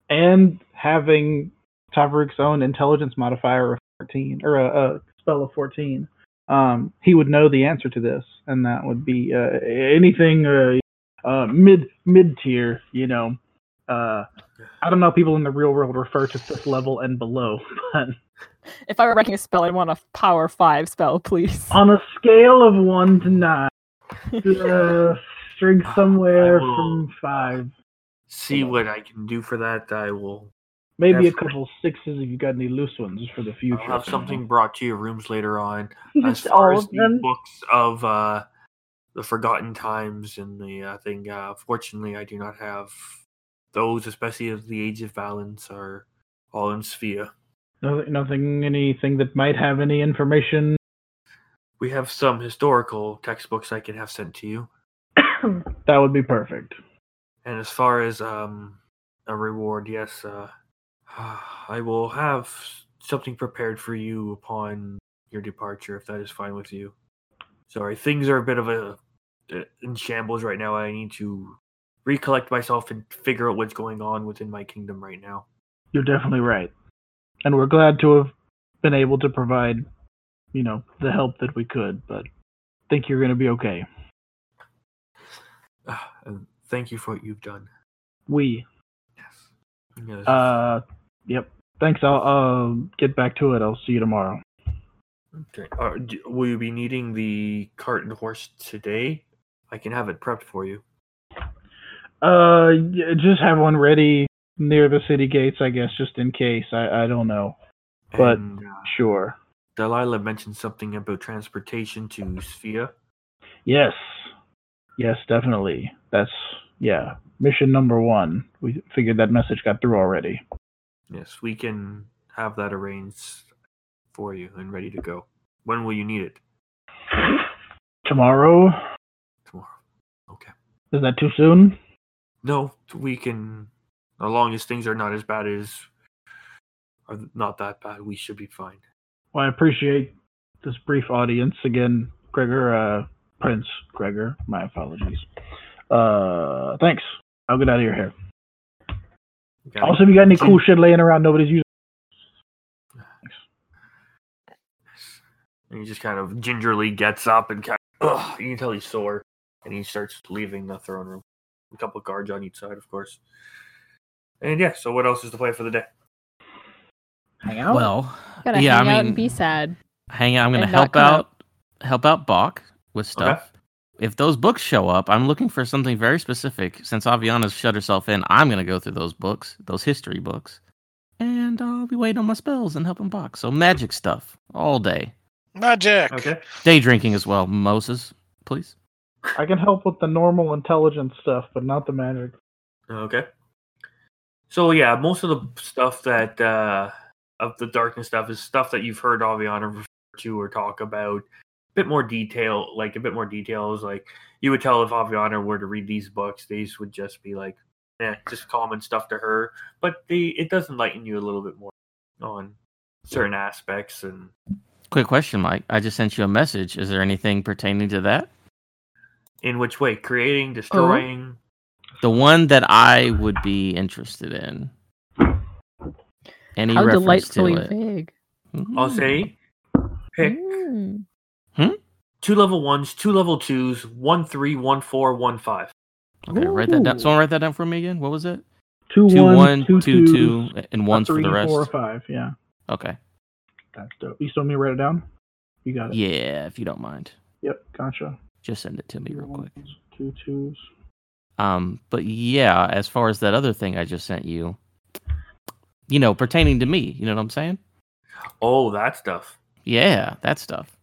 D: and having Tavaruk's own intelligence modifier of 14 or a, a spell of 14, um, he would know the answer to this, and that would be uh, anything uh, uh, mid mid tier. You know, uh, I don't know. People in the real world refer to fifth level and below, but
C: If I were writing a spell, I'd want a power five spell, please.
D: on a scale of one to nine, uh, string somewhere
E: I will-
D: from five.
E: See what I can do for that. I will
D: Maybe a
E: That's right.
D: couple sixes if you got any loose ones for the
E: I'll
D: future.
E: have something brought to your rooms later on. As
F: Just
E: far
F: all
E: as
F: of
E: the
F: them.
E: books of uh, the Forgotten Times and the uh, thing, uh, fortunately, I do not have those, especially of the Age of Valence, are all in Sphia.
D: Nothing, nothing, anything that might have any information.
E: We have some historical textbooks I can have sent to you.
D: That would be perfect.
E: And as far as um, a reward, yes, uh, I will have something prepared for you upon your departure, if that is fine with you. Sorry, things are a bit of a uh, in shambles right now. I need to recollect myself and figure out what's going on within my kingdom right now.
D: You're definitely right, and we're glad to have been able to provide, you know, the help that we could. But think you're going to be okay.
E: Ah, and thank you for what you've done.
D: We,
E: Yes. Yes.
D: uh, yep. Thanks. I'll, I'll get back to it. I'll see you tomorrow.
E: okay. Uh, d- will you be needing the cart and horse today? I can have it prepped for you.
D: Uh, y- just have one ready near the city gates, I guess, just in case. I, I don't know. But-
E: And, uh,
D: Sure.
E: Delilah mentioned something about transportation to Sphia.
D: Yes. Yes, definitely. That's yeah. Mission number one. We figured that message got through already.
E: Yes, we can have that arranged for you and ready to go. When will you need it?
D: Tomorrow?
E: Tomorrow. Okay.
D: Is that too soon?
E: No, we can. As long as things are not as bad as, are not that bad, we should be fine.
D: Well, I appreciate this brief audience again, Gregor. Uh, Prince Gregor. My apologies. Uh, thanks. I'll get out of your hair.
E: Okay.
D: Also, if you got any cool shit laying around, nobody's using.
E: And he just kind of gingerly gets up and kind of, ugh, you can tell he's sore, and he starts leaving the throne room. A couple of guards on each side, of course. And yeah, so what else is the plan for the day?
D: Hang
G: Well,
C: Gotta
G: yeah,
C: hang
G: I
C: out
G: mean,
C: and be sad.
G: hang out. I'm gonna
C: and not
G: help
C: come
G: out,
C: out.
G: help out Bach with
E: Okay.
G: stuff. If those books show up, I'm looking for something very specific. Since Aviana's shut herself in, I'm gonna go through those books, those history books, and I'll be waiting on my spells and helping Bach. So magic stuff all day,
B: Magic.
E: Okay.
G: day drinking as well. Moses, please.
D: I can help with the normal intelligence stuff, but not the magic.
E: Okay. So yeah, most of the stuff that uh of the darkness stuff is stuff that you've heard Aviana refer to or talk about. A bit more detail, like a bit more details. Like you would tell if Aviana were to read these books, these would just be like, eh, just common stuff to her. But the it does enlighten you a little bit more on certain aspects and
G: Quick question, Mike. I just sent you a message. Is there anything pertaining to that?
E: in which way creating, destroying.
G: The one that I would be interested in. Any
C: How
G: reference to
C: delightfully
G: it? Mm-hmm.
C: vague.
E: I'll say, pick
C: Mm.
E: two level ones, two level twos, one three, one four, one five.
G: Okay, write that down. Someone write that down for me again. What was it?
D: Two
G: Two
D: one,
G: one,
D: two two,
G: and
D: a
G: ones for
D: three,
G: the rest.
D: four, five. Yeah,
G: Okay.
D: that's dope. You still want me to write it down? You got it.
G: Yeah, if you don't mind,
D: Yep, gotcha.
G: just send it to me real quick.
D: Ones, Two twos.
G: Um, but yeah, as far as that other thing I just sent you, you know, pertaining to me, you know what I'm saying?
E: Oh, that stuff.
G: Yeah, that stuff.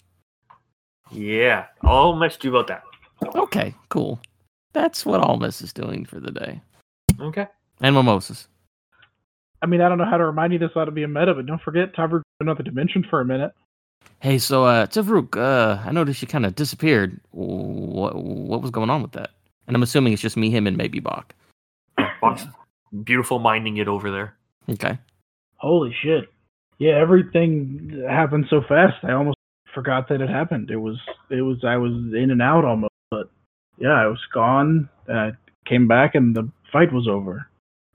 E: Yeah. I'll message you about that.
G: Okay, cool. That's what Almas is doing for the day,
E: Okay.
G: and mimosas.
D: I mean, I don't know how to remind you this ought to be a meta, but don't forget Tavern another dimension for a minute.
G: Hey, so uh, Tavruk, uh, I noticed you kind of disappeared. What what was going on with that? And I'm assuming it's just me, him, and maybe Bach.
E: Fox, beautiful minding it over there.
G: Okay.
D: Holy shit! Yeah, everything happened so fast. I almost forgot that it happened. It was, it was. I was in and out almost, but yeah, I was gone. And I came back, and the fight was over.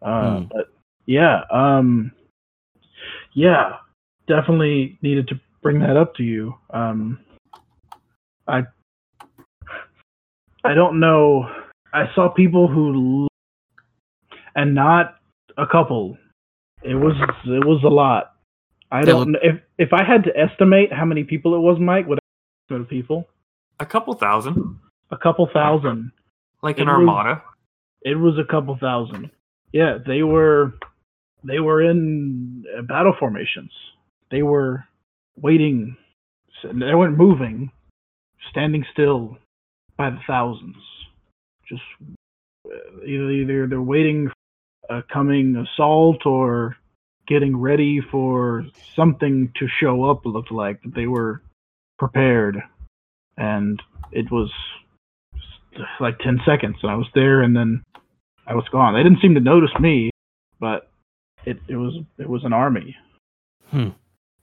D: Uh,
G: Hmm.
D: But yeah, um, yeah, definitely needed to bring that up to you. Um, I, I don't know. I saw people who, l- and not a couple. It was it was a lot. I
G: They
D: don't kn- if if I had to estimate how many people it was, Mike, would I estimate people?
E: A couple thousand,
D: A couple thousand.
E: like
D: It
E: an
D: was-
E: armada.
D: It was a couple thousand. Yeah, they were they were in uh, battle formations. They were waiting. s- They weren't moving, standing still by the thousands. Just uh, either either they're waiting for a coming assault or getting ready for something to show up. Looked like that they were prepared, and it was like 10 seconds and I was there and then I was gone. They didn't seem to notice me, but it, it was it was an army.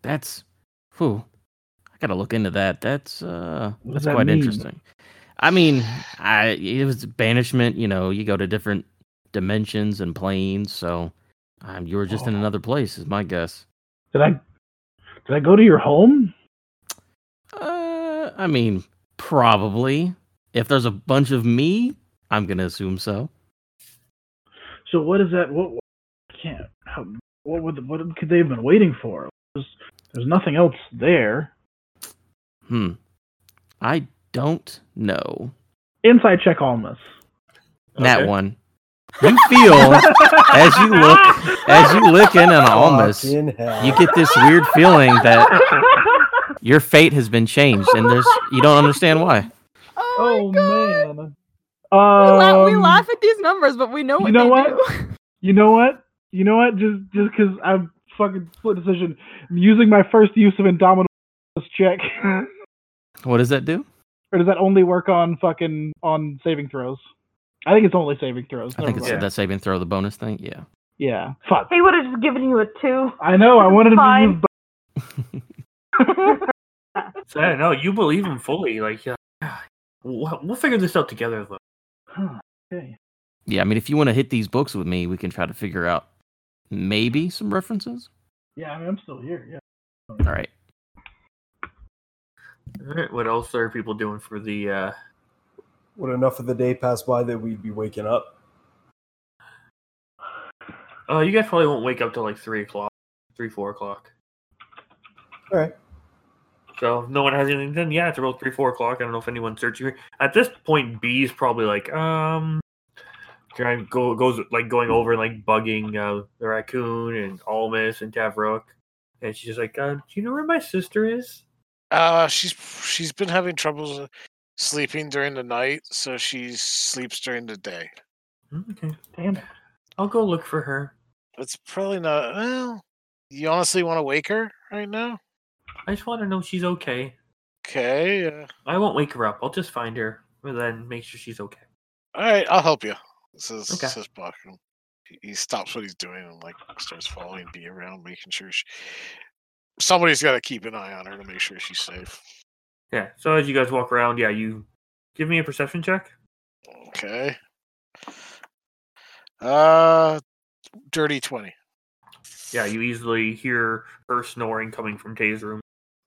G: That's, whew, I gotta look into that. That's uh,
D: What does
G: that's
D: that
G: quite
D: mean?
G: interesting. I mean, I it was banishment. You know, you go to different dimensions and planes, so um, you were just in
D: Oh.
G: another place, is my guess.
D: Did I did I go to your home?
G: Uh, I mean, probably. If there's a bunch of me, I'm gonna assume so.
D: So what is that? What I can't? How, what would the, what could they have been waiting for? There's, there's nothing else there.
G: Hmm. I don't know
D: Inside check almost.
G: that
E: Okay.
G: one. You feel as you look
C: Ah,
G: as you look in on Almas.
J: Fucking hell.
G: you get this weird feeling that
D: Oh,
G: your fate has been changed and there's you don't understand why
C: Oh,
D: Oh,
C: my god.
D: man.
C: We, la- we
D: Um,
C: laugh at these numbers, but we know
D: you
C: what
D: know
C: they
D: what?
C: do.
D: You know what? You know what? Just just because I'm fucking split decision, I'm using my first use of indomitable check.
C: Hmm.
G: what does that do
D: Or does that only work on fucking on saving throws? I think it's only saving throws.
G: i think it's
D: Never mind.
G: that saving throw the bonus thing yeah
D: yeah. Fuck.
F: He would have just given you a two.
D: I know. I wanted
F: Fine.
D: to
E: So, yeah, no, you believe him fully. Like, yeah, yeah. we'll, we'll figure this out together, though.
D: be. Okay.
G: yeah i mean if you want to hit these books with me we can try to figure out maybe some references
D: Yeah, I mean, I'm still here. Yeah.
G: all right
E: All right, what else are people doing for the? uh
J: Would enough of the day pass by that we'd be waking up?
E: Oh, you guys probably won't wake up till like three o'clock, three four o'clock.
J: All right.
E: So if no one has anything done. Yeah, it's about three four o'clock. I don't know if anyone's searching here at this point. B is probably like um, trying go goes like going over like bugging uh, the raccoon and Almas and Tavrook, and she's just like, uh, do you know where my sister is?
B: Uh, she's she's been having troubles uh, sleeping during the night, so she sleeps during the day.
E: "Mm, Okay,
D: Damn it.
E: I'll go look for her.
B: It's probably not. Well, you honestly want to wake her right now?
E: I just want to know she's okay.
B: Okay. Uh,
E: I won't wake her up. I'll just find her and then make sure she's okay.
B: all right, I'll help you. Says
E: Okay.
B: says Buck. and he- He stops what he's doing and like starts following B around, making sure she, somebody's got to keep an eye on her to make sure she's safe.
E: Yeah. So as you guys walk around, yeah, you give me a perception check.
B: Okay. Uh, dirty twenty.
E: Yeah, you easily hear her snoring coming from Tay's room.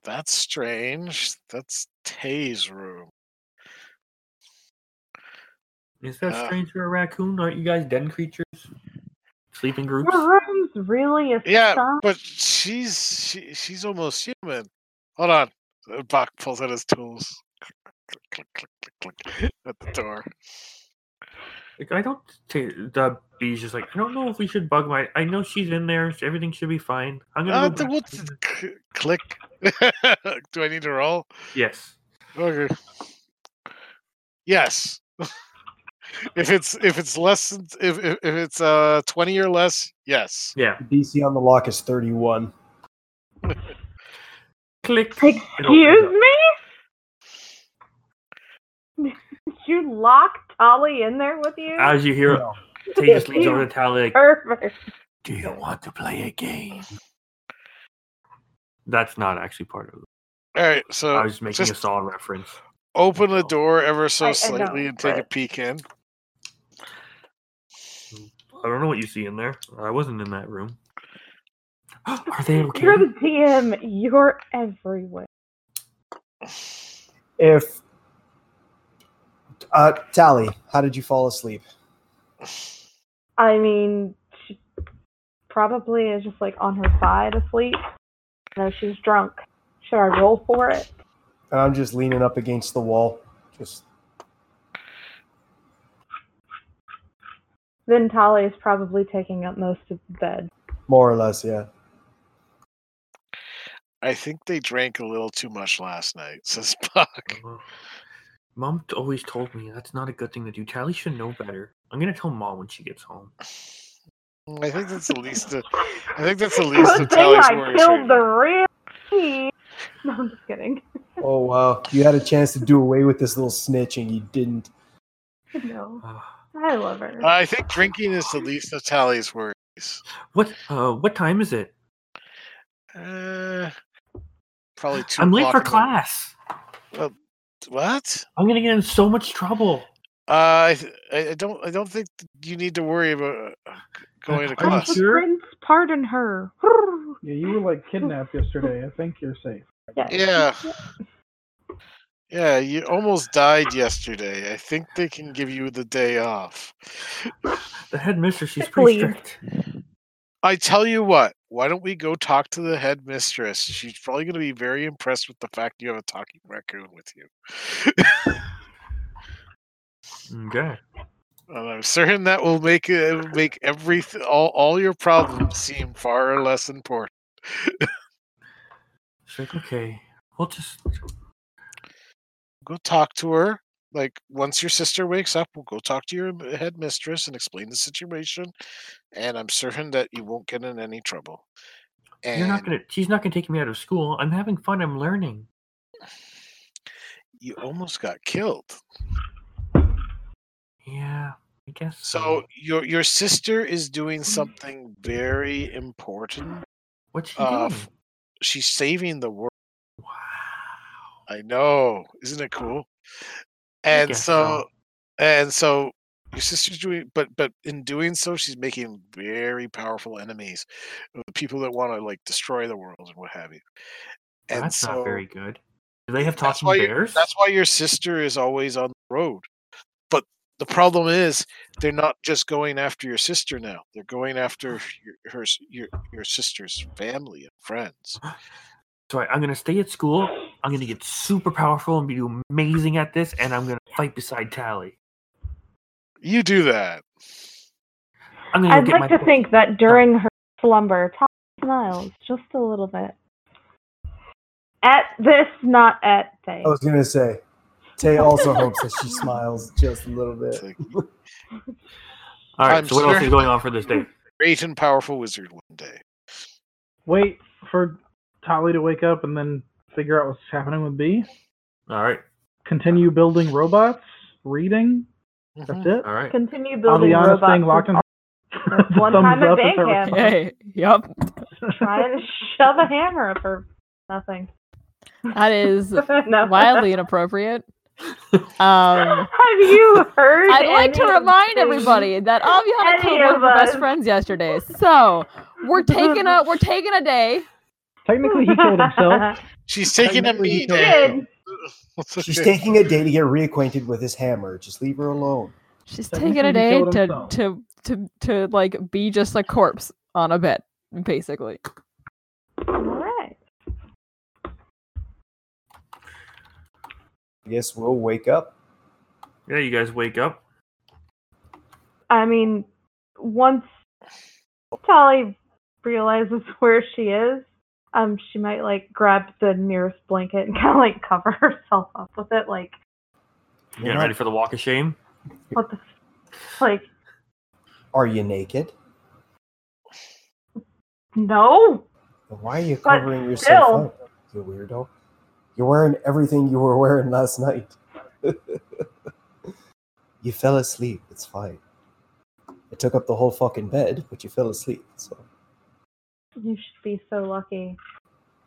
B: That's strange. That's Tay's room.
E: Is that
B: Uh.
E: strange for a raccoon? Aren't you guys den creatures? Sleeping groups?
F: Your room's really a
B: Yeah,
F: sign-
B: but she's she, she's almost human. Hold on. Uh, Bach pulls out his tools. Click, click, click, click, click, click, at the door.
E: Like, I don't. T- the bee's just like, I don't know if we should bug my. I know she's in there. so Everything should be fine. I'm gonna.
B: Uh,
E: go
B: the,
E: back
B: what's
E: in
B: it?
E: there."
B: C- click. Do I need to roll?
E: Yes.
B: Okay. Yes. if it's if it's less than if if, if it's uh twenty or less, yes.
E: Yeah.
H: DC on the lock is 31.
E: Click. It opens up.
F: Excuse me? Did you lock Tolly in there with you?
E: As you hear,
H: No.
E: Tay just leans over to Tally. Like,
F: Perfect.
E: Do you want to play a game? That's not actually part of it.
B: All right. So
E: I was just making
B: just-
E: a Saw reference.
B: open the door ever so
F: I- I know,
B: slightly and take a
F: but-
B: peek in.
E: I don't know what you see in there. I wasn't in that room. Are they okay?
F: You're the DM. You're everywhere.
H: If. Uh, Tally, how did you fall asleep?
F: I mean, she probably is just like on her side asleep. No, she's drunk. Should I roll for it?
H: And I'm just leaning up against the wall. Just
F: Then Tolly is probably taking up most of the bed.
H: more or less, yeah.
B: I think they drank a little too much last night, says Buck.
E: Uh, Mom t- always told me that's not a good thing to do. Tally should know better. I'm gonna tell Mom when she gets home.
B: Mm, I think that's the least of I think that's the least
F: Good
B: of
F: thing
B: Tally's
F: I
B: worries. right
F: killed the
B: now.
F: real thief. No, I'm just kidding.
H: Oh, wow. You had a chance to do away with this little snitch and you didn't.
F: No,
E: Uh,
F: I love her.
B: I think drinking is the least of Tally's worries.
E: what? Uh, what time is it?
B: Uh, probably two.
E: I'm late for
B: o'clock in the-
E: class.
B: What?
E: I'm gonna get in so much trouble.
B: Uh, I, th- I I don't. I don't think th- you need to worry about uh, g- going to
E: I'm
B: class.
E: sure-
F: Prince, pardon her.
D: Yeah, you were like kidnapped yesterday. I think you're safe.
B: Yeah. Yeah, you almost died yesterday. I think they can give you the day off.
E: The headmistress, she's
F: Sick
E: pretty
F: leave.
E: strict.
B: I tell you what. Why don't we go talk to the headmistress? She's probably going to be very impressed with the fact you have a talking raccoon with you.
E: Okay.
B: And I'm certain that will make uh, make everything all, all your problems seem far less important.
E: She's like, okay, we'll just.
B: Go talk to her. Like once your sister wakes up, we'll go talk to your m- headmistress and explain the situation. And I'm certain that you won't get in any trouble. And
E: You're not gonna. She's not gonna take me out of school. I'm having fun. I'm learning.
B: you almost got killed.
E: Yeah, I guess.
B: So
E: Mm-hmm.
B: your your sister is doing something very important.
E: what's she
B: uh,
E: doing?
B: f- She's saving the world.
E: Wow.
B: I know, isn't it cool? And
E: guess
B: so,
E: so.
B: and so, your sister's doing, but but in doing so, she's making very powerful enemies, uh, people that want to like destroy the world and what have you. And
E: That's
B: so
E: not very good. Do they have
B: that's
E: talking
B: why you-
E: bears?
B: that's why your sister is always on the road. But the problem is, they're not just going after your sister now; they're going after your her, s- your your sister's family and friends.
E: So I, I'm gonna stay at school. I'm gonna get super powerful and be amazing at this, and I'm gonna fight beside Tally.
B: You do that.
E: I'm gonna go
F: I'd
E: get
F: like
E: my
F: to think that during her slumber, Tolly smiles just a little bit. At this, not at thing.
H: I
E: Oh,
H: was going to say, Tay also hopes that she smiles just a little bit.
E: Uh,
B: It's like
E: All
B: I'm
E: right. So what else
B: sure-
E: is going on for this day?
B: great and powerful wizard one day.
D: Wait for Tolly to wake up and then figure out what's happening with B.
E: All right.
D: Continue building robots, reading. That's
B: Mhm.
D: it.
E: All right.
F: Continue building
D: Aviana's
F: robots.
D: staying locked in.
F: That's one
D: Thumbs
F: time a
D: up if
F: day
D: there was-
F: camp.
C: Yay. Yup.
F: Trying to shove a hammer up her nothing.
C: That is
F: no.
C: wildly inappropriate. Um,
F: Have you heard?
C: I'd like to
F: anything?
C: remind everybody that Aviana
F: Any
C: killed one
F: of
C: of her best
F: us.
C: friends yesterday. So we're taking a we're taking a day.
D: Technically, he killed himself.
B: She's taking a
D: Technically, he
B: me
D: killed
B: day.
F: Kid,
B: It's
H: She's
B: okay.
H: taking a day to get reacquainted with his hammer. Just leave her alone.
C: She's
D: That
C: taking a
D: makes them
C: day
D: kill
C: to,
D: themselves.
C: to to to like be just a corpse on a bed, basically.
F: All right.
J: I guess we'll wake up.
E: Yeah, you guys wake up.
F: I mean, once Tolly realizes where she is, um, she might like grab the nearest blanket and kind of like cover herself up with it. Like,
E: You getting ready for the walk of shame?
F: what the, f- like,
J: Are you naked?
F: no.
J: Why are you
F: But
J: covering
F: still-
J: yourself up? You weirdo. You're wearing everything you were wearing last night. you fell asleep. It's fine. It took up the whole fucking bed, but you fell asleep. So
F: You should be so lucky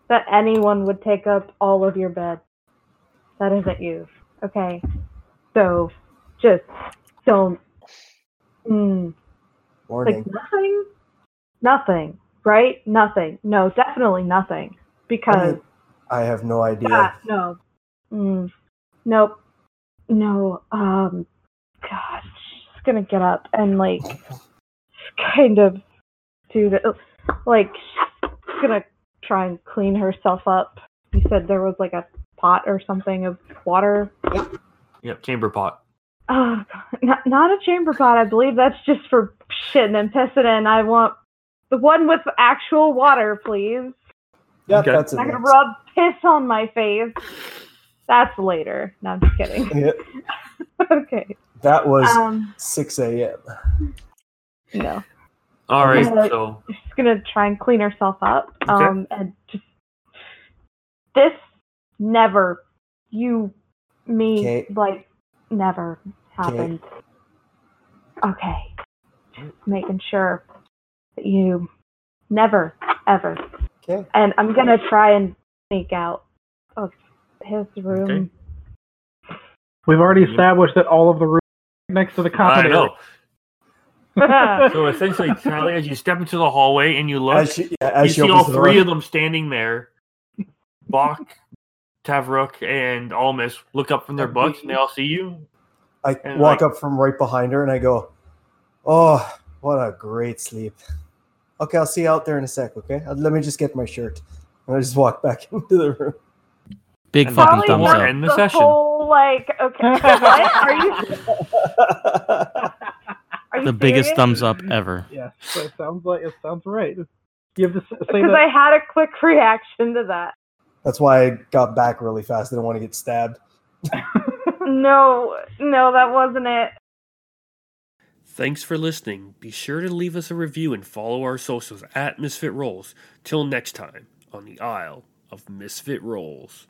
F: that anyone would take up all of your bed. That isn't you. Okay. So just don't. Mm, like
J: morning.
F: nothing? Nothing, right? Nothing. No, definitely nothing. Because,
J: I have no idea.
F: ah, no. Mm, nope. No. Um, God, she's going to get up and, like, kind of do the. Like, she's going to try and clean herself up. You said there was, like, a pot or something of water.
E: Yep, chamber pot.
F: Oh, God. Not, not a chamber pot. I believe that's just for shitting and pissing in. I want the one with actual water, please.
J: Yeah,
E: Okay.
J: that's it.
F: I'm not gonna rub piss on my face. That's later. No, I'm just kidding.
J: Yeah,
F: okay.
J: that was
F: Um,
J: 6 a.m.
F: no.
E: All right,
F: Yeah.
E: so
F: She's gonna try and clean herself up.
E: Okay.
F: Um, and just this never, you, me,
J: Okay.
F: like never happened. Okay. Just making sure that you never ever
J: Okay.
F: and I'm gonna try and sneak out of his room.
E: Okay.
D: We've already established that all of the rooms next to the
E: Mm-hmm. I
D: company.
E: know.
F: yeah,
E: So essentially, Charlie, as you step into the hallway and you look,
J: As she, yeah, as she
E: you see
J: opens
E: all
J: the
E: three
J: door,
E: of them standing there. Bach, Tavruk, and Almis look up from their books, and they all see you.
J: I
E: and,
J: walk
E: like-
J: up from right behind her and I go, "Oh, what a great sleep." Okay, I'll see you out there in a sec. Okay, Uh, let me just get my shirt. And I just walk back into the room.
G: Big
E: And
G: fucking
E: Dolly
G: thumbs
E: won.
G: up.
E: End the session.
F: Whole, like, okay, what? Are you? Are you
G: The biggest
F: serious?
G: thumbs up ever.
D: Yes, that sounds like it sounds right. You have to s- say
F: Because
D: that.
F: I had a quick reaction to that.
J: That's why I got back really fast. I didn't want to get stabbed.
F: No, no, that wasn't it.
K: Thanks for listening. Be sure to leave us a review and follow our socials at Misfit Rolls. Till next time on the Isle of Misfit Rolls.